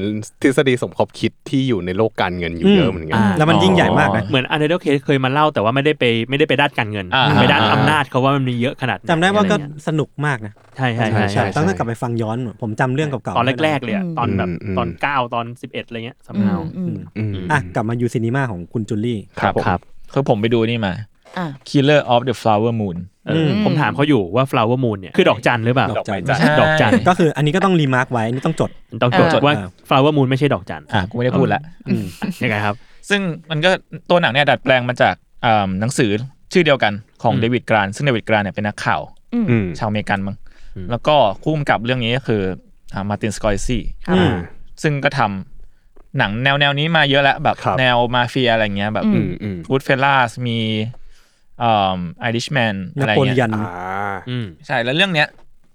[SPEAKER 5] ทฤษฎีสมคบคิดที่อยู่ในโลกการเงินอยู่เยอะเหมือนกั
[SPEAKER 1] อื
[SPEAKER 5] น
[SPEAKER 1] มแล้วมันยิ่งใหญ่มากนะ
[SPEAKER 2] เหมือนอันเดอร์เคสเคยมาเล่าแต่ว่าไม่ได้ไปไม่ได้ไปด้านการเงิน
[SPEAKER 3] อ่า
[SPEAKER 2] ไปด้านอำนาจเขาว่ามันมีเยอะขนาดหน
[SPEAKER 1] จำได้ว่าก็
[SPEAKER 2] อะไรเงี้ย
[SPEAKER 1] สนุกมากนะ
[SPEAKER 2] ใช่ใช่
[SPEAKER 5] ใช่
[SPEAKER 2] ใช่
[SPEAKER 5] ใช่
[SPEAKER 2] ใช่
[SPEAKER 1] ต้องกลับไปฟังย้อน ผมจำเรื่องเก่าๆ
[SPEAKER 2] ตอนแรก ๆ เลยอะ
[SPEAKER 4] อืม
[SPEAKER 2] ตอนแบบ
[SPEAKER 5] อืม
[SPEAKER 2] ตอนเก้าตอนสิบเอ็ดอะไรเงี้ยสำ
[SPEAKER 4] อื
[SPEAKER 2] เนา
[SPEAKER 4] มอืม
[SPEAKER 5] อืม
[SPEAKER 1] อ่ะกลับมายูซินีมาของคุณจุลลี่
[SPEAKER 5] ครับผม
[SPEAKER 3] คือผมไปดูนี่มา
[SPEAKER 4] อ่ะ
[SPEAKER 3] Killer of the Flower Moon
[SPEAKER 2] เอออ
[SPEAKER 4] ม
[SPEAKER 2] ผมถามเขาอยู่ว่า flower moon เนี่ยคือดอกจันหรือเปล่า
[SPEAKER 1] ดอกจัน
[SPEAKER 2] ไม่ใช่ดอกจัน
[SPEAKER 1] ก็คืออันนี้ก็ต้องรีมาร์กไว้อันนี่ต้องจด
[SPEAKER 2] ต้องจด
[SPEAKER 3] เออ
[SPEAKER 2] ว่า
[SPEAKER 1] เออ
[SPEAKER 2] flower moon ไม่ใช่ดอกจัน
[SPEAKER 3] อ่ะกูไม่ได้พูดละ
[SPEAKER 1] อืม
[SPEAKER 2] ยังไงครับ
[SPEAKER 3] ซึ่งมันก็ตัวหนังเนี่ยดัดแปลงมาจากอ่าหนังสือชื่อเดียวกันของ
[SPEAKER 2] อืม
[SPEAKER 3] เดวิดกรานซึ่งเดวิดกรานเนี่ยเป็นนักข่าว
[SPEAKER 5] อืม
[SPEAKER 3] ชาวอเมริกันมั้งแล้วก็คู่กำกับเรื่องนี้ก็คือมาตินสกอยซี่
[SPEAKER 4] ครับ
[SPEAKER 1] อืม
[SPEAKER 3] ซึ่งก็ทำหนังแนวแนวนี้มาเยอะแล้วแบบ
[SPEAKER 5] ครับ
[SPEAKER 3] แนวมาเฟียอะไรเงี้ยแบบ
[SPEAKER 4] อื
[SPEAKER 5] อืมอืม
[SPEAKER 3] วูดเฟลล่าสมีอ่าไอริชแมน
[SPEAKER 1] น
[SPEAKER 3] อะไร
[SPEAKER 1] โปเลีย
[SPEAKER 3] เงี้ย
[SPEAKER 1] น
[SPEAKER 5] อ่า
[SPEAKER 2] อืม
[SPEAKER 3] ใช่แล้วเรื่องเนี้ย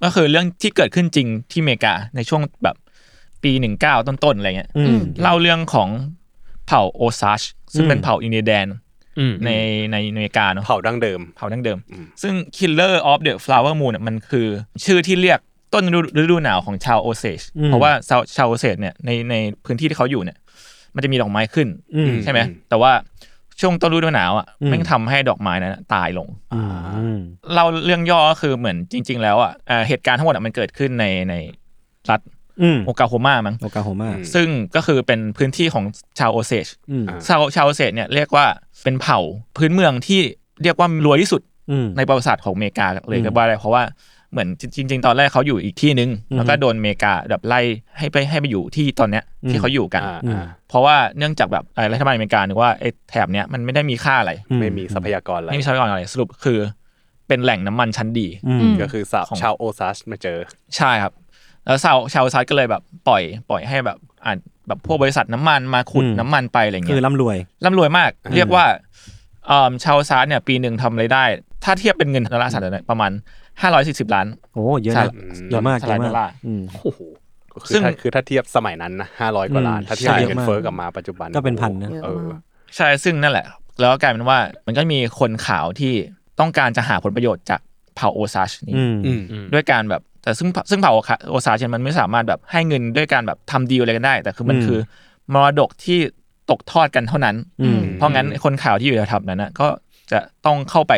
[SPEAKER 3] ก็คือเรื่องที่เกิดขึ้นจริงที่อเมริกาในช่วงแบบปีหนึ่งเก้าต้นๆอะไรเงี้ย
[SPEAKER 1] อืม
[SPEAKER 3] เล่าเรื่องของเผ่าโอซาชซึ่ง
[SPEAKER 1] อืม
[SPEAKER 3] เป็นเผ่าอินเดียแดน
[SPEAKER 2] อืม
[SPEAKER 3] ในในอเมริกาเนาะ
[SPEAKER 5] เผ่าดั้งเดิม
[SPEAKER 3] เผ่าดั้งเดิม ซึ่ง Killer of the Flower Moon อะมันคือชื่อที่เรียกต้นฤดูฤดูหนาวของชาวโอเซช
[SPEAKER 1] อืม
[SPEAKER 3] เพราะว่าชาวชาวโอเซชเนี่ยในในพื้นที่ที่เขาอยู่เนี่ย มันจะมีดอกไม้ขึ้น
[SPEAKER 1] อืม
[SPEAKER 3] ใช่ไหม
[SPEAKER 5] อืม
[SPEAKER 3] แต่ว่าช่วงต้นฤดูหนาวอ่ะ
[SPEAKER 1] อืม
[SPEAKER 3] มันทำให้ดอกไม้นั้นอะตายลง
[SPEAKER 1] อืม
[SPEAKER 3] เล่าเรื่องย่อก็คือเหมือนจริง ๆ แล้วอ่ะเอ่อเหตุการณ์ทั้งหมดอะมันเกิดขึ้นในในรัฐ
[SPEAKER 1] อืม
[SPEAKER 3] โอกลาโฮมามั้ง
[SPEAKER 1] โอกาโฮมา
[SPEAKER 5] อืม
[SPEAKER 3] ซึ่งก็คือเป็นพื้นที่ของชาวโอเซช
[SPEAKER 1] อืม
[SPEAKER 3] ชาวชาวเศษเนี่ยเรียกว่าเป็นเผ่าพื้นเมืองที่เรียกว่ารวยที่สุด
[SPEAKER 1] อืม
[SPEAKER 3] ในประวัติศาสตร์ของอเมริกาเลย
[SPEAKER 1] อืม
[SPEAKER 3] ก็ว่าได้เพราะว่าเหมือนจริง ๆ ตอนแรกเขาอยู่อีกที่นึง
[SPEAKER 1] อืม
[SPEAKER 3] แล้วก็โดนอเมริกาแบบไล่ให้ไปให้ไปอยู่ที่ตอนเนี้ย
[SPEAKER 1] อืม
[SPEAKER 3] ที่เขาอยู่กัน
[SPEAKER 5] อ่า
[SPEAKER 1] อืม
[SPEAKER 5] อ่า
[SPEAKER 3] เพราะว่าเนื่องจากแบบเอ่อรัฐบาลอเมริกานึกว่าไอ้แถบเนี้ยมันไม่ได้มีค่าอะไร
[SPEAKER 5] ไม่มีทรัพยากรอะไร
[SPEAKER 3] ไม่มีทรัพยากรอะไรสรุปคือ เป็นแหล่งน้ำมันชั้นดี
[SPEAKER 1] อืม
[SPEAKER 4] อืม
[SPEAKER 5] ก็คือสาว
[SPEAKER 3] ของ
[SPEAKER 5] ชาวโอซัสมาเจอ
[SPEAKER 3] ใช่ครับ แล้วชาวชาวซัดก็เลยแบบปล่อยปล่อยให้แบบอ่านแบบพวกบริษัทน้ำมันมาขุดน้ำมันไปอะไรเงี้ย
[SPEAKER 1] คือร่ำรวย
[SPEAKER 3] ร่ำรวยมาก เรียกว่าเอิ่มชาวซาร์เนี่ยปีหนึ่งทำไรายได้ ถ้าเทียบเป็นเงินดอลลาร์สหรัฐเนี่ยประมาณ 540 ล้าน
[SPEAKER 1] โอ้เยอะ
[SPEAKER 3] ใช่
[SPEAKER 1] นะเยอะมาก
[SPEAKER 3] ส
[SPEAKER 1] เย
[SPEAKER 3] ไลด์
[SPEAKER 1] อะ
[SPEAKER 3] ดอล
[SPEAKER 1] า
[SPEAKER 3] ลาม
[SPEAKER 1] ก
[SPEAKER 3] ร์
[SPEAKER 1] อืม
[SPEAKER 5] โอ้โหก็คื
[SPEAKER 3] ซึ่
[SPEAKER 5] อง ถ้าคือถ้าเทียบสมัยนั้นนะห้าร้อยกว่าล้าน
[SPEAKER 1] อืม
[SPEAKER 5] ถ้าเทียบกับ
[SPEAKER 1] ใช่
[SPEAKER 5] เงินเฟ้อกลับมาปัจจุบัน
[SPEAKER 1] ก็เป็นพันนะ
[SPEAKER 5] โอ้โหเออ
[SPEAKER 3] ใช่ซึ่งนั่นแหละ แล้วก็กลายเป็นว่ามันก็มีคนขาวที่ต้องการจะหาผลประโยชน์จากเผ่าโอซาชนี้
[SPEAKER 1] อืม
[SPEAKER 5] อืม
[SPEAKER 3] ด้วยการแบบแต่ซึ่งซึ่งเผ่าโอซาชเนี่ยมันไม่สามารถแบบให้เงินด้วยการแบบทำดีลอะไรกันได้ แต่คือมัน
[SPEAKER 1] อืม
[SPEAKER 3] คือมรดกที่ตกทอดกันเท่านั้น
[SPEAKER 1] อืม
[SPEAKER 3] เพราะงั้นคนข่าวที่อยู่ในทับนั้นนะก็จะต้องเข้าไป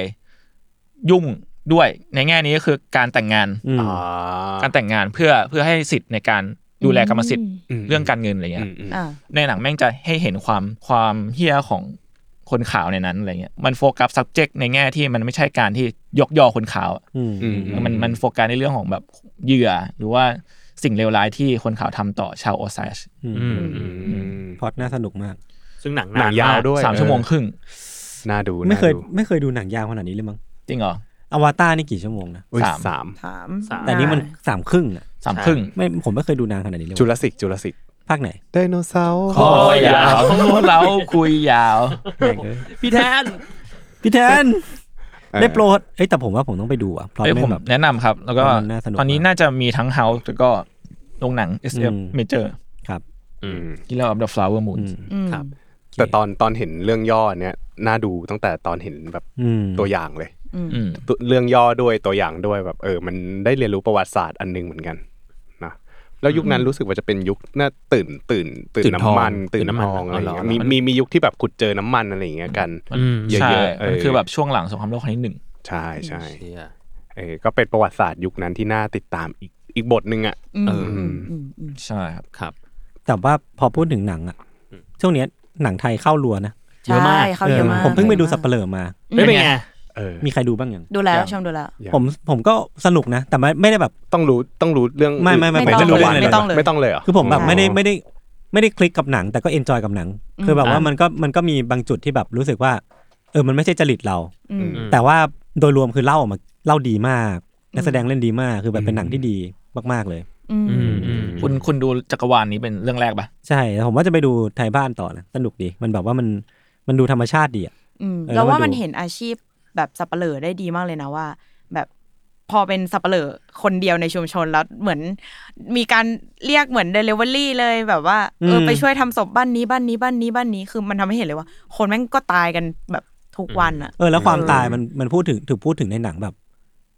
[SPEAKER 3] ยุ่งด้วยในแง่นี้ก็คือการแต่งงาน
[SPEAKER 1] อืม
[SPEAKER 5] อ่า
[SPEAKER 3] การแต่งงานเพื่อเพื่อให้สิทธิ์ในการดูแลกรรมสิทธิ์
[SPEAKER 5] ม
[SPEAKER 3] เรื่องการเงินอะไรเงี้ย
[SPEAKER 5] มม
[SPEAKER 4] อ่า
[SPEAKER 3] ในหนังแม่งจะให้เห็นความความเฮี้ยของคนขาวในนั้นอะไรเงี้ยมันโฟกัส subject ในแง่ที่มันไม่ใช่การที่ยกยอคนขาวอะ
[SPEAKER 1] อืม
[SPEAKER 5] อื
[SPEAKER 3] มันมันโฟกัสในเรื่องของแบบเหยื่อ หรือว่าสิ่งเลวร้ายที่คนขาวทำต่อชาวโอซาช
[SPEAKER 2] อืม
[SPEAKER 5] อืม
[SPEAKER 1] พล็อดน่าสนุกมาก
[SPEAKER 2] ซึ่งหนัง
[SPEAKER 5] หนั
[SPEAKER 2] นาง น
[SPEAKER 5] ยาว
[SPEAKER 2] มก
[SPEAKER 5] ด้วย
[SPEAKER 3] สามชั่วโมงครึ่ง
[SPEAKER 5] น่าดู
[SPEAKER 1] ไม่เคย
[SPEAKER 5] น่าดู
[SPEAKER 1] ไม่เคยดูหนังยาวขนาดนี้เลยมั้ง
[SPEAKER 3] จริงเหรอ
[SPEAKER 1] อวตารนี่กี่ชั่วโมงนะ
[SPEAKER 5] อุ๊ย
[SPEAKER 3] สาม
[SPEAKER 5] สาม
[SPEAKER 4] ถาม
[SPEAKER 1] แต่นี่มันสามครึ่งอ่ะ
[SPEAKER 3] สามครึ่ง
[SPEAKER 1] ไม่ผมไม่เคยดูนานขนาดนี้เลย
[SPEAKER 5] จุลสิกจุลสิก
[SPEAKER 1] ภาคไหน
[SPEAKER 5] ไดโนเสาร์
[SPEAKER 3] คอยาวเราคุยยาว
[SPEAKER 2] พี่แทน
[SPEAKER 1] พี่แทน
[SPEAKER 5] เออ
[SPEAKER 1] ได้โปรดเอ้ยแต่ผมว่าผมต้องไปดูอ่ะพล็อต
[SPEAKER 3] เอ้ยผ
[SPEAKER 1] แม่
[SPEAKER 3] ม
[SPEAKER 1] งแบบ
[SPEAKER 3] แนะนำครับ แล้วก็
[SPEAKER 1] มันน่าสนุก
[SPEAKER 3] ตอนนี้
[SPEAKER 1] มาก
[SPEAKER 3] น่าจะมีทั้งเฮาส์แล้วก็โรงหนัง SF
[SPEAKER 1] อืม
[SPEAKER 3] Major
[SPEAKER 1] ครับ
[SPEAKER 5] อืม
[SPEAKER 3] Killer of the Flower Moon
[SPEAKER 1] อืม
[SPEAKER 4] อืม
[SPEAKER 2] ครับ
[SPEAKER 5] แต่ตอนตอนเห็นเรื่องย่อเนี่ยน่าดูตั้งแต่ตอนเห็นแบบ
[SPEAKER 1] อืม
[SPEAKER 5] ตัวอย่างเลย
[SPEAKER 3] อืม
[SPEAKER 5] ตัวเรื่องย่อด้วยตัวอย่างด้วยแบบเออ มันได้เรียนรู้ประวัติศาสตร์อันหนึงเหมือนกันนะแล้วยุคนั้นรู้สึกว่าจะเป็นยุคน่าตื่นตื่น ตื่น
[SPEAKER 2] ตื่นทอง
[SPEAKER 5] น้ำมัน ตื่น
[SPEAKER 2] ตื่นน้ำมัน
[SPEAKER 5] ทองอะไรอย่าง
[SPEAKER 2] อ๋
[SPEAKER 5] เงี้ย
[SPEAKER 2] อเหรอ
[SPEAKER 5] มีมีมียุคที่แบบขุดเจอน้ำมันอะไรอย่างเงี้ยกัน
[SPEAKER 2] อืม
[SPEAKER 5] เยอะๆ
[SPEAKER 3] ใช่
[SPEAKER 5] เออ
[SPEAKER 3] มันคือแบบช่วงหลังสงครามโลกครั้งที่หนึ่ง
[SPEAKER 5] ใช่ใช่เออก็เป็นประวัติศาสตร์ยุคนั้นที่น่าติดตามอีกอีกบทหนึ่งอ่ะ
[SPEAKER 4] อืม
[SPEAKER 5] เอออื
[SPEAKER 4] อืมอืมอืม
[SPEAKER 3] ใช่ครับ
[SPEAKER 1] แต่ว่าพอพูดถึงหนังอ่ะช่วงเนี้ยหนังไทยเข้ารัวนะ
[SPEAKER 2] เยอะมาก
[SPEAKER 4] ใช่เขาเยอะมาก
[SPEAKER 1] ผมเพิ่งไปดูสับเปลือมา
[SPEAKER 2] ไม่เป็นไง
[SPEAKER 5] เออ
[SPEAKER 1] มีใครดูบ้างยัง
[SPEAKER 4] ดูแล้ว
[SPEAKER 3] ยัง
[SPEAKER 4] ชมดูแล้ว
[SPEAKER 5] อย่าง
[SPEAKER 1] ผมผมก็สนุกนะ แต่ไม่ไม่ได้แบบ
[SPEAKER 5] ต้องรู้ต้องรู้เรื่อง
[SPEAKER 1] ไม่ไม่ไม่
[SPEAKER 5] หาย
[SPEAKER 4] ไม่
[SPEAKER 5] ถึ
[SPEAKER 4] ต้อง
[SPEAKER 5] ประวั
[SPEAKER 4] เลยไม่ต้องเลย
[SPEAKER 5] ไม่ต้องเลยเหรอ
[SPEAKER 1] คือผมแบบ
[SPEAKER 5] อ๋อ
[SPEAKER 1] ไม่ได้ไม่ได้ไม่ได้คลิกกับหนัง แต่ก็เอนจอยกับหนัง
[SPEAKER 4] อืม
[SPEAKER 1] คือแบบว่า
[SPEAKER 2] อ่ะ
[SPEAKER 1] มันก็มันก็มีบางจุดที่แบบรู้สึกว่า เออมันไม่ใช่จริตเรา
[SPEAKER 4] อืม
[SPEAKER 2] อืม
[SPEAKER 1] แต่ว่าโดยรวมคือเล่าออกมาเล่าดีมากนักแสดงเล่นดีมากคือแบ
[SPEAKER 5] อื
[SPEAKER 1] บ
[SPEAKER 5] ม
[SPEAKER 1] เป็นหนังที่ดีมากๆเลย
[SPEAKER 4] อืม
[SPEAKER 2] อืมอืม
[SPEAKER 3] คุณคุณดูจักรวาลนี้เป็นเรื่องแรกปะ
[SPEAKER 1] ใช่แล้วผมว่าจะไปดูไทยบ้านต่อนะสนุกดีมันแบบว่ามันมันดูธรรมชาติดีอ่ะ
[SPEAKER 4] อืม
[SPEAKER 1] เออ
[SPEAKER 4] แล้วว่ามัน
[SPEAKER 1] แล้วมาดู
[SPEAKER 4] เห็นอาชีพแบบสับเปลือได้ดีมากเลยนะว่า แบบพอเป็นสับเปลือคนเดียวในชุมชนแล้วเหมือน มีการเรียกเหมือนเดลิเวอรี่เลยแบบว่าเออ
[SPEAKER 1] ม
[SPEAKER 4] ไปช่วยทำศพบ้านนี้บ้านนี้บ้านนี้บ้านนี้คือมันทำให้เห็นเลยว่า คนแม่งก็ตายกันแบบทุกวันอ่ะ
[SPEAKER 1] เออแล้วความ
[SPEAKER 4] เออ
[SPEAKER 1] ตายมันมันพูดถึงถูกพูดถึงในหนังแบบ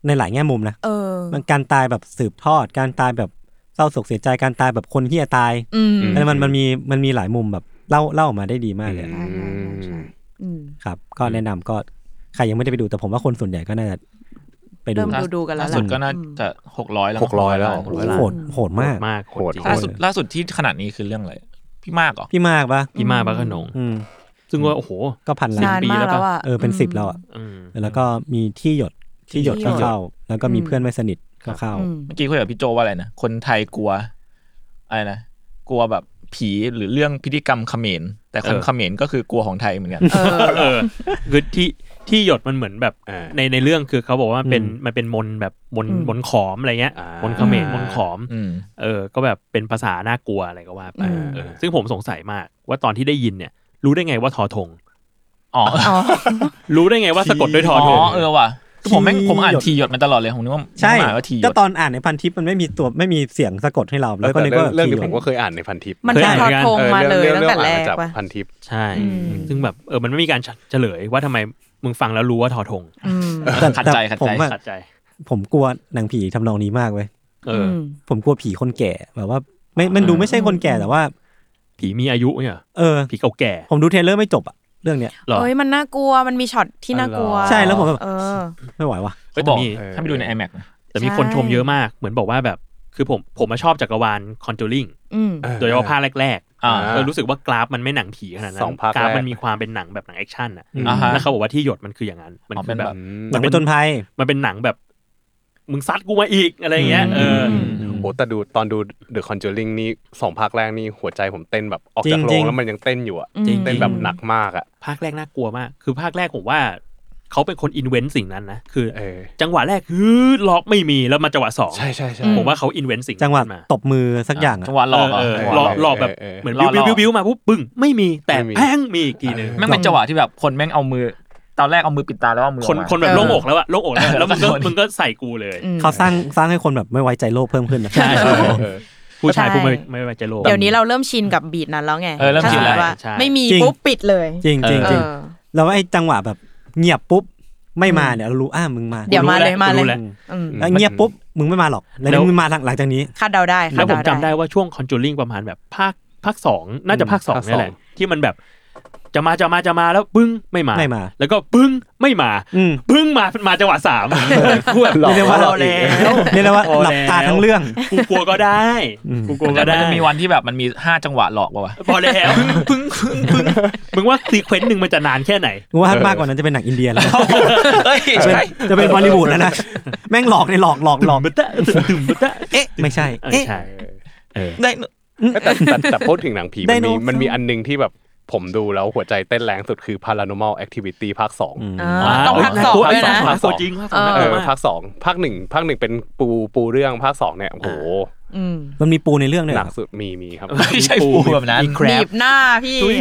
[SPEAKER 1] ในหลายแง่มุมนะ
[SPEAKER 4] เออ
[SPEAKER 1] มันการตายแบบสืบทอด การตายแบบ เศร้าโศกเสียใจการตายแบบคนเฮียตาย
[SPEAKER 4] อืม
[SPEAKER 1] แต่มันมันมีมันมีหลายมุมแบบเล่าเล่าออกมาได้ดีมากเลย
[SPEAKER 5] อืม
[SPEAKER 4] อืม
[SPEAKER 1] ครับ ก็แนะนำก็ใครยังไม่ได้ไปดูแต่ผมว่าคนส่วนใหญ่ก็น่าจะไปดู
[SPEAKER 4] เริ่มดูดูๆกันแล้ว
[SPEAKER 3] ล่าสุด
[SPEAKER 4] แหละ
[SPEAKER 3] ก็น่า
[SPEAKER 4] อืม
[SPEAKER 3] จะหกร้อยแล้ว
[SPEAKER 5] หกร้อยแล้ว
[SPEAKER 3] หกร้อยล้าน
[SPEAKER 1] โหดโหดมาก
[SPEAKER 2] มาก
[SPEAKER 5] โหด
[SPEAKER 3] ล่าสุดล่าสุดที่ขนาดนี้คือเรื่องอะไรพี่มากเหรอ
[SPEAKER 1] พี่มากปะ
[SPEAKER 2] พี่มาบ้าขนง
[SPEAKER 1] อืม
[SPEAKER 2] ซึ่งว่าโอ้โห
[SPEAKER 1] ก็พันล้าน
[SPEAKER 4] าน
[SPEAKER 2] ปี
[SPEAKER 4] มาก
[SPEAKER 2] แล้ว
[SPEAKER 4] แล้ว
[SPEAKER 2] ปะ
[SPEAKER 4] อ่ะ
[SPEAKER 1] เออเป็นสิบแล้วอ่ะ
[SPEAKER 2] อืม
[SPEAKER 1] แล้วก็มีที่หยดที่หยดก็
[SPEAKER 4] ที่หยด
[SPEAKER 1] เข้า แล้วก็มี
[SPEAKER 4] อืม
[SPEAKER 1] เพื่อนไม่สนิทก็เข้า
[SPEAKER 4] อืม
[SPEAKER 3] เมื่อกี้คุยกับพี่โจว่าอะไรนะ คนไทยกลัวอะไรนะ กลัวแบบผีหรือเรื่องพิธีกรรมเขมร แต่คน
[SPEAKER 2] เออ
[SPEAKER 3] เขมรก็คือกลัวของไทยเหมื อนกัน
[SPEAKER 4] เออ
[SPEAKER 2] เออคือที่ที่หยดมันเหมือนแบบ
[SPEAKER 5] อ่า
[SPEAKER 2] ในในเรื่องคือเขาบอกว่ามันเป็น
[SPEAKER 1] อืม
[SPEAKER 2] มันเป็นมนต์แบบมนต์
[SPEAKER 4] อืม
[SPEAKER 2] มนต์ขอมอะไรเงี้ย
[SPEAKER 5] อ่าม ม
[SPEAKER 2] นต์เขมรมนต์ขอม
[SPEAKER 3] อืม
[SPEAKER 2] เออ ก็แบบเป็นภาษาน่ากลัวอะไรก็ว่าไป
[SPEAKER 4] อืม
[SPEAKER 2] เออซึ่งผมสงสัยมากว่าตอนที่ได้ยินเนี่ย รู้ได้ไงว่าทอทง
[SPEAKER 3] อ๋อ
[SPEAKER 4] อ๋อ
[SPEAKER 2] รู้ได้ไงว่าสะกดด้วยทอทง
[SPEAKER 3] เออว่ะคือผมแม่ง
[SPEAKER 1] ทีหยด
[SPEAKER 3] ผมอ่านทีหยดมาตลอดเลยผมนึกว่า
[SPEAKER 1] ใช่
[SPEAKER 3] ผมอ่านว่าทีหย
[SPEAKER 1] ก็
[SPEAKER 3] ด
[SPEAKER 1] ตอนอ่านในพันทิปมันไม่มีตัวไม่มีเสียงสะกดให้เราแล้วก็นึกว่า
[SPEAKER 5] เรื่องนี้
[SPEAKER 1] ที่หย
[SPEAKER 5] ผ
[SPEAKER 1] ด
[SPEAKER 5] มก็เคยอ่านในพันทิป
[SPEAKER 4] มัน
[SPEAKER 2] เคย
[SPEAKER 4] จะ
[SPEAKER 2] อ่าน
[SPEAKER 4] ทอดทง
[SPEAKER 2] เหมือนกัน
[SPEAKER 4] มาเลยตั้งแต่แรก
[SPEAKER 5] จาก
[SPEAKER 4] ว่ะ
[SPEAKER 5] พันทิป
[SPEAKER 2] ใช่
[SPEAKER 4] อืม
[SPEAKER 2] ซึ่งแบบเออมันไม่มีการเฉลยว่าทำไมมึงฟังแล้วรู้ว่าทอทง
[SPEAKER 4] อืม
[SPEAKER 1] แต่
[SPEAKER 3] ขัดใจ
[SPEAKER 1] แต่
[SPEAKER 3] ขัด
[SPEAKER 1] ผ
[SPEAKER 3] ใจ
[SPEAKER 1] มอะ
[SPEAKER 2] ขัดใจ
[SPEAKER 1] ผมกลัวหนังผีทำนองนี้มากเว้ย
[SPEAKER 2] เอออ
[SPEAKER 4] ม
[SPEAKER 1] ผมกลัวผีคนแก่แบบว่าไม่มันดูไม่ใช่คนแก่แต่ว่า
[SPEAKER 2] ผีมีอายุเนี่ย
[SPEAKER 1] เออ
[SPEAKER 2] ผีเก่าแก่
[SPEAKER 1] ผมดูเทรลเลอร์ไม่จบอะเรื่องเนี้ย
[SPEAKER 2] เหรอ
[SPEAKER 4] เอ้ยมันน่ากลัวมันมีช็อตที่น่ากลัว
[SPEAKER 1] ใช่แล้วผมแบบ
[SPEAKER 4] เออ
[SPEAKER 1] ไม่ไหวว่ะ
[SPEAKER 3] เขาบอก
[SPEAKER 2] แต่มี
[SPEAKER 3] ถ้าไปดูใน iMac นะ
[SPEAKER 2] แต่มีคน
[SPEAKER 4] ใช่
[SPEAKER 2] ชมเยอะมาก เหมือนบอกว่าแบบ คือผมผมมาชอบจักรวาลคอนจูริง
[SPEAKER 4] อืม
[SPEAKER 2] โดยเฉพาะภาคแรก
[SPEAKER 3] อ่า
[SPEAKER 2] ๆเออรู้สึกว่ากราฟมันไม่หนังผีขนาดนั้น
[SPEAKER 5] สองภาค
[SPEAKER 2] กราฟ
[SPEAKER 5] แรก
[SPEAKER 2] มันมีความเป็นหนังแบบหนังแอคชั่นอ่ะ
[SPEAKER 1] อืม
[SPEAKER 3] อ่าฮะ
[SPEAKER 2] แล้วเขาบอกว่าที่หยดมันคืออย่างนั้น มัน
[SPEAKER 3] อ๋อ
[SPEAKER 2] คื
[SPEAKER 3] เป็
[SPEAKER 2] อน แบ
[SPEAKER 3] แบบ บ
[SPEAKER 1] หนังผจญภัย
[SPEAKER 2] มันเป็นหนังแบบ มึงซัดกูมาอีกอะไรอย่างเงี้ยเอออ
[SPEAKER 4] ม
[SPEAKER 5] โหแต่ดูตอนดู The Conjuring นี่สองภาคแรกนี่หัวใจผมเต้นแบบออกจาก
[SPEAKER 1] จ
[SPEAKER 5] โร
[SPEAKER 1] ริงๆ
[SPEAKER 5] งแล้วมันยังเต้นอยู่อะ
[SPEAKER 4] อืม
[SPEAKER 2] จริง
[SPEAKER 5] เต้นแบบหนักมากอะ
[SPEAKER 2] ภาคแรกน่ากลัวมาก คือภาคแรกผมว่าเขาเป็นคนอินเวนต์สิ่งนั้นนะ คือ
[SPEAKER 5] เออ
[SPEAKER 2] จังหวะแรกฮือล็อกไม่มีแล้วมาจังหวะสอง
[SPEAKER 5] ใช่ใช่ใช่
[SPEAKER 4] อื
[SPEAKER 2] ผมว่าเขาอินเวนต์สิ่ง
[SPEAKER 1] จังหวะ
[SPEAKER 2] นั้นมา
[SPEAKER 1] ตบมือสักอย่างอะ
[SPEAKER 3] จังหวะหลอกอ่ะ
[SPEAKER 2] เออ
[SPEAKER 3] จั
[SPEAKER 2] เอง อ
[SPEAKER 3] หวะ
[SPEAKER 2] ห
[SPEAKER 3] ห
[SPEAKER 2] ล
[SPEAKER 3] ล
[SPEAKER 2] อ
[SPEAKER 3] อก ก
[SPEAKER 2] หลอกแบบ
[SPEAKER 5] เออเออ
[SPEAKER 2] เหมือน
[SPEAKER 3] หลอก
[SPEAKER 2] บิ้ว
[SPEAKER 3] หล
[SPEAKER 2] บิ้
[SPEAKER 3] อก
[SPEAKER 2] วบิ้วบิ้วมาปุ๊บปึ้งไม่มีแต่
[SPEAKER 5] ไม่มี
[SPEAKER 2] แป้งมีอีกทีหนึง
[SPEAKER 3] แม่งเป็นจังหวะที่แบบคนแม่งเอามือ ตอนแรกเอามือปิดตาแล้วเอามือ
[SPEAKER 2] คน
[SPEAKER 3] ออกมา
[SPEAKER 2] คนแบบโล่งอกแล้วอะโล่งอกแล้วอะแล้วมึงก็
[SPEAKER 3] เออ
[SPEAKER 2] มึงก็ใส่กูเลย
[SPEAKER 4] อืม
[SPEAKER 1] เขาสร้างสร้างให้คนแบบไม่ไว้ใจโลกเพิ่มขึ้นนะ
[SPEAKER 2] ใช่
[SPEAKER 5] เออเออ
[SPEAKER 2] ผู้ชาย
[SPEAKER 4] ใช่
[SPEAKER 2] ผู้ไม่ไม่ไว้ใจโลก
[SPEAKER 4] เดี๋ยวนี้เราเริ่มชินกับบีทนั้นแล้วไง
[SPEAKER 3] เออเริ่ม
[SPEAKER 4] ถ้า
[SPEAKER 3] ชินแล้ว
[SPEAKER 4] สติว่า
[SPEAKER 2] ใช่
[SPEAKER 4] ไม่มี
[SPEAKER 1] จริง
[SPEAKER 4] ปุ๊บปิดเลย
[SPEAKER 1] จริงจริง
[SPEAKER 3] เออ
[SPEAKER 1] จริง
[SPEAKER 4] เออ
[SPEAKER 1] แล้วไอ้จังหวะแบบเงียบปุ๊บไม่มาเนี่ยเรารู้อ้ามึงมา
[SPEAKER 4] เดี๋ยวมาเลย
[SPEAKER 2] กู
[SPEAKER 4] มาเล
[SPEAKER 2] รู้
[SPEAKER 4] ย
[SPEAKER 2] แว
[SPEAKER 4] อืม
[SPEAKER 1] แล้วเงียบปุ๊บมึงไม่มาหรอกแล้ว
[SPEAKER 2] แล้ว
[SPEAKER 1] มึงมาหลังหลังจากนี้
[SPEAKER 4] คาดเดาได้
[SPEAKER 2] แล้
[SPEAKER 4] คาว ด
[SPEAKER 2] ผม
[SPEAKER 4] เดา
[SPEAKER 2] จำ
[SPEAKER 4] ได้
[SPEAKER 2] ได้ว่าช่วงคอนจูริงประมาณแบบภาคภาคสองน่าจะภาคสอง
[SPEAKER 5] ภาคส
[SPEAKER 2] นี่
[SPEAKER 5] อง
[SPEAKER 2] แหละ ที่มันแบบจะมาจะมาจะมาแล้วปึ้งไม่มา
[SPEAKER 1] ไม่มา
[SPEAKER 2] แล้วก็ปึ้งไม่มา
[SPEAKER 1] อืม
[SPEAKER 2] ปึ้งมามาจังหวะสามกูแบบ
[SPEAKER 5] หลอก
[SPEAKER 1] เรียกได้ว่า
[SPEAKER 5] หลอกอีก
[SPEAKER 1] เรียกได้ว่า
[SPEAKER 2] พอ
[SPEAKER 1] หลับตา
[SPEAKER 2] แล้ว
[SPEAKER 1] ทั้งเรื่อง
[SPEAKER 2] กูกลัวก็ได้
[SPEAKER 1] อืม
[SPEAKER 2] กูกลัวก็
[SPEAKER 3] แต่มัน
[SPEAKER 2] ได้
[SPEAKER 3] จะมีวันที่แบบมันมีห้าจังหวะหลอกป่าวะ
[SPEAKER 2] พอแล้วปึ้งปึ้งปึ้งมึงว่าซีเควนต์หนึ่งมันจะนานแค่ไหน
[SPEAKER 1] ว่ามากกว่านั้นจะเป็นหนังอินเดียแล้ว
[SPEAKER 3] เฮ้ย
[SPEAKER 1] จะเป็น
[SPEAKER 3] ใช่
[SPEAKER 1] จะเป็นบอลลีวูดแล้วนะแม่งหลอกในหลอกหลอกหลอก
[SPEAKER 2] ตึมตะตึมตะ
[SPEAKER 1] เอ๊ะไม่ใช่
[SPEAKER 2] เออ
[SPEAKER 1] เอ๊ะ
[SPEAKER 2] ใช่เออ
[SPEAKER 3] ได้
[SPEAKER 5] แต่แต่แต่พูดถึงหนังผี
[SPEAKER 1] ได
[SPEAKER 5] มัน
[SPEAKER 1] โน
[SPEAKER 5] มี
[SPEAKER 1] เสาร์
[SPEAKER 5] มันมีอันหนึงที่แบบผมดูแล้วหัวใจเต้นแรงสุดคือ Paranormal Activity ภาคสอง
[SPEAKER 1] อืม
[SPEAKER 4] อ่าต้อง
[SPEAKER 2] เย
[SPEAKER 4] พักสอง
[SPEAKER 2] ตัว
[SPEAKER 4] ด้วยนะ
[SPEAKER 2] ภาคสองจริงภาคสองน่า
[SPEAKER 5] เอก
[SPEAKER 2] ลัว
[SPEAKER 5] อ
[SPEAKER 2] มาก
[SPEAKER 5] ภาคสองภาคหนึ่งภาคหนึ่งเป็นปูปูเรื่องภาคสองเนี่ยโอ้โห
[SPEAKER 4] อืม
[SPEAKER 1] มันมีปูในเรื่องเลย
[SPEAKER 5] ห
[SPEAKER 1] เหร
[SPEAKER 5] นั
[SPEAKER 1] อก
[SPEAKER 5] สุดมีมีครับ
[SPEAKER 3] ไม่ใช่ปูแบบนั้น
[SPEAKER 2] มีแคร
[SPEAKER 4] บี
[SPEAKER 2] ป
[SPEAKER 4] บหน้าพี่
[SPEAKER 2] ตุ้ย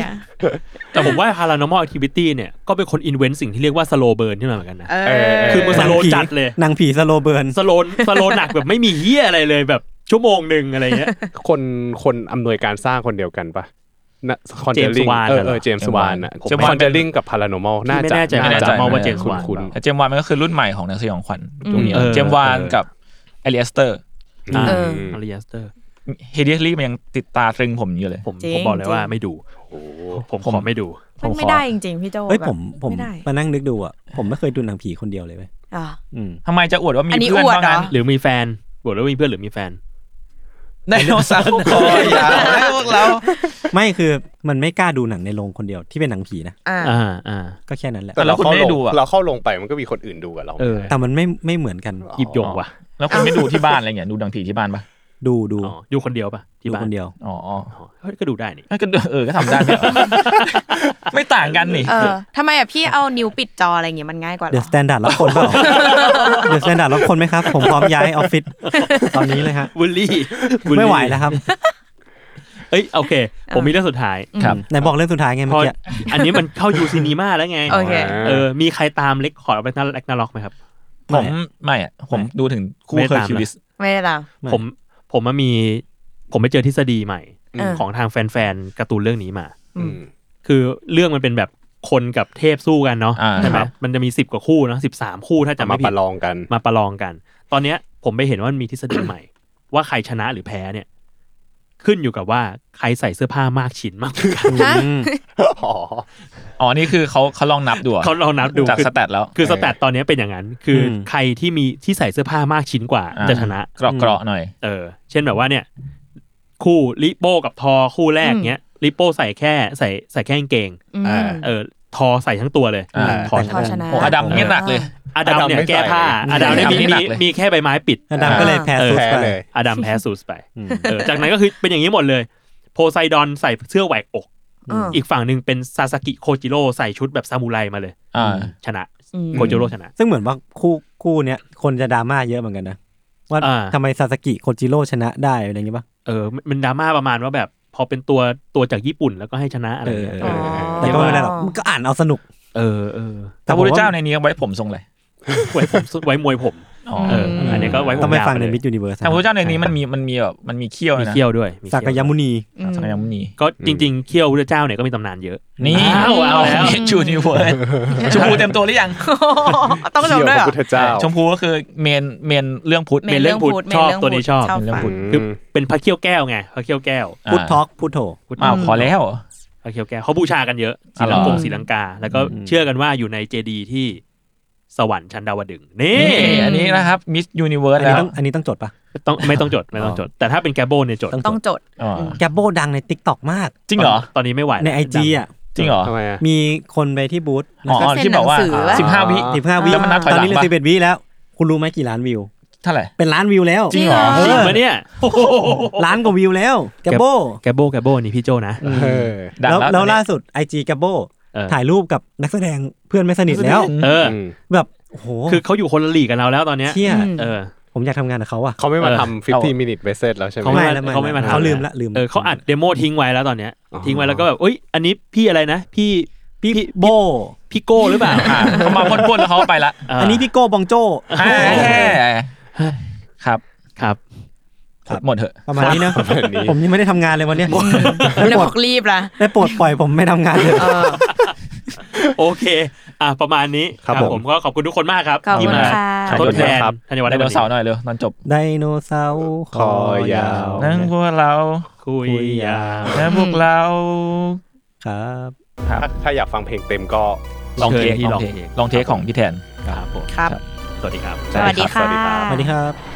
[SPEAKER 2] แต่ผมว่า paranormal activity เนี่ยก็เป็นคน invent สิ่งที่เรียกว่า slow burn ขึ้นมาเหมือนกันนะ
[SPEAKER 4] เอ
[SPEAKER 5] เอ
[SPEAKER 4] อ
[SPEAKER 5] อ
[SPEAKER 2] คือมันสโล
[SPEAKER 1] หนัง
[SPEAKER 2] ว์
[SPEAKER 1] ผี
[SPEAKER 2] จัดเลย
[SPEAKER 1] หนังผีสโลว์เบิร์น
[SPEAKER 2] สโลนสโลนหนักแบบไม่มีเฮียอะไรเลยแบบชั่วโมงหนึ่งอะไรเงี้ย
[SPEAKER 5] คนคนอำนวยการสร้างคนเดียวกันปะนะคอนเจอริง
[SPEAKER 2] James Wan
[SPEAKER 5] เออ
[SPEAKER 2] เหรอ
[SPEAKER 5] เออเจมส์วานอะ
[SPEAKER 3] James Wan
[SPEAKER 5] คอนเจอริงกับพาราโนมอลน่า
[SPEAKER 2] ไม่
[SPEAKER 5] จะ
[SPEAKER 2] แน่ใจ
[SPEAKER 3] น่า
[SPEAKER 2] ว่า
[SPEAKER 3] จะ
[SPEAKER 2] จะมองว่า
[SPEAKER 3] น่าจะ
[SPEAKER 2] เจมส์วาน
[SPEAKER 5] คุ้น
[SPEAKER 3] แต่เจมส์วานมันก็คือรุ่นใหม่ของหนังสยองขวัญ
[SPEAKER 4] อืม
[SPEAKER 3] ตัวนี้
[SPEAKER 2] เออ
[SPEAKER 3] เจมส์วานกับเอลิเอสเตอร์
[SPEAKER 2] อ่า
[SPEAKER 4] เออ
[SPEAKER 2] อริยาสเตอร์
[SPEAKER 3] เฮเดียสลีมันยังติดตาตรึงผมอยู่เลย
[SPEAKER 2] ผม
[SPEAKER 4] จริง
[SPEAKER 2] ผมบอกเลย
[SPEAKER 4] จ
[SPEAKER 2] ว่า
[SPEAKER 4] ริง
[SPEAKER 2] ไม่ดู
[SPEAKER 5] ๆโอ้โห
[SPEAKER 2] ผมขอไม่ดู
[SPEAKER 4] มันไม่ได้จริงๆพี่โจ
[SPEAKER 1] เฮ้ย
[SPEAKER 4] แบบ
[SPEAKER 1] ผมผม
[SPEAKER 4] ไม่ได้
[SPEAKER 1] มานั่งนึกดูอ่ะผมไม่เคยดูหนังผีคนเดียวเลยเว้ย
[SPEAKER 4] อ่ะ
[SPEAKER 1] อืม
[SPEAKER 3] ทำไมจะอวดว่ามี
[SPEAKER 4] อันนี้
[SPEAKER 3] เพื่อน
[SPEAKER 4] อวด
[SPEAKER 3] เท่านั้น
[SPEAKER 4] เหร
[SPEAKER 2] หรือมีแฟนบอกแล้วว่ามีเพื่อนหรือมีแฟน
[SPEAKER 3] ไดโนเสาร์คออยาวให้พวกเรา
[SPEAKER 1] ไม่คือมันไม่กล้าดูหนังในโรงคนเดียวที่เป็นหนังผีนะ
[SPEAKER 4] อ่ะ
[SPEAKER 2] อ่าอ่า
[SPEAKER 1] ก็แค่นั้นแหละ
[SPEAKER 3] แต่เราคุณไม่ได้ดูอะ
[SPEAKER 5] เราเข้าลงไปมันก็มีคนอื่นดูกับเรา
[SPEAKER 2] เออ
[SPEAKER 1] แต่มันไม่ไม่เหมือนกัน
[SPEAKER 2] หยิบโยงว่ะ
[SPEAKER 3] แล้วคุณไม่ดูที่บ้านอะไรเงี้ยดูดังผีที่บ้านปะ
[SPEAKER 1] ดูดู
[SPEAKER 2] อ๋ออยู่คนเดียวปะ
[SPEAKER 1] ดู
[SPEAKER 2] ที่บ้า
[SPEAKER 1] คน นเดียว
[SPEAKER 3] อ๋ออ๋อ
[SPEAKER 2] อ๋อเฮ้ยก็ดูได้นี่
[SPEAKER 3] ก็เออก็ทำได้ไม่ เหรอ ไม่ต่างกันนี่
[SPEAKER 4] เออทำไมอ่ะพี่เอานิ้วปิดจออะไรอย่างเงี้ยมันง่ายกว่าเหร
[SPEAKER 1] เดี๋ย
[SPEAKER 4] อ
[SPEAKER 1] วสแตนดาร์ดรับคนเปล่า เดี๋ยวสแตนดาร์ดรับคนไหมครับ ผมพร้อมย้ายออฟฟิศตอนนี้เลยฮะ
[SPEAKER 2] บุลลี่บูลลี่
[SPEAKER 1] ไม่ไหวแล้วครับ
[SPEAKER 2] เอ้ยโอเค ผมมีเรื่องสุดท้าย
[SPEAKER 3] ครับ
[SPEAKER 1] ไหนบอกเรื่องสุดท้ายไง
[SPEAKER 2] พ
[SPEAKER 1] เมื่
[SPEAKER 2] อ
[SPEAKER 1] อกี้
[SPEAKER 2] อันนี้มันเข้ายูซีนีมาแล้วไง
[SPEAKER 4] โอเค
[SPEAKER 2] เออ มีใครตามเล็กขอร์ดแบนแอคนาล็อกไหมครับ
[SPEAKER 3] ผมไม่อะผมดูถึงคู่
[SPEAKER 2] ไม่
[SPEAKER 3] เคอ
[SPEAKER 2] ตาม
[SPEAKER 3] ร์คิว
[SPEAKER 2] นะ
[SPEAKER 3] ลิส
[SPEAKER 4] ไม่ได้ตาม
[SPEAKER 1] ไม่
[SPEAKER 2] ผมผมมามี ผมไปเจอทฤษฎีใหม่
[SPEAKER 4] เออ
[SPEAKER 2] ของทางแฟนๆการ์ตูนเรื่องนี้มา
[SPEAKER 5] อืม
[SPEAKER 2] คือเรื่องมันเป็นแบบคนกับเทพสู้กันเนาะ
[SPEAKER 3] อ่า
[SPEAKER 2] ใช่ไหม
[SPEAKER 3] ครับ
[SPEAKER 2] มันจะมีสิบกว่าคู่เนอะสิบสามคู่ถ้า
[SPEAKER 5] จะ
[SPEAKER 2] จำ
[SPEAKER 5] มา
[SPEAKER 2] ไม่
[SPEAKER 5] ป
[SPEAKER 2] ผิ
[SPEAKER 5] ระ
[SPEAKER 2] ด
[SPEAKER 5] ลองกัน
[SPEAKER 2] มาประลองกัน ตอนเนี้ยผมไปเห็นว่ามันมีทฤษฎีใหม่ ว่าใครชนะหรือแพ้เนี่ย ขึ้นอยู่กับว่าใครใส่เสื้อผ้ามากชิ้นมากก ว่ากัน
[SPEAKER 4] ฮะ
[SPEAKER 1] อืม
[SPEAKER 5] อ๋อ
[SPEAKER 3] อ๋อนี่คือเขาเขาลองนับดูหรอ
[SPEAKER 2] เขาเรานับดู
[SPEAKER 3] จาก
[SPEAKER 2] คือ
[SPEAKER 3] สแตทแล้ว
[SPEAKER 2] คือสแตทตอนนี้เป็นอย่างนั้น คืออ
[SPEAKER 1] ม
[SPEAKER 2] ใครที่มีที่ใส่เสื้อผ้ามากชิ้นกว่า
[SPEAKER 3] อ่
[SPEAKER 2] จะชนะ
[SPEAKER 3] เกราะๆหน่อย
[SPEAKER 2] เออ เช่นแบบว่าเนี่ย คู่ลิโป้กับทอคู่แรกเนี้ยลิโป้ใส่แค่ใส่ใส่แค่กางเกง
[SPEAKER 4] อืม
[SPEAKER 5] อ่า
[SPEAKER 2] เออ ทอใส่ทั้งตัวเลย
[SPEAKER 3] อ่า
[SPEAKER 2] ทอช
[SPEAKER 4] ทอ
[SPEAKER 2] นะ
[SPEAKER 4] ชนะ
[SPEAKER 3] โอ้อดัมเนี่ยหนักเลย
[SPEAKER 2] อดัมเนี่ย
[SPEAKER 5] อดัมไม่ใส่
[SPEAKER 2] แก้ผ้าอดัมเนี่ยมี
[SPEAKER 3] อดัมนี่หนั
[SPEAKER 2] มี
[SPEAKER 3] กเลย
[SPEAKER 2] มีแค่ใบไม้ปิด
[SPEAKER 1] อดัมก็เลยแพ้
[SPEAKER 2] เออ
[SPEAKER 1] สุด
[SPEAKER 5] แพ้
[SPEAKER 1] ไป
[SPEAKER 5] เลย
[SPEAKER 2] อดัมแพ้ซูสไป
[SPEAKER 1] อืม
[SPEAKER 2] เออ จากนั้นก็คือเป็นอย่างนี้หมดเลย โพไซดอนใส่เสื้อแหวกอก
[SPEAKER 4] เออ
[SPEAKER 2] อีกฝั่งหนึ่งเป็นซาสกิโคจิโร่ใส่ชุดแบบซามูไรมาเลย
[SPEAKER 3] อ่า
[SPEAKER 2] ชนะ
[SPEAKER 4] อืม
[SPEAKER 2] โคจิโร่ชนะ
[SPEAKER 1] ซึ่งเหมือนว่าคู่คู่เนี้ยคนจะดราม่าเยอะเหมือนกันนะ ว่า
[SPEAKER 2] อ่า
[SPEAKER 1] ทำไมซาสกิโคจิโร่ชนะได้อะไรอย่างเงี้ยป่ะ
[SPEAKER 2] เออ มันดราม่าประมาณว่าแบบ พอเป็นตัวตัวจากญี่ปุ่นแล้วก็ให้ชนะอะไรอย่างเงี้ย
[SPEAKER 1] เออ
[SPEAKER 4] อ๋อ
[SPEAKER 1] แต่ก็ไม่เป็นไรหรอกมันก็อ่านเอาสนุก
[SPEAKER 2] เออเออ
[SPEAKER 3] พระ
[SPEAKER 1] ผ
[SPEAKER 3] พุท
[SPEAKER 1] ม
[SPEAKER 3] ธ
[SPEAKER 1] ว่
[SPEAKER 3] เจ้าในนี้ไว้ผมทรงอะไร
[SPEAKER 2] ไว้ผมไว้มวยผม
[SPEAKER 3] อ๋อ
[SPEAKER 2] เออ อันนี้ก็ไว้ผม
[SPEAKER 1] ต้องไป
[SPEAKER 2] ยาว
[SPEAKER 1] ฟังใน
[SPEAKER 2] เลย
[SPEAKER 1] มิดยูนิเวอร์ส
[SPEAKER 3] พระพุทธเจ้าในนี้มันมีมันมีแบบมันมีเขี้ยว
[SPEAKER 2] มี
[SPEAKER 3] นะ
[SPEAKER 2] เขี้ยวด้วยมีเขี้
[SPEAKER 1] สั
[SPEAKER 2] ว
[SPEAKER 1] กยมุนี
[SPEAKER 4] อืม
[SPEAKER 3] สักยมุนี
[SPEAKER 2] ก็จริงๆ เขี้ยวพระเจ้าเนี่ยก็มีตำนานเยอะ
[SPEAKER 3] นี่
[SPEAKER 2] อ้าวเอาแล้ว
[SPEAKER 3] ชูนิวเวิร์สชมพูเต็มตัวหรือยัง
[SPEAKER 4] ต้องจบด้วยเหรอ
[SPEAKER 5] เชี่ยวพระพุทธเจ้า
[SPEAKER 3] ชมพูก็คือเมนเมนเรื่องพุทธ
[SPEAKER 4] เม ป็ น เรื่องพุทธ
[SPEAKER 2] ชอบ
[SPEAKER 4] เป็นเรื่อง
[SPEAKER 2] ตัวนี้ชอบ
[SPEAKER 4] พุทธชอบ
[SPEAKER 2] เป็นเรื่องพุทธ
[SPEAKER 5] อืม
[SPEAKER 2] คือเป็นพระเขี้ยวแก้วไงพระเขี้ยวแก้ว
[SPEAKER 3] อ่า
[SPEAKER 1] พุทท็อกพุทโธ
[SPEAKER 2] พุทธ
[SPEAKER 3] อ้าวพอแล้ว
[SPEAKER 2] พระเขี้ยวแก้วเขาบูชากันเยอะศรีลังกงศรีลังกา แล้วก็
[SPEAKER 1] อืม
[SPEAKER 2] เชื่อกันว่าอยู่ในเจดีย์ที่สวรรค์ชั้นดาวดึงส์นี่
[SPEAKER 3] นี่อันนี้นะครับมิสยูนิเวิร์
[SPEAKER 1] อั
[SPEAKER 3] ส
[SPEAKER 1] นนี้
[SPEAKER 3] แล้
[SPEAKER 1] ต้อ
[SPEAKER 3] ว
[SPEAKER 1] งอันนี้ต้องจดป่ะ
[SPEAKER 2] ต้องไม่ต้องจดไม่ต้องจด แต่ถ้าเป็นแกโบเนี่ยจด
[SPEAKER 4] ต้องจด
[SPEAKER 3] อ๋อ
[SPEAKER 1] แกโบดังในติ๊กต็อกมาก
[SPEAKER 3] จริงเหรอ
[SPEAKER 2] ตอนนี้ไม่ไหว
[SPEAKER 1] ในไอจีอ่ะ
[SPEAKER 3] จริงเหรอ
[SPEAKER 5] ทำไมอ่ะ
[SPEAKER 1] มีคนไปที่บูธ
[SPEAKER 3] อ๋อ
[SPEAKER 4] แล้วก็เซ็น
[SPEAKER 3] ที่บอกว่า
[SPEAKER 4] หนังสือวะ
[SPEAKER 3] สิบห้าวิ
[SPEAKER 1] สิบห้าวิ
[SPEAKER 3] แล้วมันนับถอย
[SPEAKER 1] ตอ
[SPEAKER 3] ห
[SPEAKER 1] น
[SPEAKER 3] ลัง
[SPEAKER 1] นี้เหลือ
[SPEAKER 3] ปะ
[SPEAKER 1] สิบเอ็ดวิแล้ว คุณรู้ไหมกี่ล้านวิว
[SPEAKER 3] เท่าไหร่
[SPEAKER 1] เป็นล้านวิวแล้ว
[SPEAKER 3] จริงเหรอ
[SPEAKER 2] จริงปะเนี่ยโอ้โห
[SPEAKER 1] ล้านกว่าวิวแล้ว แกโบ
[SPEAKER 2] แกโบแกโบนี่พี่โจนะ
[SPEAKER 5] เออ
[SPEAKER 3] ดัง
[SPEAKER 1] แล้วแล้ว
[SPEAKER 3] ตอนนี้
[SPEAKER 1] ล่าสุดไอจีแกโบ
[SPEAKER 2] เออ
[SPEAKER 1] ถ่ายรูปกับนักแสดงเพื่อนไม่สนิทแล้ว
[SPEAKER 2] เออ
[SPEAKER 5] อืม
[SPEAKER 1] แบบโอ้โห
[SPEAKER 2] คือเขาอยู่คนละหลีกกันเราแล้วตอนเนี้ย
[SPEAKER 1] เชี่ย
[SPEAKER 4] อืม
[SPEAKER 2] เออ
[SPEAKER 1] ผมอยากทำงานกับเขาอ่ะ
[SPEAKER 5] เขาไม่มา
[SPEAKER 2] เออ
[SPEAKER 5] ทำ15 minute message แล้วใช่ไหม
[SPEAKER 2] เขาไม่
[SPEAKER 1] แล้ว
[SPEAKER 2] เขาไม่มาทำ
[SPEAKER 1] เขาลืมละลืม
[SPEAKER 2] เออเขาอัดเดโมทิ้งไว้แล้วตอนเนี้ย
[SPEAKER 5] อ๋อ
[SPEAKER 2] ทิ้งไว้แล้วก็แบบเอ้ยอันนี้พี่อะไรนะ พี่
[SPEAKER 1] พี่โบ
[SPEAKER 2] พี่โก้หรือเปล่า
[SPEAKER 3] อ่าเขามาพ่นๆแล้วเขาไปละ
[SPEAKER 2] เ
[SPEAKER 1] อันนี้พี่โก้บองโจ
[SPEAKER 3] อ่าครับ
[SPEAKER 2] ครับ
[SPEAKER 1] ครับ
[SPEAKER 3] หมดเถอะ
[SPEAKER 1] ประมาณนี้นะ
[SPEAKER 5] ประมาณนี้
[SPEAKER 1] ผมยังไม่ได้ทำงานเลยวันเนี้ย
[SPEAKER 4] แล้
[SPEAKER 1] ได้
[SPEAKER 4] ว
[SPEAKER 1] โปร
[SPEAKER 4] บ
[SPEAKER 1] ด
[SPEAKER 4] อกรีบละ
[SPEAKER 1] ได้โปรดปล่อยผมไม่ทำงานเลย
[SPEAKER 4] เออ
[SPEAKER 2] โอเค อ่ะประมาณนี้
[SPEAKER 5] ครับผม
[SPEAKER 2] ก็ขอบคุณทุกคนมากครับ
[SPEAKER 4] ขอบคุณ
[SPEAKER 2] ที่มา
[SPEAKER 4] ค่ะ
[SPEAKER 2] ทดแทน
[SPEAKER 3] ครับ
[SPEAKER 2] ธัญวัฒน์
[SPEAKER 3] ได
[SPEAKER 2] ได้
[SPEAKER 3] โน
[SPEAKER 2] วัน
[SPEAKER 3] เสาร์
[SPEAKER 2] นี้
[SPEAKER 3] หน่อยเร็วตอนจบ
[SPEAKER 1] ไดโนเสาร์คอ
[SPEAKER 5] คอย
[SPEAKER 1] าย
[SPEAKER 5] าว ว
[SPEAKER 3] นั่งพวกเรา
[SPEAKER 2] คุยยาว
[SPEAKER 3] นั่งพวกเรา
[SPEAKER 1] ครับ
[SPEAKER 3] ครับ
[SPEAKER 5] ถ้าถ้าอยากฟังเพลงเต็มก็
[SPEAKER 3] ลองเทคลองเทคลองเทคของพี่แทน
[SPEAKER 2] ครับผม
[SPEAKER 4] ครับ
[SPEAKER 2] สวัสดีครับ
[SPEAKER 4] สวัสดี
[SPEAKER 5] สวัสดีครั
[SPEAKER 4] ค่ะ
[SPEAKER 5] บ
[SPEAKER 1] สวัสดีครับ
[SPEAKER 3] ค